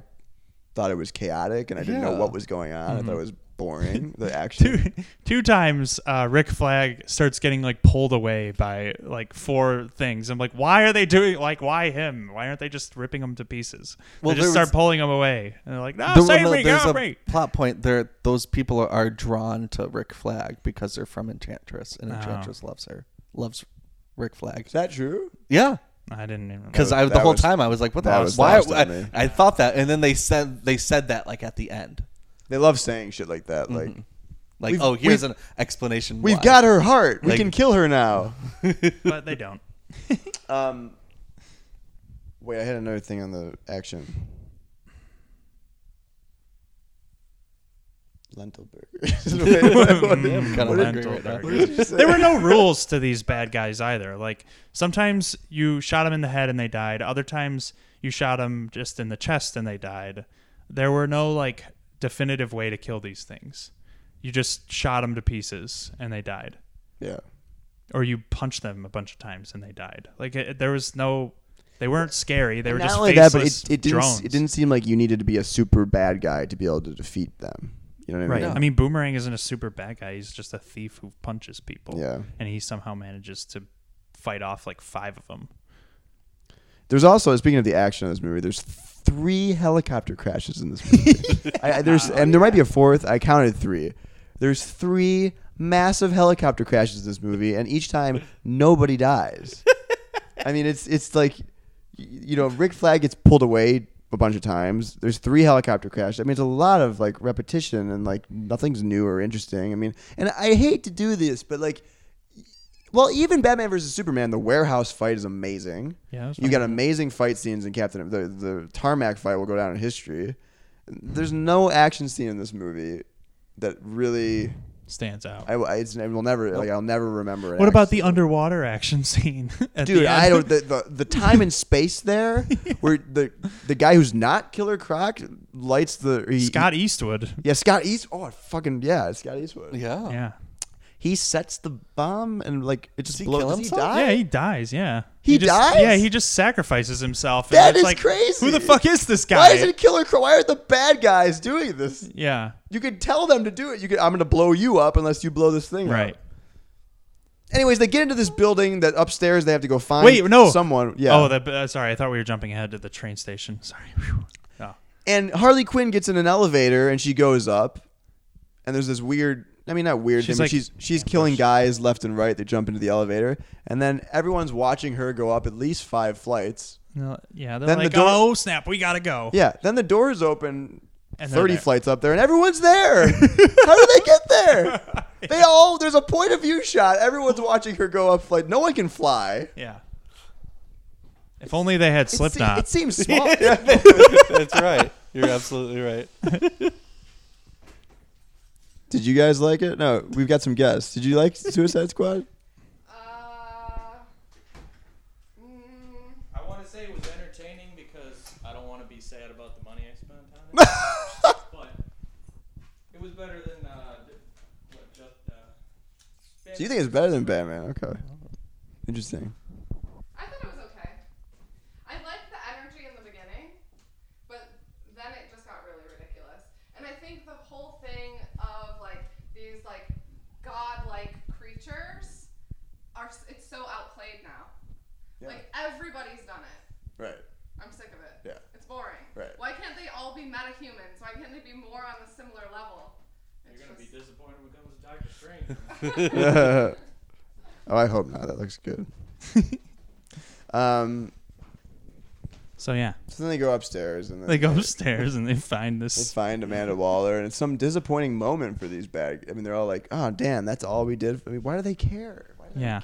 thought it was chaotic, and I didn't know Yeah. Mm-hmm. what was going on. I thought it was boring. The action. Two times, uh, Rick Flag starts getting like pulled away by like four things. I'm like, why are they doing like why him? Why aren't they just ripping him to pieces? Well, they just there start was- pulling him away, and they're like, no, There- save no, me, there's help a me. plot point there. Those people are, are drawn to Rick Flag because they're from Enchantress, Oh. and Enchantress loves her, loves Rick Flag. Is that true? Yeah, I didn't even because I the that whole was- time I was like, "What the that hell? was Why?" lost on me. I, I thought that, and then they said they said that like at the end, They love saying shit like that. Like like, We've- "Oh, here's we've- an explanation." we've why." got her heart. We Like- can kill her now. but they don't. um, wait, I had another thing on the action. Lentil burgers. Wait, what- what- I'm kind what of did- hungry mental right now. burger. what did you say? there were no rules to these bad guys either. Like sometimes you shot them in the head and they died. Other times you shot them just in the chest and they died. There were no like definitive way to kill these things. You just shot them to pieces and they died, Yeah. or you punched them a bunch of times and they died. Like it, there was no. They weren't scary. They were Not just only that, faceless but it, it didn't drones. it didn't seem like you needed to be a super bad guy to be able to defeat them. You know what I Right. mean? I mean, Boomerang isn't a super bad guy. He's just a thief who punches people. Yeah. And he somehow manages to fight off like five of them. There's also speaking of the action of this movie, there's three helicopter crashes in this movie. I, I- there's and there might be a fourth. I counted three. There's three massive helicopter crashes in this movie, and each time nobody dies. I mean, it's it's like y- you know, Rick Flag gets pulled away a bunch of times. There's three helicopter crashes. I mean, it's a lot of like repetition and like nothing's new or interesting. I mean, and I hate to do this, but like. Well, even Batman versus Superman, the warehouse fight is amazing. Yeah, that was you got amazing fight scenes in Captain. The the tarmac fight will go down in history. There's no action scene in this movie that really Stands out. I, I- it's, I will never like I'll never remember. an what about action- the underwater action scene? at the dude? I end? don't the, the the time and space there where the the guy who's not Killer Croc lights the he, Scott Eastwood. Yeah, Scott East. Oh, fucking yeah, Scott Eastwood. Yeah. Yeah. He sets the bomb and like it just he blows. kill does he himself? die? Yeah, he dies. Yeah. He just, dies? Yeah, he just sacrifices himself. and That it's is like, crazy. Who the fuck is this guy? Why is it Killer Croc? Why are the bad guys doing this? yeah. You could tell them to do it. You could. I'm going to blow you up unless you blow this thing up. Right. Anyways, they get into this building that upstairs they have to go find. Wait, no. someone. Yeah. Oh, that, uh, sorry. I thought we were jumping ahead to the train station. Sorry. Whew. Oh. and Harley Quinn gets in an elevator and she goes up, and there's this weird. I mean, not weird She's thing. but like she's she's killing guys left and right. They jump into the elevator, and then everyone's watching her go up at least five flights. No, yeah. They're Then the like, door- oh, snap. We got to go. Yeah. Then the doors open. And they're 30 there. flights up there and everyone's there. How do they get there? They all there's a point of view shot. Everyone's watching her go up flight. No one can fly. Yeah. If only they had It se- Slipknot. It seems small. That's right. You're absolutely right. Did you guys like it? No, we've got some guests. Did you like Suicide Squad? Uh, mm, I want to say it was entertaining because I don't want to be sad about the money I spent on it. but it was better than uh, the- what, just. Uh, So you think it's better than Batman? Okay. Interesting. I thought it was okay. I liked the energy in the beginning, but then it just got really ridiculous. And I think the whole thing of like these like godlike creatures are s- it's so outplayed now. Like everybody's done it. Right. I'm sick of it. Yeah. It's boring. Right. Why can't they all be metahumans? Why can't they be more on a similar level? It's You're going to be just- disappointed when it comes to Doctor Strange. oh, I hope not. That looks good. um, so yeah, so then they go upstairs and then they go upstairs and they find They this. find Amanda Waller, and it's some disappointing moment for these bad. I mean, they're all like, "Oh, damn, that's all we did." I mean, why do they care? Why do Yeah.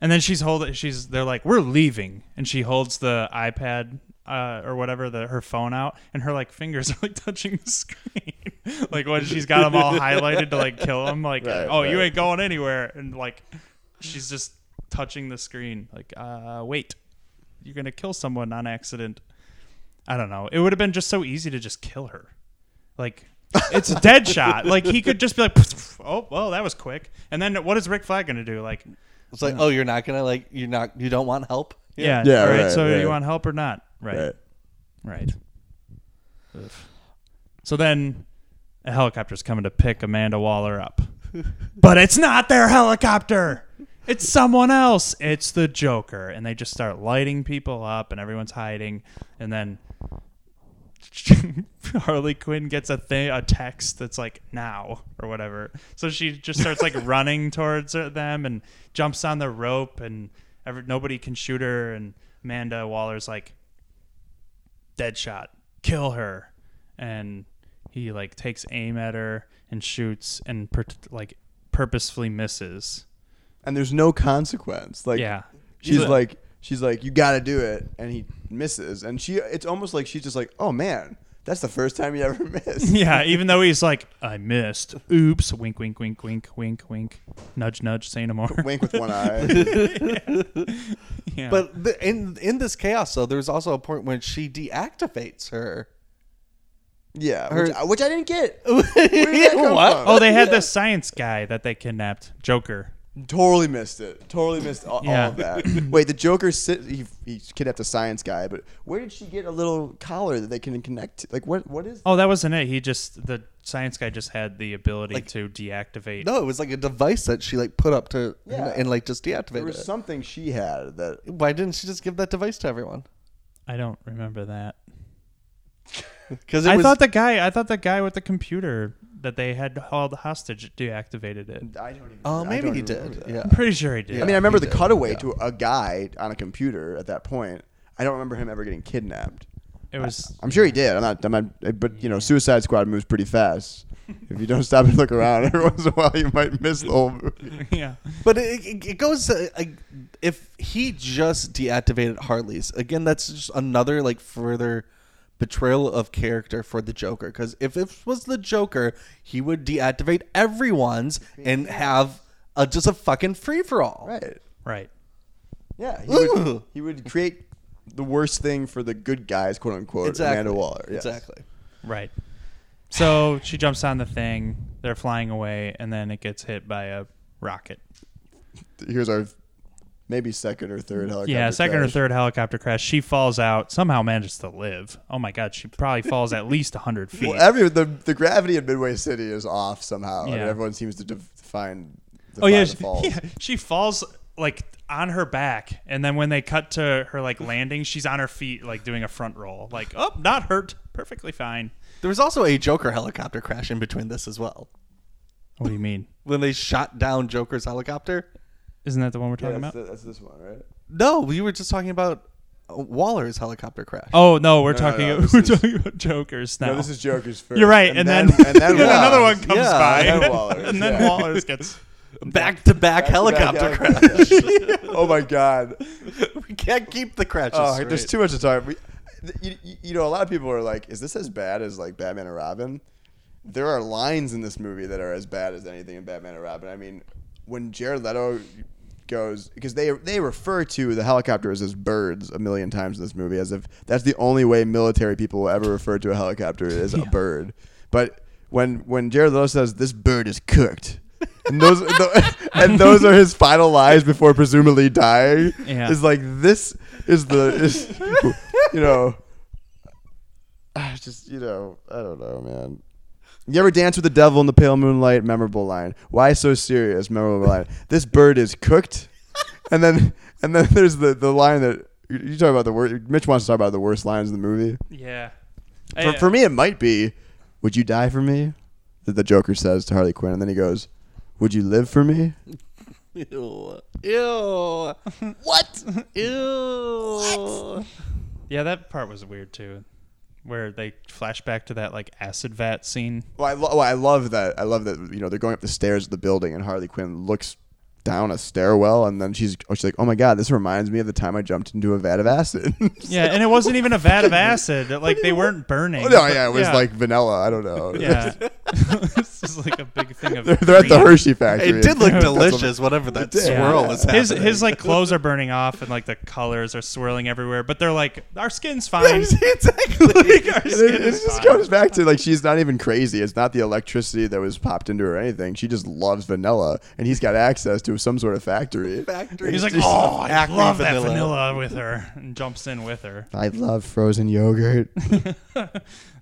And then she's holding. She's. They're like, we're leaving, and she holds the iPad uh, or whatever the her phone out, and her like fingers are like touching the screen, like when she's got them all highlighted to like kill them, like Right, oh you right. ain't going anywhere, and like she's just touching the screen, like uh wait, you're gonna kill someone on accident. I don't know. It would have been just so easy to just kill her. Like it's a dead shot. Like he could just be like, oh well, that was quick. And then what is Rick Flag gonna do? Like It's like, oh, you're not gonna like, you're not, you don't want help. yeah, Yeah, all right, right, So right. you want help or not? they- Right, right. So then a helicopter's coming to pick Amanda Waller up, but it's not their helicopter. It's someone else. It's the Joker, and they just start lighting people up, and everyone's hiding, and then. Harley Quinn gets a thing, a text that's like now or whatever. So she just starts like running towards her- them and jumps on the rope, and every, nobody can shoot her. And Amanda Waller's like, dead shot, kill her, and he like takes aim at her and shoots and per- like purposefully misses. And there's no consequence. Like, Yeah. she's Yeah. like, she's like, "You got to do it," and he misses, and she. It's almost like she's just like, "Oh man, that's the first time you ever missed." Yeah, even though he's like, I missed. Oops. Wink, wink, wink, wink, wink, wink. Nudge, nudge. Say no more. Wink with one eye. Yeah. But the, in in this chaos, though, there's also a point when she deactivates her. Yeah, which, Her- which I didn't get. Where did that come What? Oh. from? Oh, they had this science guy that they kidnapped, Joker. Totally missed it. Totally missed all, all Yeah. of that. Wait, the Joker sit. He, he kidnapped a science guy, but where did she get a little collar that they can connect? To? Like, what? What is? Oh, that wasn't it. He just the science guy just had the ability Like- to deactivate. No, it was like a device that she like put up to Yeah. and like just There deactivated it. was something she had that. Why didn't she just give that device to everyone? I don't remember that. Because I was, thought the guy. I thought the guy with the computer that they had held hostage deactivated it. I don't even. Oh, I maybe don't he remember did. that. Yeah. I'm pretty sure he did. I mean, I remember he the did, cutaway yeah. to a guy on a computer at that point. I don't remember him ever getting kidnapped. it was. I'm sure he did. I'm not. I'm not. But you know, Suicide Squad moves pretty fast. If you don't stop and look around every once in a while, you might miss the whole movie. yeah. But it, it, it goes uh, like if he just deactivated Harley's again, that's just another like further betrayal of character for the Joker. Because if it was the Joker, he would deactivate everyone's and have a, just a fucking free for all. Right. Right. Yeah. He would, Ooh. he would create the worst thing for the good guys, quote unquote. Exactly. Amanda Waller. Yes. Exactly. Right. So she jumps on the thing. They're flying away, and then it gets hit by a rocket. Here's our maybe second or third helicopter. yeah, second or crash. third helicopter crash. She falls out. Somehow manages to live. Oh my god, she probably falls at least hundred feet. Well, every the, the gravity in Midway City is off somehow, and Yeah. everyone seems to def- find. oh yeah defy she, the falls. yeah, she falls like on her back, and then when they cut to her like landing, she's on her feet like doing a front roll. Like, oh, not hurt, perfectly fine. There was also a Joker helicopter crash in between this as well. What do you mean? When they shot down Joker's helicopter. Isn't that the one we're Yeah, talking that's, about? the- that's this one, right? No, we were just talking about uh, Waller's helicopter crash. Oh no, we're no, talking no, we're this is- talking about Jokers now. No, this is Joker's first. You're right, and, then, and then Wallace. another one comes Yeah, by, and then Wallace, and then yeah. Wallace gets. back to back helicopter crash. oh my god! we can't keep the crashes. Oh, straight. there's too much to talk. We, you, you- you know, a lot of people are like, "Is this as bad as like Batman and Robin?" There are lines in this movie that are as bad as anything in Batman and Robin. I mean, when Jared Leto goes because they they refer to the helicopters as birds a million times in this movie, as if that's the only way military people will ever refer to a helicopter as a bird. But when when Jared Leto says, "This bird is cooked." and those and those are his final lies before presumably dying. Yeah. Is like this is the is, you know I just you know I don't know man. You ever dance with the devil in the pale moonlight? Memorable line. Why so serious? Memorable line. This bird is cooked, and then and then there's the the line that you- you talk about the worst. Mitch wants to talk about the worst lines in the movie. Yeah. For, for me, it might be, "Would you die for me?" That the Joker says to Harley Quinn, and then he goes, "Would you live for me?" Ew. Ew. what? Ew. Yeah, that part was weird too, where they flash back to that like acid vat scene. Well, I, lo- well, I love that. I love that. You know, they're going up the stairs of the building, and Harley Quinn looks down a stairwell, and then she's oh, she's like, "Oh my god, this reminds me of the time I jumped into a vat of acid." Yeah, and it wasn't even a vat of acid. Like they weren't burning. Oh, no, yeah, it was like vanilla. I don't know. Yeah. this is like a big thing of. they're, they're at the green. Hershey factory. It did look That's what- delicious, whatever that did. swirl Yeah. was His happening. his like clothes are burning off and like the colors are swirling everywhere, but they're like our skin's fine. exactly. Our And It, skin it is just fine. goes back to like she's not even crazy. It's not the electricity that was popped into her or anything. She just loves vanilla, and he's got access to some sort of factory. Factory. He's like, Just- oh, I acne love that vanilla." vanilla with her, and jumps in with her. I love frozen yogurt.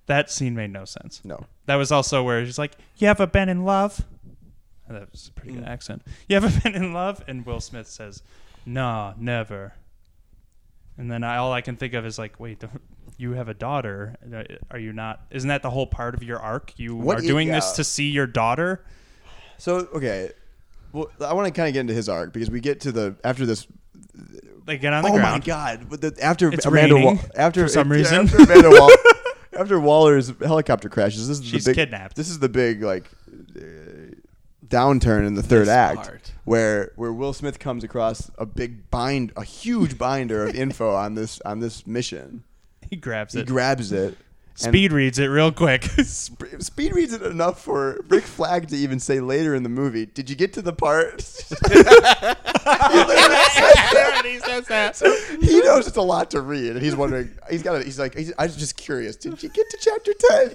That scene made no sense. No. That was also where she's like, "You ever been in love?" And That was a pretty good accent. You ever been in love? And Will Smith says, "No, never." And then I, all I can think of is like, "Wait, don't- you have a daughter? Uh, Are you not? Isn't that the whole part of your arc? You What are is- doing this yeah. to see your daughter." So okay, well, I want to kind of get into his arc because we get to the after this. They get on the Oh ground. my god! But the, after It's Amanda, Wa- raining after for some yeah, reason. after, Amanda Wall- after Waller's helicopter crashes, this is She's the big, kidnapped. This is the big like uh, downturn in the third act part. where where Will Smith comes across a big bind, a huge binder of info on this on this mission. He grabs He it. grabs it. and- Speed reads it real quick. Sp- Speed reads it enough for Rick Flag to even say later in the movie, "Did you get to the part?" so he knows it's a lot to read, and he's wondering. He's got. A, he's like, he's, I was just curious. Did you get to chapter ten?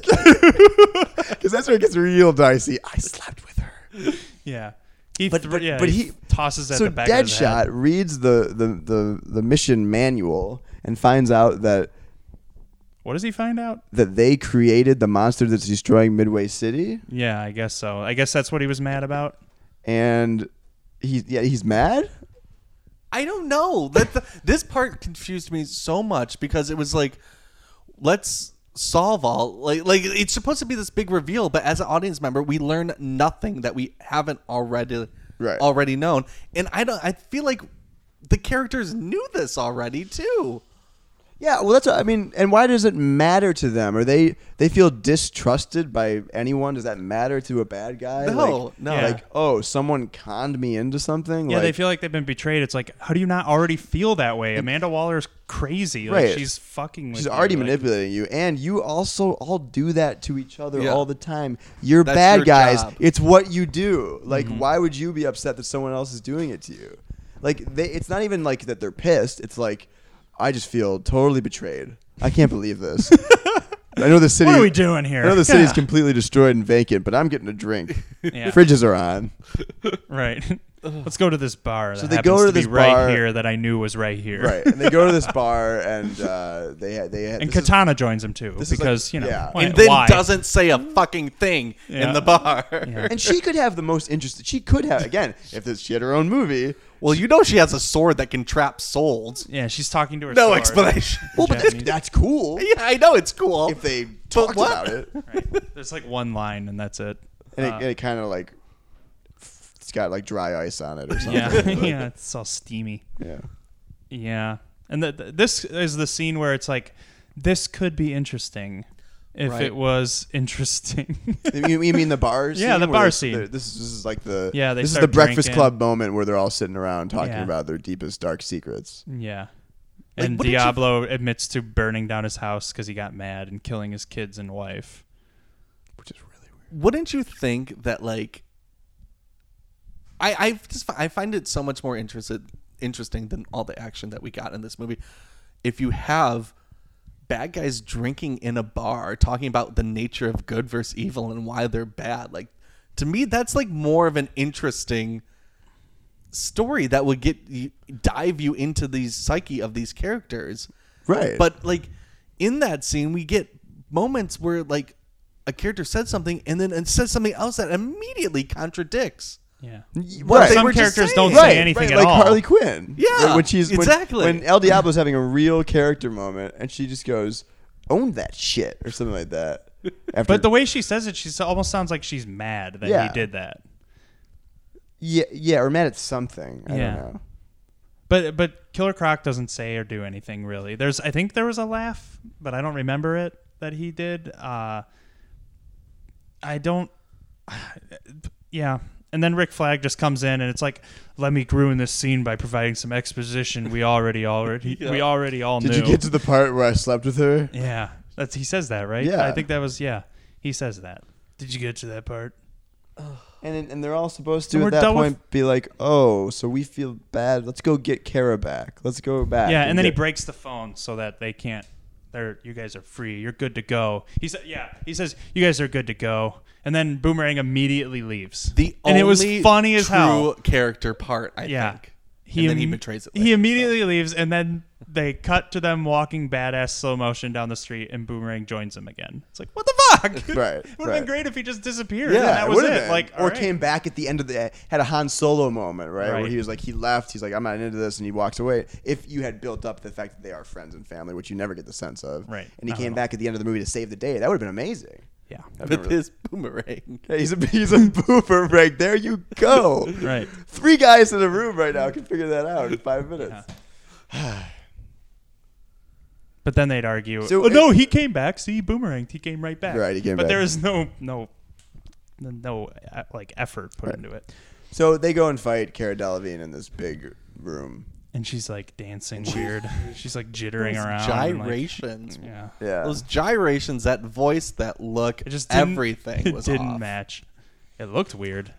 Because that's where it gets real dicey. I slept with her. yeah. He But- thr- but- yeah, but he, he- tosses at so the back of his Deadshot head. reads the, the, the, the mission manual and finds out that What does he find out? that they created the monster that's destroying Midway City, Yeah, I guess so. I guess that's what he was mad about. and he yeah he's mad. I don't know. That the, this part confused me so much because it was like, let's solve all like like it's supposed to be this big reveal, but as an audience member, we learn nothing that we haven't already Right. already known. And I don't. I feel like the characters knew this already too. Yeah, well that's what, I mean, and why does it matter to them? Are they they feel distrusted by anyone? Does that matter to a bad guy? No, like, no. Yeah. Like oh, someone conned me into something. Yeah, like, they feel like they've been betrayed. It's like, how do you not already feel that way? Amanda Waller's crazy. Like, Right. She's fucking. with She's you. already Like, manipulating you, and you also all do that to each other Yeah. all the time. You're That's bad your guys. job. Mm-hmm. It's what you do. Like, why would you be upset that someone else is doing it to you? Like, they, it's not even like that they're pissed. It's like, I just feel totally betrayed. I can't believe this. I know the city. What are we doing here? I know the city's Yeah. completely destroyed and vacant, but I'm getting a drink. Yeah. Fridges are on. Right. Let's go to this bar. So that they happens go to be this right bar- here that I knew was right here. Right, and they go to this bar, and uh, they ha- they ha- And this is- Katana joins him too this is like- because you know yeah. why- And then why? doesn't say a fucking thing Yeah. in the bar. Yeah. and she could have the most interesting. She could have again if this, she had her own movie. Well, you know she has a sword that can trap souls. Yeah, she's talking to her. No sword. explanation. Well, but that's, Japanese. that's cool yeah, I know it's cool. if they talked what? about it, and Right. There's like one line and that's it. it, Uh, and it kind of like it's got like dry ice on it or something. yeah, yeah, it's all steamy. yeah. Yeah, and th th- this is the scene where it's like, this could be interesting if Right. it was interesting. You, you mean the bar? Scene Yeah, the where bar they're- scene. they're- This is, this is like the Yeah, they This is start the Breakfast drinking. Club moment where they're all sitting around talking Yeah. about their deepest dark secrets. yeah. Like, And what did you- Diablo admits to burning down his house because he got mad and killing his kids and wife. wouldn't you think that like I I just fi- I find it so much more interested interesting than all the action that we got in this movie. If you have bad guys drinking in a bar talking about the nature of good versus evil and why they're bad, like to me that's like more of an interesting story that would get you, dive you into the psyche of these characters. Eh. Right. But like in that scene, we get moments where like a character said something and then and says something else that immediately contradicts. Yeah. Well, right. they Some were just characters saying. don't Right, say anything right, at like all. Harley Quinn. Yeah, When- when she's when- exactly. when El Diablo's having a real character moment, and she just goes, "Own that shit" or something like that. After, But the way she says it, she s- almost sounds like she's mad that Yeah. he did that. yeah, yeah, or mad at something. I Yeah. don't know. But but Killer Croc doesn't say or do anything really. There's I think there was a laugh, but I don't remember it that he did. Uh, I don't. Yeah. And then Rick Flag just comes in and it's like, let me ruin this scene by providing some exposition we already already we already all Did knew. you get to the part where I slept with her? yeah, that's he says that right. Yeah. I think that was yeah. He says that. Did you get to that part? And then- and they're all supposed And to we're at that done with- point be like, "Oh, so we feel bad. Let's go get Kara back. Let's go back." Yeah, and then he get- breaks the phone so that they can't. They're you guys are free. You're good to go. He said, "Yeah." He says, "You guys are good to go." And then Boomerang immediately leaves. The and only it was funny as true hell. character part, I Yeah. think. and then he im- betrays it. he later, immediately leaves, and then they cut to them walking badass slow motion down the street, and Boomerang joins them again. It's like, what the fuck? Right, it would have right. been great if he just disappeared. Yeah, and that was would've it. been. Like, or came back at the end of the had a Han Solo moment, right? Where Right. he was like, he left. He's like, I'm not into this, and he walks away. If you had built up the fact that they are friends and family, which you never get the sense of, Right. And he Not at came all. back at the end of the movie to save the day. That would have been amazing. Yeah. That'd with been really- his boomerang. Yeah, he's a he's a boomer break. There you go. Right. Three guys in a room right now can figure that out in five minutes. But then they'd argue, So oh, it- no, he came back. See, boomerang, he came right back. Right, he came but back. there was no no no uh, like effort put into it. So they go and fight Cara Delevingne in this big room. And she's like dancing weird. she's like jittering Those around. and, like- gyrations. yeah. Yeah. Those gyrations, that voice, that look, It just didn't, everything It was didn't off. match. It looked weird.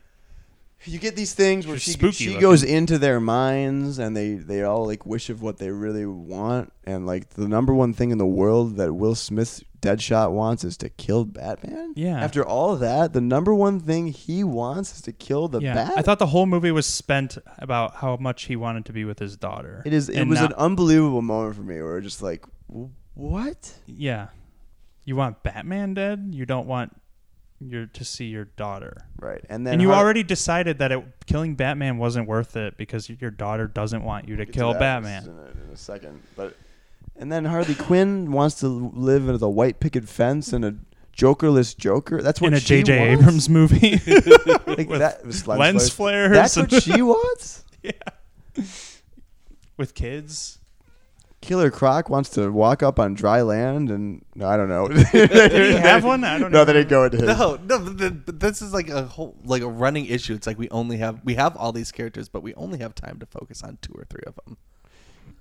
you get these things where She's she, spooky she looking. goes into their minds and they, they all like wish of what they really want and like the number one thing in the world that Will Smith's Deadshot wants is to kill Batman. Yeah. After all of that, the number one thing he wants is to kill the Yeah, bat. I thought the whole movie was spent about how much he wanted to be with his daughter. it is. It and was not- an unbelievable moment for me where it just like, w- what? yeah. You want Batman dead? You don't want your to see your daughter. Right. And then And you Har- already decided that it, killing Batman wasn't worth it because your daughter doesn't want you to get to kill that uh, Batman. in a, in a second. But and then Harley Quinn wants to live under the white picket fence and a Jokerless Joker. That's what in a she J.J. wants? Abrams movie. Like with that was lens, flares. lens flares. That's what she wants. yeah. With kids. Killer Croc wants to walk up on dry land, and no, I don't know. Did he have one? I don't know. no, they didn't go into his. No, no, but th- but this is like a whole like a running issue. It's like we only have we have all these characters, but we only have time to focus on two or three of them.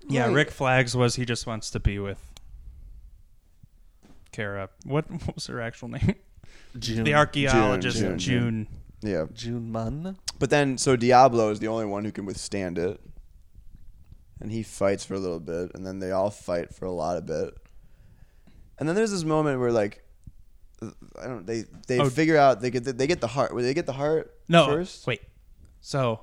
Yeah, Rick Flags was he just wants to be with Kara. What, what was her actual name? June, The archaeologist June, June. June. Yeah, June Mun. but then so Diablo is the only one who can withstand it, and he fights for a little bit, and then they all fight for a lot of bit, and then there's this moment where like, I don't they they Oh. figure out they get the, they get the heart. Well, They get the heart No, first, wait. So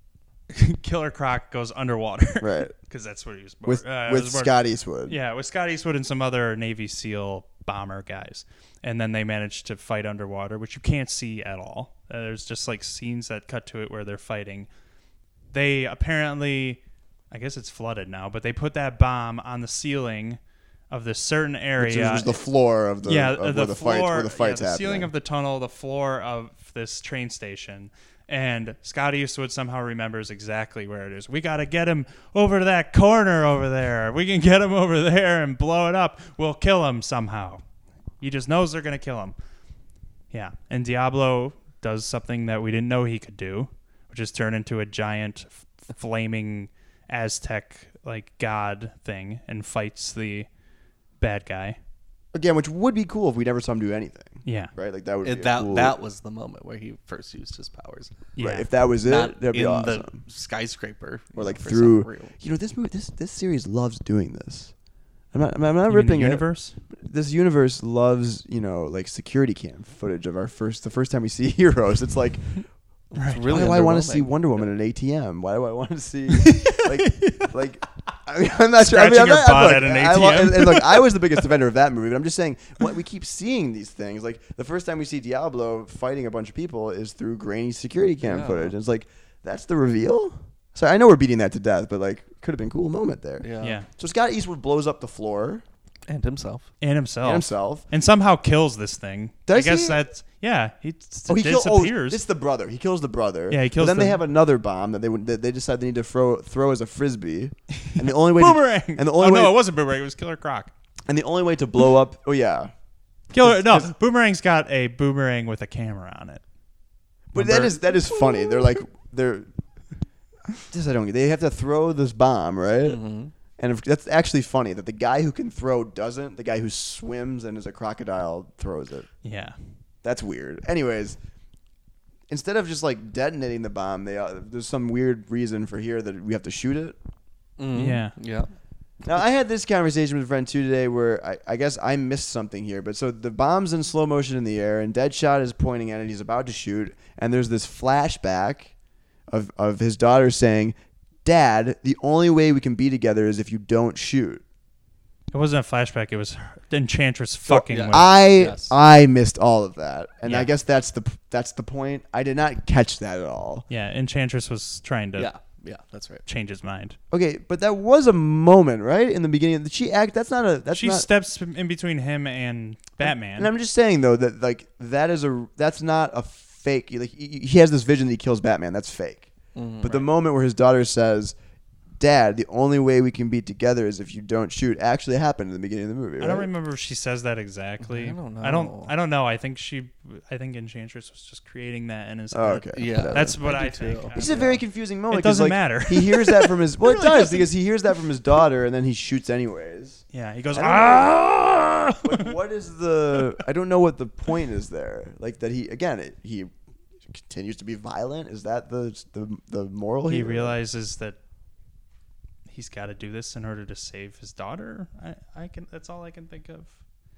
Killer Croc goes underwater, Right. Because that's what he was born. with uh, with was born- Scott Eastwood. Yeah, with Scott Eastwood and some other Navy SEAL bomber guys, and then they manage to fight underwater, which you can't see at all. Uh, there's just like scenes that cut to it where they're fighting. They apparently, I guess it's flooded now, but they put that bomb on the ceiling of this certain area which was the floor of the yeah, of uh, where the, the floor, fights where the fights yeah, the happening. ceiling of the tunnel, the floor of this train station, and Scott Eastwood somehow remembers exactly where it is. We got to get him over to that corner over there. We can get him over there and blow it up. We'll kill him somehow. He just knows they're gonna kill him. Yeah, and Diablo does something that we didn't know he could do, which is turn into a giant, f- flaming Aztec like god thing and fights the bad guy. Again, which would be cool if we never saw him do anything. Yeah. Right? Like that would be It, a that cool, that was the moment where he first used his powers. Yeah. right, if that was it, Not that'd be in awesome. the skyscraper, or like for some through real- you know this movie this this series loves doing this i'm not i'm not You mean the ripping universe. it this universe loves you know like security cam footage of our first the first time we see heroes it's like It's why do i want to see underwhelming. wonder woman at an atm why do i want to see like like I mean, I'm not sure. I mean, Scratching I'm your not, I'm butt like- at an I lo- ATM. and, and look, I was the biggest defender of that movie, but I'm just saying what, we keep seeing these things. Like the first time we see Diablo fighting a bunch of people is through grainy security cam footage. And it's like that's the reveal. So I know we're beating that to death, but like could have been a cool moment there. Yeah. Yeah. So Scott Eastwood blows up the floor and himself. And himself. and himself. And somehow kills this thing. Does I guess he? that's yeah, he, Oh, he kills. Oh, disappears. it's the brother. He kills the brother. Yeah, he But kills then they the- have another bomb that they would- that they decide they need to throw throw as a frisbee, and the only way boomerang. to, and the only oh, way no, it wasn't boomerang, it was Killer Croc. and the only way to blow up. Oh yeah, Killer no, boomerang's got a boomerang with a camera on it. But that Remember- is that is funny. They're like they're this I don't get. They have to throw this bomb, right? Mm-hmm. And if, that's actually funny that the guy who can throw doesn't. The guy who swims and is a crocodile throws it. Yeah. That's weird. Anyways, instead of just like detonating the bomb, they uh, there's some weird reason for here that we have to shoot it. Mm-hmm. Yeah. Yeah, Now I had this conversation with a friend too today, where I, I guess I missed something here. But so the bomb's in slow motion in the air, and Deadshot is pointing at it. He's about to shoot, and there's this flashback of of his daughter saying, "Dad, the only way we can be together is if you don't shoot." It wasn't a flashback, it was her- the Enchantress fucking yeah. with I Yes. I missed all of that, and I Yeah. guess that's the that's the point. I did not catch that at all. Yeah, Enchantress was trying to yeah, yeah. That's right. change his mind. Okay, but that was a moment, right? In the beginning, she act. That's not a. That's She not, steps in between him and Batman. And I'm just saying though that like that is a that's not a fake. Like he he has this vision that he kills Batman. That's fake. Mm-hmm. but the moment where his daughter says, "Dad, the only way we can be together is if you don't shoot," actually happened in the beginning of the movie. I don't right? remember if she says that exactly. I don't I know. don't. I don't know. I think she. I think Enchantress was just creating that in his. Oh, head. okay. Yeah. whatever. That's what I, think. It's just a very confusing moment. It 'cause, doesn't like, matter. he hears that from his. Well, it, really does doesn't. because he hears that from his daughter, and then he shoots anyways. yeah, he goes. I don't know. Ah! Like, what is the? I don't know what the point is there. Like that he again it, he continues to be violent? Is that the the, the moral He here? realizes that he's got to do this in order to save his daughter. I, I can. That's all I can think of.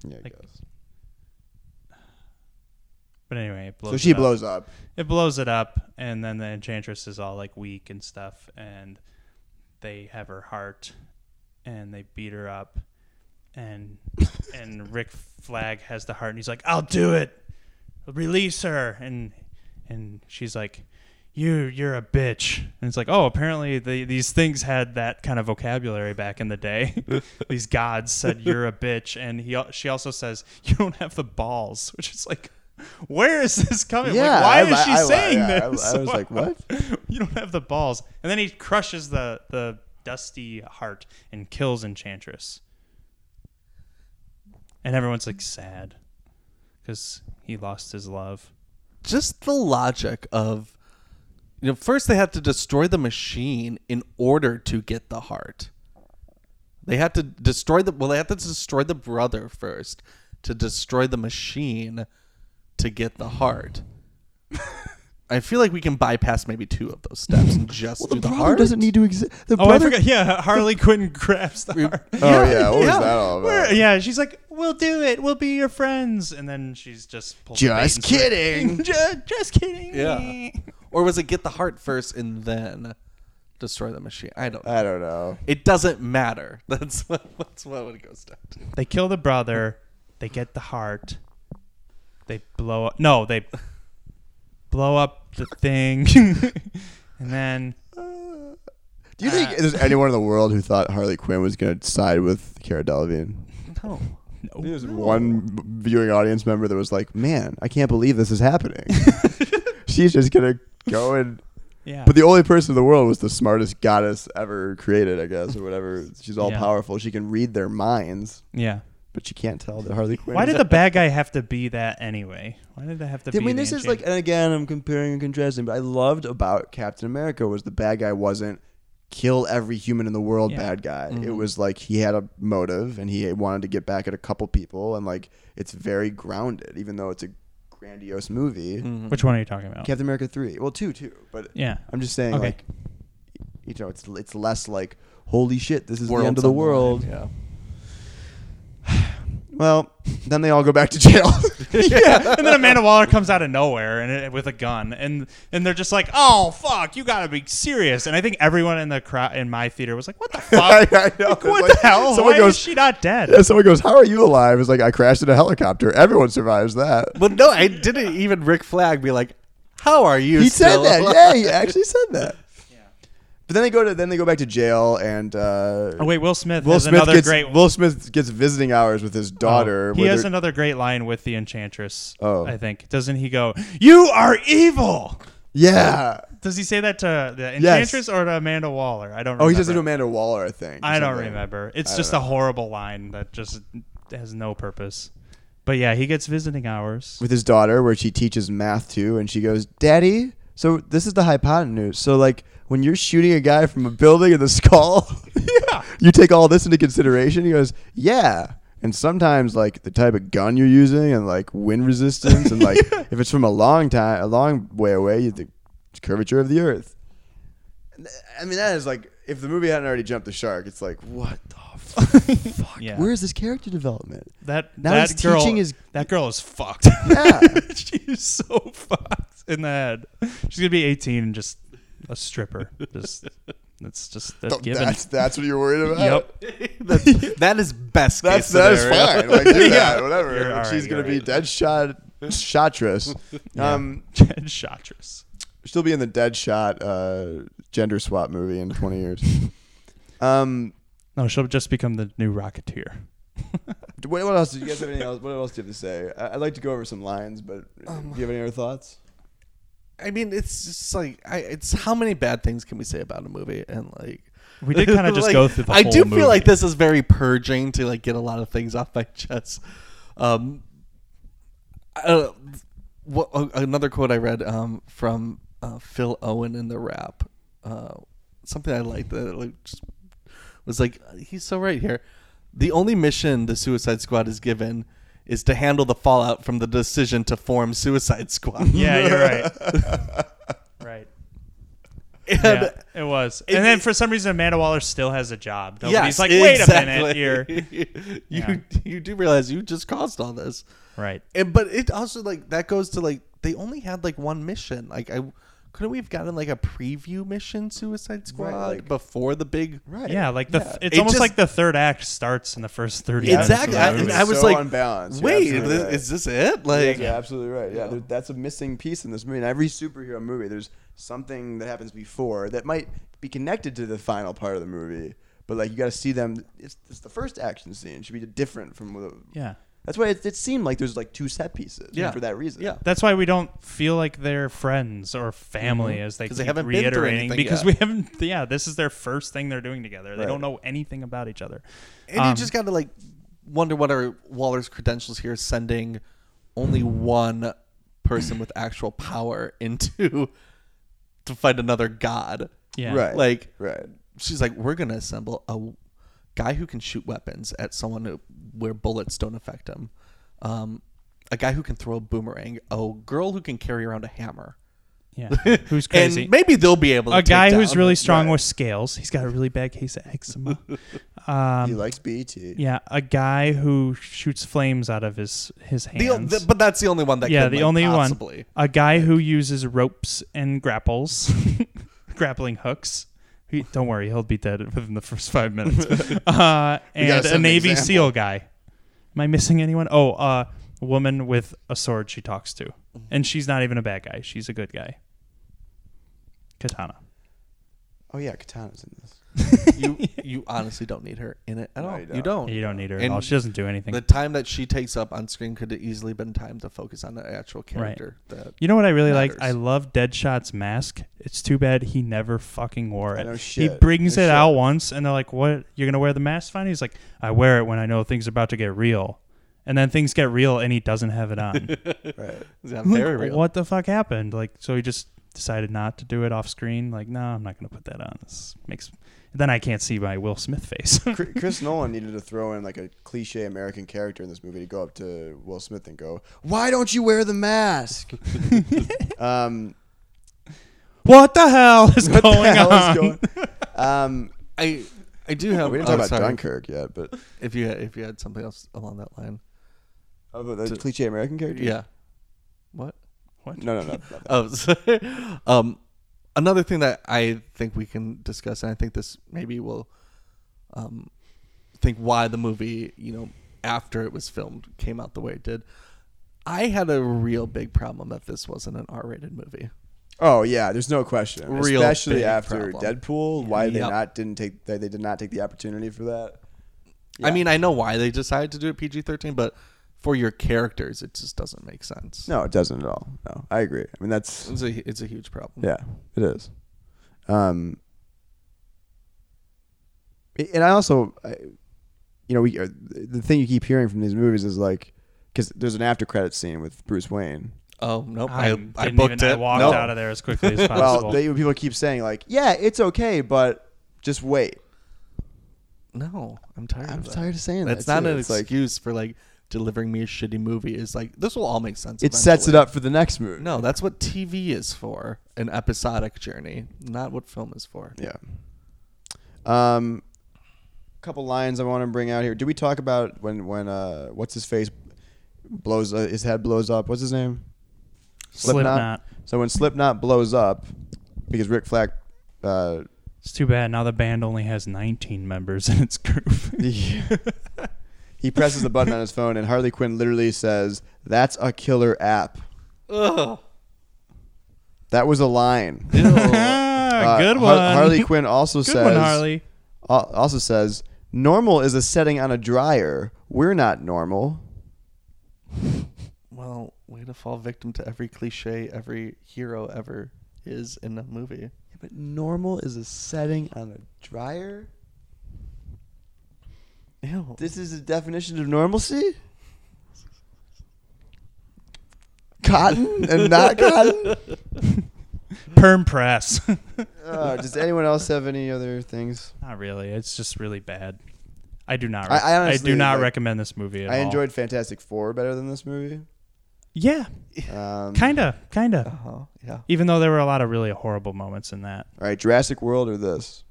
Yeah, I like, guess. But anyway, it blows So she it up. blows up. it blows it up and then the enchantress is all like weak and stuff and they have her heart and they beat her up and and Rick Flag has the heart and he's like I'll do it release her and and she's like you you're a bitch and it's like oh apparently the, these things had that kind of vocabulary back in the day these gods said you're a bitch and he al- she also says you don't have the balls which is like where is this coming Yeah, like, why I is li- she I li- saying yeah, I- this I was like, what? you don't have the balls and then he crushes the the dusty heart and kills enchantress and everyone's like sad because he lost his love just the logic of you know first they had to destroy the machine in order to get the heart they had to destroy the well they had to destroy the brother first to destroy the machine to get the heart i feel like we can bypass maybe two of those steps and just do the, heart doesn't need to exist. The Oh, brother. I forgot. Yeah, Harley Quinn grabs the heart. Oh yeah, what was that all about? We're- yeah, she's like, "We'll do it. We'll be your friends." And then she's just pulls a bait Just and switch. kidding. just, just kidding. Yeah. or was it get the heart first and then destroy the machine i don't know I don't know. it doesn't matter that's what that's what it goes down to They kill the brother. They get the heart. They blow up. No, they blow up the thing, and then Do you think there's anyone in the world who thought Harley Quinn was going to side with Cara Delevingne? no no. There's one b- viewing audience member that was like, "Man, I can't believe this is happening." She's just gonna go and. Yeah. But the only person in the world was the smartest goddess ever created, I guess, or whatever. She's all Yeah. powerful. She can read their minds, yeah. but she can't tell that Harley Quinn. Why is- did the bad guy have to be that anyway? Why did they have I to be? mean, the this is like, enchant- and again, I'm comparing and contrasting, but I loved about Captain America was the bad guy wasn't kill every human in the world Yeah. bad guy. It was like he had a motive and he wanted to get back at a couple people, and like it's very grounded, even though it's a grandiose movie. Which one are you talking about? Captain America three, well, two, two, but Mm. yeah. I'm just saying, Okay. like, you know, it's it's less like holy shit, this is the end World's of the on line, world. yeah Well, then they all go back to jail. yeah. And then Amanda Waller comes out of nowhere and it, with a gun, and and they're just like, "Oh fuck, you gotta be serious!" And I think everyone in the crowd in my theater was like, "What the I, fuck? I know. It's what like, the hell? Someone Why goes, is she not dead?" Yeah, someone goes, "How are you alive?" It's like I crashed in a helicopter. Everyone survives that. Well, no, I didn't even Rick Flag be like, "How are you?" he said still that. alive?" Yeah, he actually said that. But then they go to then they go back to jail and uh, Oh wait, Will Smith Will has Smith another gets great. Oh, Will Smith gets visiting hours with his daughter. he where has they're- another great line with the Enchantress. Oh. I think doesn't he go, "You are evil." yeah. Does he say that to the Yes. Enchantress or to Amanda Waller? I don't. Remember. Oh, he does it to Amanda Waller, I think. or I don't something. remember. It's I just don't a horrible line that just has no purpose. But yeah, he gets visiting hours. with his daughter where she teaches math too and she goes daddy so this is the hypotenuse so like when you're shooting a guy from a building in the skull you take all this into consideration he goes yeah and sometimes like the type of gun you're using and like wind resistance and like if it's from a long time a long way away you the curvature of the earth And th- i mean that is like if the movie hadn't already jumped the shark it's like what the f- fuck Yeah. where is this character development That Now that he's girl teaching his- that girl is fucked. Yeah. she's so fucked in the head. She's gonna be eighteen and just a stripper. Just that's just that's given. that's that's what you're worried about yep. That's- that is best. That's case that's scenario. fine. Like do that, You're- whatever. all She's right, gonna you're be right. dead shot shotress. Um, Jen Chartres. she'll be in the dead shot uh, gender swap movie in twenty years. Um, No, she'll just become the new Rocketeer. d- what, what else? Do you guys have anything else? What else do you have to say? I, I'd like to go over some lines, but Um, do you have any other thoughts? I mean, it's just like I, it's how many bad things can we say about a movie and like. We did kinda just like, go through the I whole do movie. feel like this is very purging to like get a lot of things off my chest. Um, I don't know. what, uh, another quote I read um, from uh, Phil Owen in the rap, uh, something I liked that like, just was like he's so right here. The only mission the Suicide Squad is given is to handle the fallout from the decision to form Suicide Squad. Yeah, you're right. right. And- Yeah, it was. it- and then for some reason, Amanda Waller still has a job. Nobody's yes, like, wait a minute exactly. here. you Yeah. you do realize you just caused all this. Right. And but it also like that goes to like they only had like one mission. Like I couldn't we have gotten like a preview mission Suicide Squad like- before the big Right. Yeah, like the th- it's It almost just- like the third act starts in the first thirty. Yeah, minutes of exactly. the I, movie. and It's I was so like, unbalanced. You're wait, absolutely is, right. is this it? Like, You're absolutely right. Yeah, Yeah. there- that's a missing piece in this movie. In every superhero movie, there's something that happens before that might be connected to the final part of the movie. But like, you got to see them. It's, it's the first action scene. It should be different from the. yeah. That's why it, it seemed like there's like two set pieces. Yeah. For that reason. Yeah. That's why we don't feel like they're friends or family as they Mm-hmm. 'Cause keep they haven't been through reiterating anything because yet. we haven't. Yeah, this is their first thing they're doing together. They Right. don't know anything about each other. and you Um, just got to like wonder what are Waller's credentials here, sending only one person with actual power into to fight another god. yeah. Right. Like, Right. she's like, we're gonna assemble a guy who can shoot weapons at someone who, where bullets don't affect him, um, a guy who can throw a boomerang, a girl who can carry around a hammer, Yeah. Who's crazy? and maybe they'll be able. to a take guy who's down- really strong Right. with scales. He's got a really bad case of eczema. he likes E BET. yeah, a guy who shoots flames out of his his The, hands. the- but that's the only one that. yeah, could, the like, only possibly. one. A guy who uses ropes and grapples, grappling hooks. He, don't worry, he'll beat that within the first five minutes. uh, and set a an Navy example. SEAL guy. Am I missing anyone? Oh, uh, a woman with a sword she talks to, Mm-hmm. and she's not even a bad guy. She's a good guy. Katana. Oh yeah, Katana's in this. you you honestly don't need her in it at all. you You don't. don't. You don't need her at And all. She doesn't do anything. The time that she takes up on screen could have easily been time to focus on the actual character. That You know what I really like? I matters. love Deadshot's mask. It's too bad he never fucking wore it. know, He shit. brings No it shit. out once, and they're like, "What? You're gonna wear the mask?" Fine. He's like, "I wear it when I know things are about to get real." And then things get real, and he doesn't have it on. Right. Yeah, I'm like, very real. What the fuck happened? Like, so he just decided not to do it off screen. Like, no, I'm not gonna put that on. This makes then I can't see my Will Smith face. Chr- Chris Nolan needed to throw in like a cliche American character in this movie to go up to Will Smith and go, "Why don't you wear the mask?" um, what the hell is going the hell on? is going- um, I I do have. we didn't oh, talk about sorry. Dunkirk yet, but If you had, if you had something else along that line, oh, but the cliche American character. yeah. What? No, no, no. Oh, sorry. um, another thing that I think we can discuss, and I think this maybe will, um, think why the movie, you know, after it was filmed, came out the way it did. I had a real big problem that this wasn't an R-rated movie. Oh yeah, there's no question. Real Especially big after problem. Deadpool, why they Yep. not didn't take they, they did not take the opportunity for that. I mean, I know why they decided to do it PG-13, but for your characters, it just doesn't make sense. No, it doesn't at all. No, I agree. I mean that's It's a it's a huge problem. Yeah, it is. Um, a- and I also, I, you know, we uh, the thing you keep hearing from these movies is like, because there's an after credit scene with Bruce Wayne. Oh nope, I, I, didn't I booked even, it. I walked Nope. out of there as quickly as possible. Well, they, people keep saying like, yeah, it's okay, but just wait. No, I'm tired. I'm of that. tired of saying that, That's not too. an It's like- excuse for like delivering me a shitty movie. Is like this will all make sense. It sets it eventually. up for the next movie. No, that's what TV is for—an episodic journey, not what film is for. Yeah. Um, couple lines I want to bring out here. Did we talk about when when uh what's his face blows uh, his head blows up? What's his name? Slipknot. So when Slipknot blows up, because Rick Flack, uh, It's too bad now the band only has 19 members in its group. he presses the button on his phone, and Harley Quinn literally says, "That's a killer app." Ugh. That was a line. Ah, Uh, good Har- one. Harley Quinn also good says, one, Harley. al- also says, "Normal is a setting on a dryer. We're not normal." Well, way to fall victim to every cliche every hero ever is in a movie. But normal is a setting on a dryer. Ew. This is a definition of normalcy. Cotton and not cotton. Perm press. Uh, does anyone else have any other things? Not really. It's just really bad. I do not. I- I I honestly, do not like, recommend this movie. At I all. enjoyed Fantastic Four better than this movie. Yeah, Um, kinda, kinda. Oh, yeah. Even though there were a lot of really horrible moments in that All right, Jurassic World or this?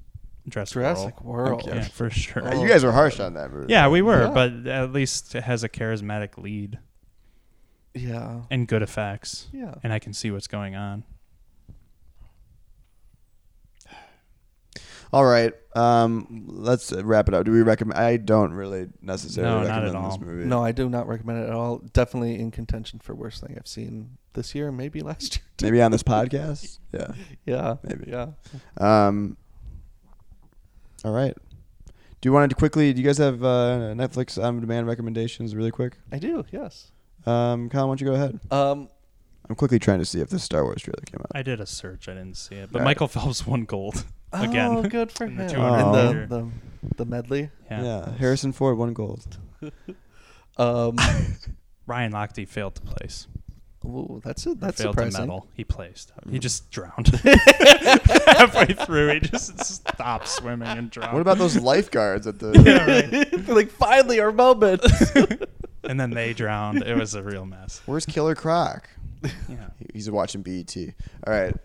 Jurassic, Jurassic World. World. Yeah, for sure. You guys were harsh on that movie. Yeah, we were, Yeah. but at least it has a charismatic lead Yeah. and good effects. Yeah. And I can see what's going on. All right, um, let's wrap it up. Do we recommend? I don't really necessarily No, not at recommend all. this movie. No, I do not recommend it at all. Definitely in contention for worst thing I've seen this year, maybe last year. maybe on this podcast. Yeah. Yeah, Maybe. Yeah. Um, all right. Do you want to quickly? Do you guys have uh, Netflix on demand recommendations? Really quick. I do. Yes. Um, Colin, why don't you go ahead? Um, I'm quickly trying to see if this Star Wars trailer came out. I did a search. I didn't see it, but All right. Michael Phelps won gold again. Oh, good for In him. the The 200 Oh. the, meter. the the medley. Yeah. yeah, Harrison Ford won gold. Um, Ryan Lochte failed to place. ooh, that's a, that's failed to surprising. medal. He placed. Mm. He just drowned halfway through. He just stopped swimming and drowned. What about those lifeguards at the? Yeah, right. like finally our moment. and then they drowned. It was a real mess. Where's Killer Croc? Yeah. He's watching E BET. All right.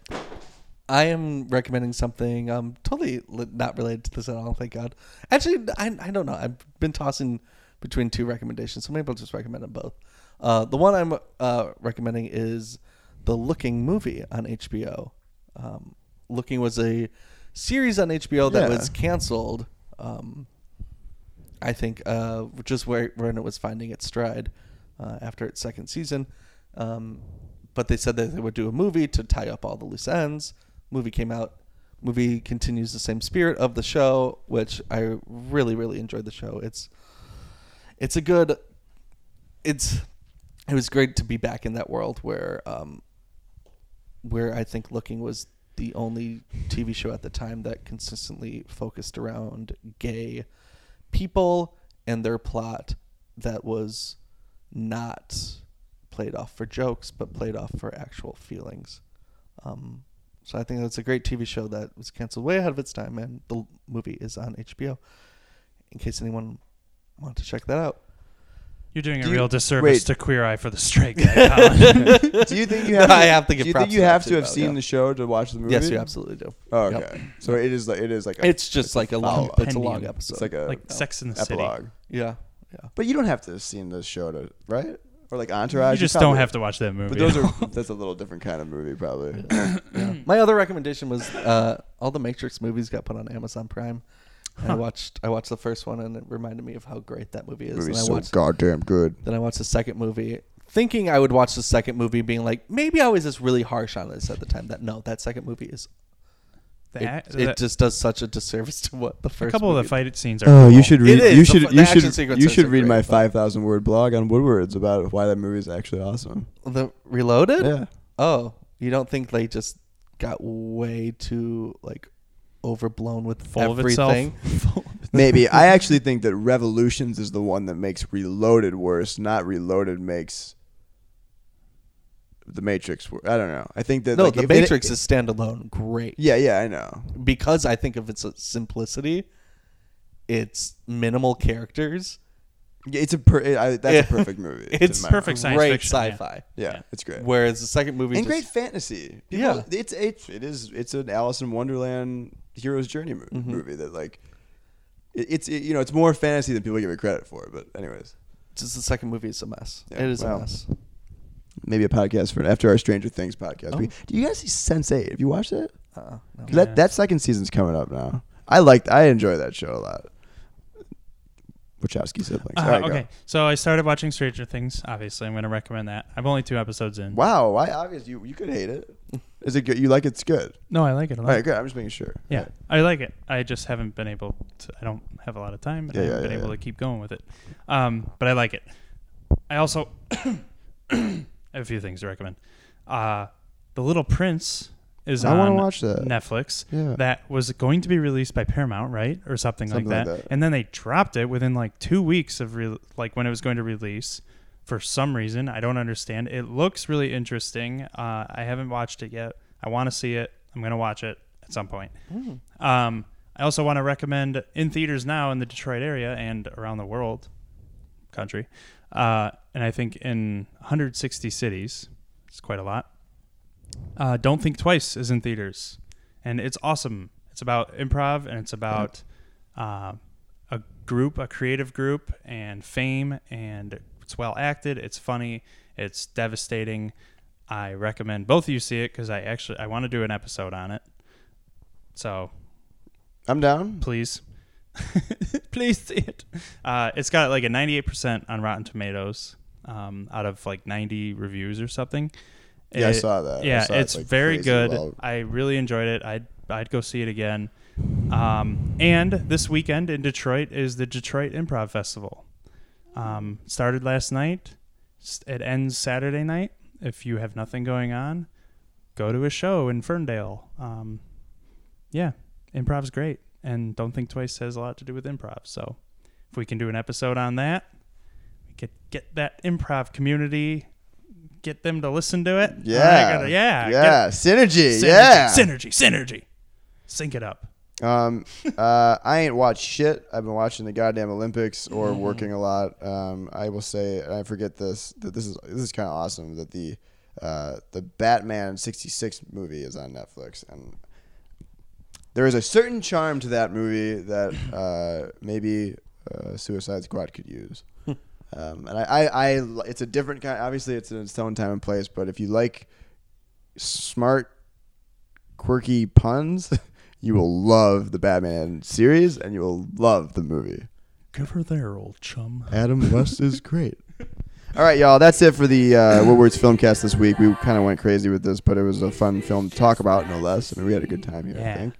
I am recommending something um totally li- not related to this at all. Thank God. Actually, I I don't know. I've been tossing between two recommendations, so maybe I'll just recommend them both. Uh, the one I'm uh, recommending is the Looking movie on HBO. Um, Looking was a series on HBO that Yeah. was canceled. Um, I think uh, just where when it was finding its stride uh, after its second season. Um, but they said that they would do a movie to tie up all the loose ends. Movie came out. Movie continues the same spirit of the show, which I really really enjoyed the show. It's it's a good it's it was great to be back in that world where um where I think looking was the only TV show at the time that consistently focused around gay people and their plot that was not played off for jokes but played off for actual feelings. Um, so I think that's a great TV show that was canceled way ahead of its time, and the l- movie is on HBO. In case anyone wanted to check that out, You're doing Do a you- real disservice wait. to Queer Eye for the Straight Guy. Colin. Do you think you have? To, I have to give Do you props think you to that have to too, have though, seen yeah. the show to watch the movie? yes, you absolutely do. Oh, Yep. okay. So it is like it is like a, It's just like a long, follow-up. it's a long Compendium. episode. it's like a like Sex in the epilogue. City. yeah, yeah. But you don't have to have seen the show to right or like You Entourage. just probably- don't have to watch that movie. But those are that's a little different kind of movie, probably. My other recommendation was uh, all the Matrix movies got put on Amazon Prime. And I watched I watched the first one and it reminded me of how great that movie is. and I Movie's so watched goddamn good. then I watched the second movie, thinking I would watch the second movie, being like, maybe I was just really harsh on this at the time. That no, that second movie is The it, act- it the- just does such a disservice to what the a first. couple of the movie- fight scenes are. Oh, cool. you should read. It is. You The should. fu- the you action should. sequences You should are read my great, but- five thousand word blog on Woodwards about why that movie is actually awesome. the Reloaded. Yeah. Oh, you don't think they just got way too like overblown with full of everything? itself. Full of itself. Maybe I actually think that Revolutions is the one that makes Reloaded worse. Not Reloaded makes the Matrix. Worse. I don't know. I think that No, like, the if it- Matrix is standalone great. Yeah, yeah, I know. because I think of its simplicity, its minimal characters, Yeah, It's a per, it, I, that's Yeah. a perfect movie. it's in my mind. perfect science great fiction, yeah. sci-fi. Yeah, it's great. Whereas the second movie, and just, great fantasy. Yeah. People, yeah, it's it's it is it's an Alice in Wonderland hero's journey mo- movie that like it, it's it, you know it's more fantasy than people give it credit for. But anyways, just the second movie is a mess. Yeah, it is wow. a mess. maybe a podcast for after our Stranger Things podcast. We, do you guys see Sense Eight? Have you watched it? Uh, no. 'Cause That that second season's coming up now. I liked I enjoy that show a lot. Wachowski siblings. Uh, All right, go. okay, so I started watching Stranger Things. Obviously, I'm going to recommend that. I'm only two episodes in. Wow, why obvious you you could hate it. Is it good? You like it's good. No, I like it a lot. All right, good. I'm just making sure. Yeah, I like it. I just haven't been able to. I don't have a lot of time, and Yeah, I yeah, haven't been yeah, able yeah. to keep going with it. Um, but I like it. I also have a few things to recommend. Uh, the Little Prince is I wanna on watch that. Netflix. Yeah. That was going to be released by Paramount, right, or something, Something like, like that. that. And then they dropped it within like two weeks of re- like when it was going to release. For some reason, I don't understand. It looks really interesting. Uh, Hmm. I haven't watched it yet. I want to see it. I'm gonna watch it at some point. Um, I also want to recommend in theaters now in the Detroit area and around the world, country, uh, and I think in 160 cities, it's quite a lot. Uh, Don't Think Twice is in theaters, and it's awesome. It's about improv and it's about uh, a group, a creative group, and fame, and it's well acted. It's funny. It's devastating. I recommend both of you see it because I actually I want to do an episode on it. So I'm down. please, Mm. please see it. Uh, it's got like a 98% on Rotten Tomatoes um, out of like 90 reviews or something. Yeah, I saw that. I Yeah, saw it's it, like, very crazy good. well. I really enjoyed it. I'd I'd go see it again. Um, and this weekend in Detroit is the Detroit Improv Festival. Um, started last night. S- It ends Saturday night. If you have nothing going on, go to a show in Ferndale. Um, yeah, improv's great, and don't think twice has a lot to do with improv. So, if we can do an episode on that, we could get that improv community, get them to listen to it. Yeah. I gotta- yeah, Yeah. get- synergy. synergy, Yeah. synergy, synergy. Sync it up. Um, uh, I ain't watched shit. I've been watching the goddamn Olympics or Mm-hmm. working a lot. Um, I will say, and I forget this. That this is this is kind of awesome. That the uh, the Batman '66 movie is on Netflix, and there is a certain charm to that movie that uh, maybe uh, Suicide Squad could use. Hmm. Um, and I, I, I, it's a different kind. Obviously, it's in its own time and place. But if you like smart quirky puns, you will love the Batman series and you will love the movie. Give her there, old chum. Adam West is great. All right, y'all. That's it for the uh, Woodward's Filmcast this week. We kind of went crazy with this, but it was a fun film to talk about, no less. I mean, we had a good time here, I Yeah. think.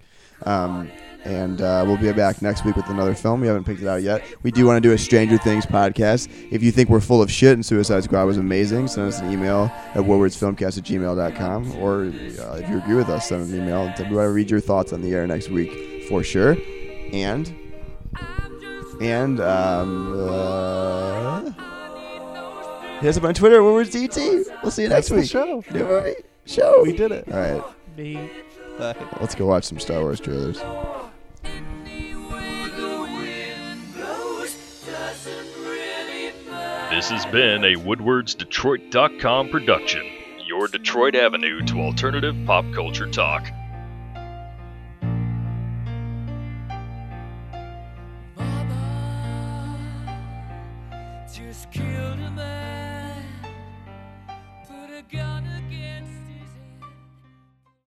Um, and uh, we'll be back next week with another film. We haven't picked it out yet. We do want to do a Stranger Things podcast. If you think we're full of shit and Suicide Squad was amazing, send us an email at woodwardsfilmcast at gmail.com. Or uh, if you agree with us, send us an email. and We want to read your thoughts on the air next week for sure. And, and, um, uh, hit us up on Twitter at woodwardsdt. We'll see you next week. show. New movie. Show. We did it. All right. Let's go watch some Star Wars trailers. This has been a WoodwardsDetroit.com production, your Detroit avenue to alternative pop culture talk. Mama just killed a man.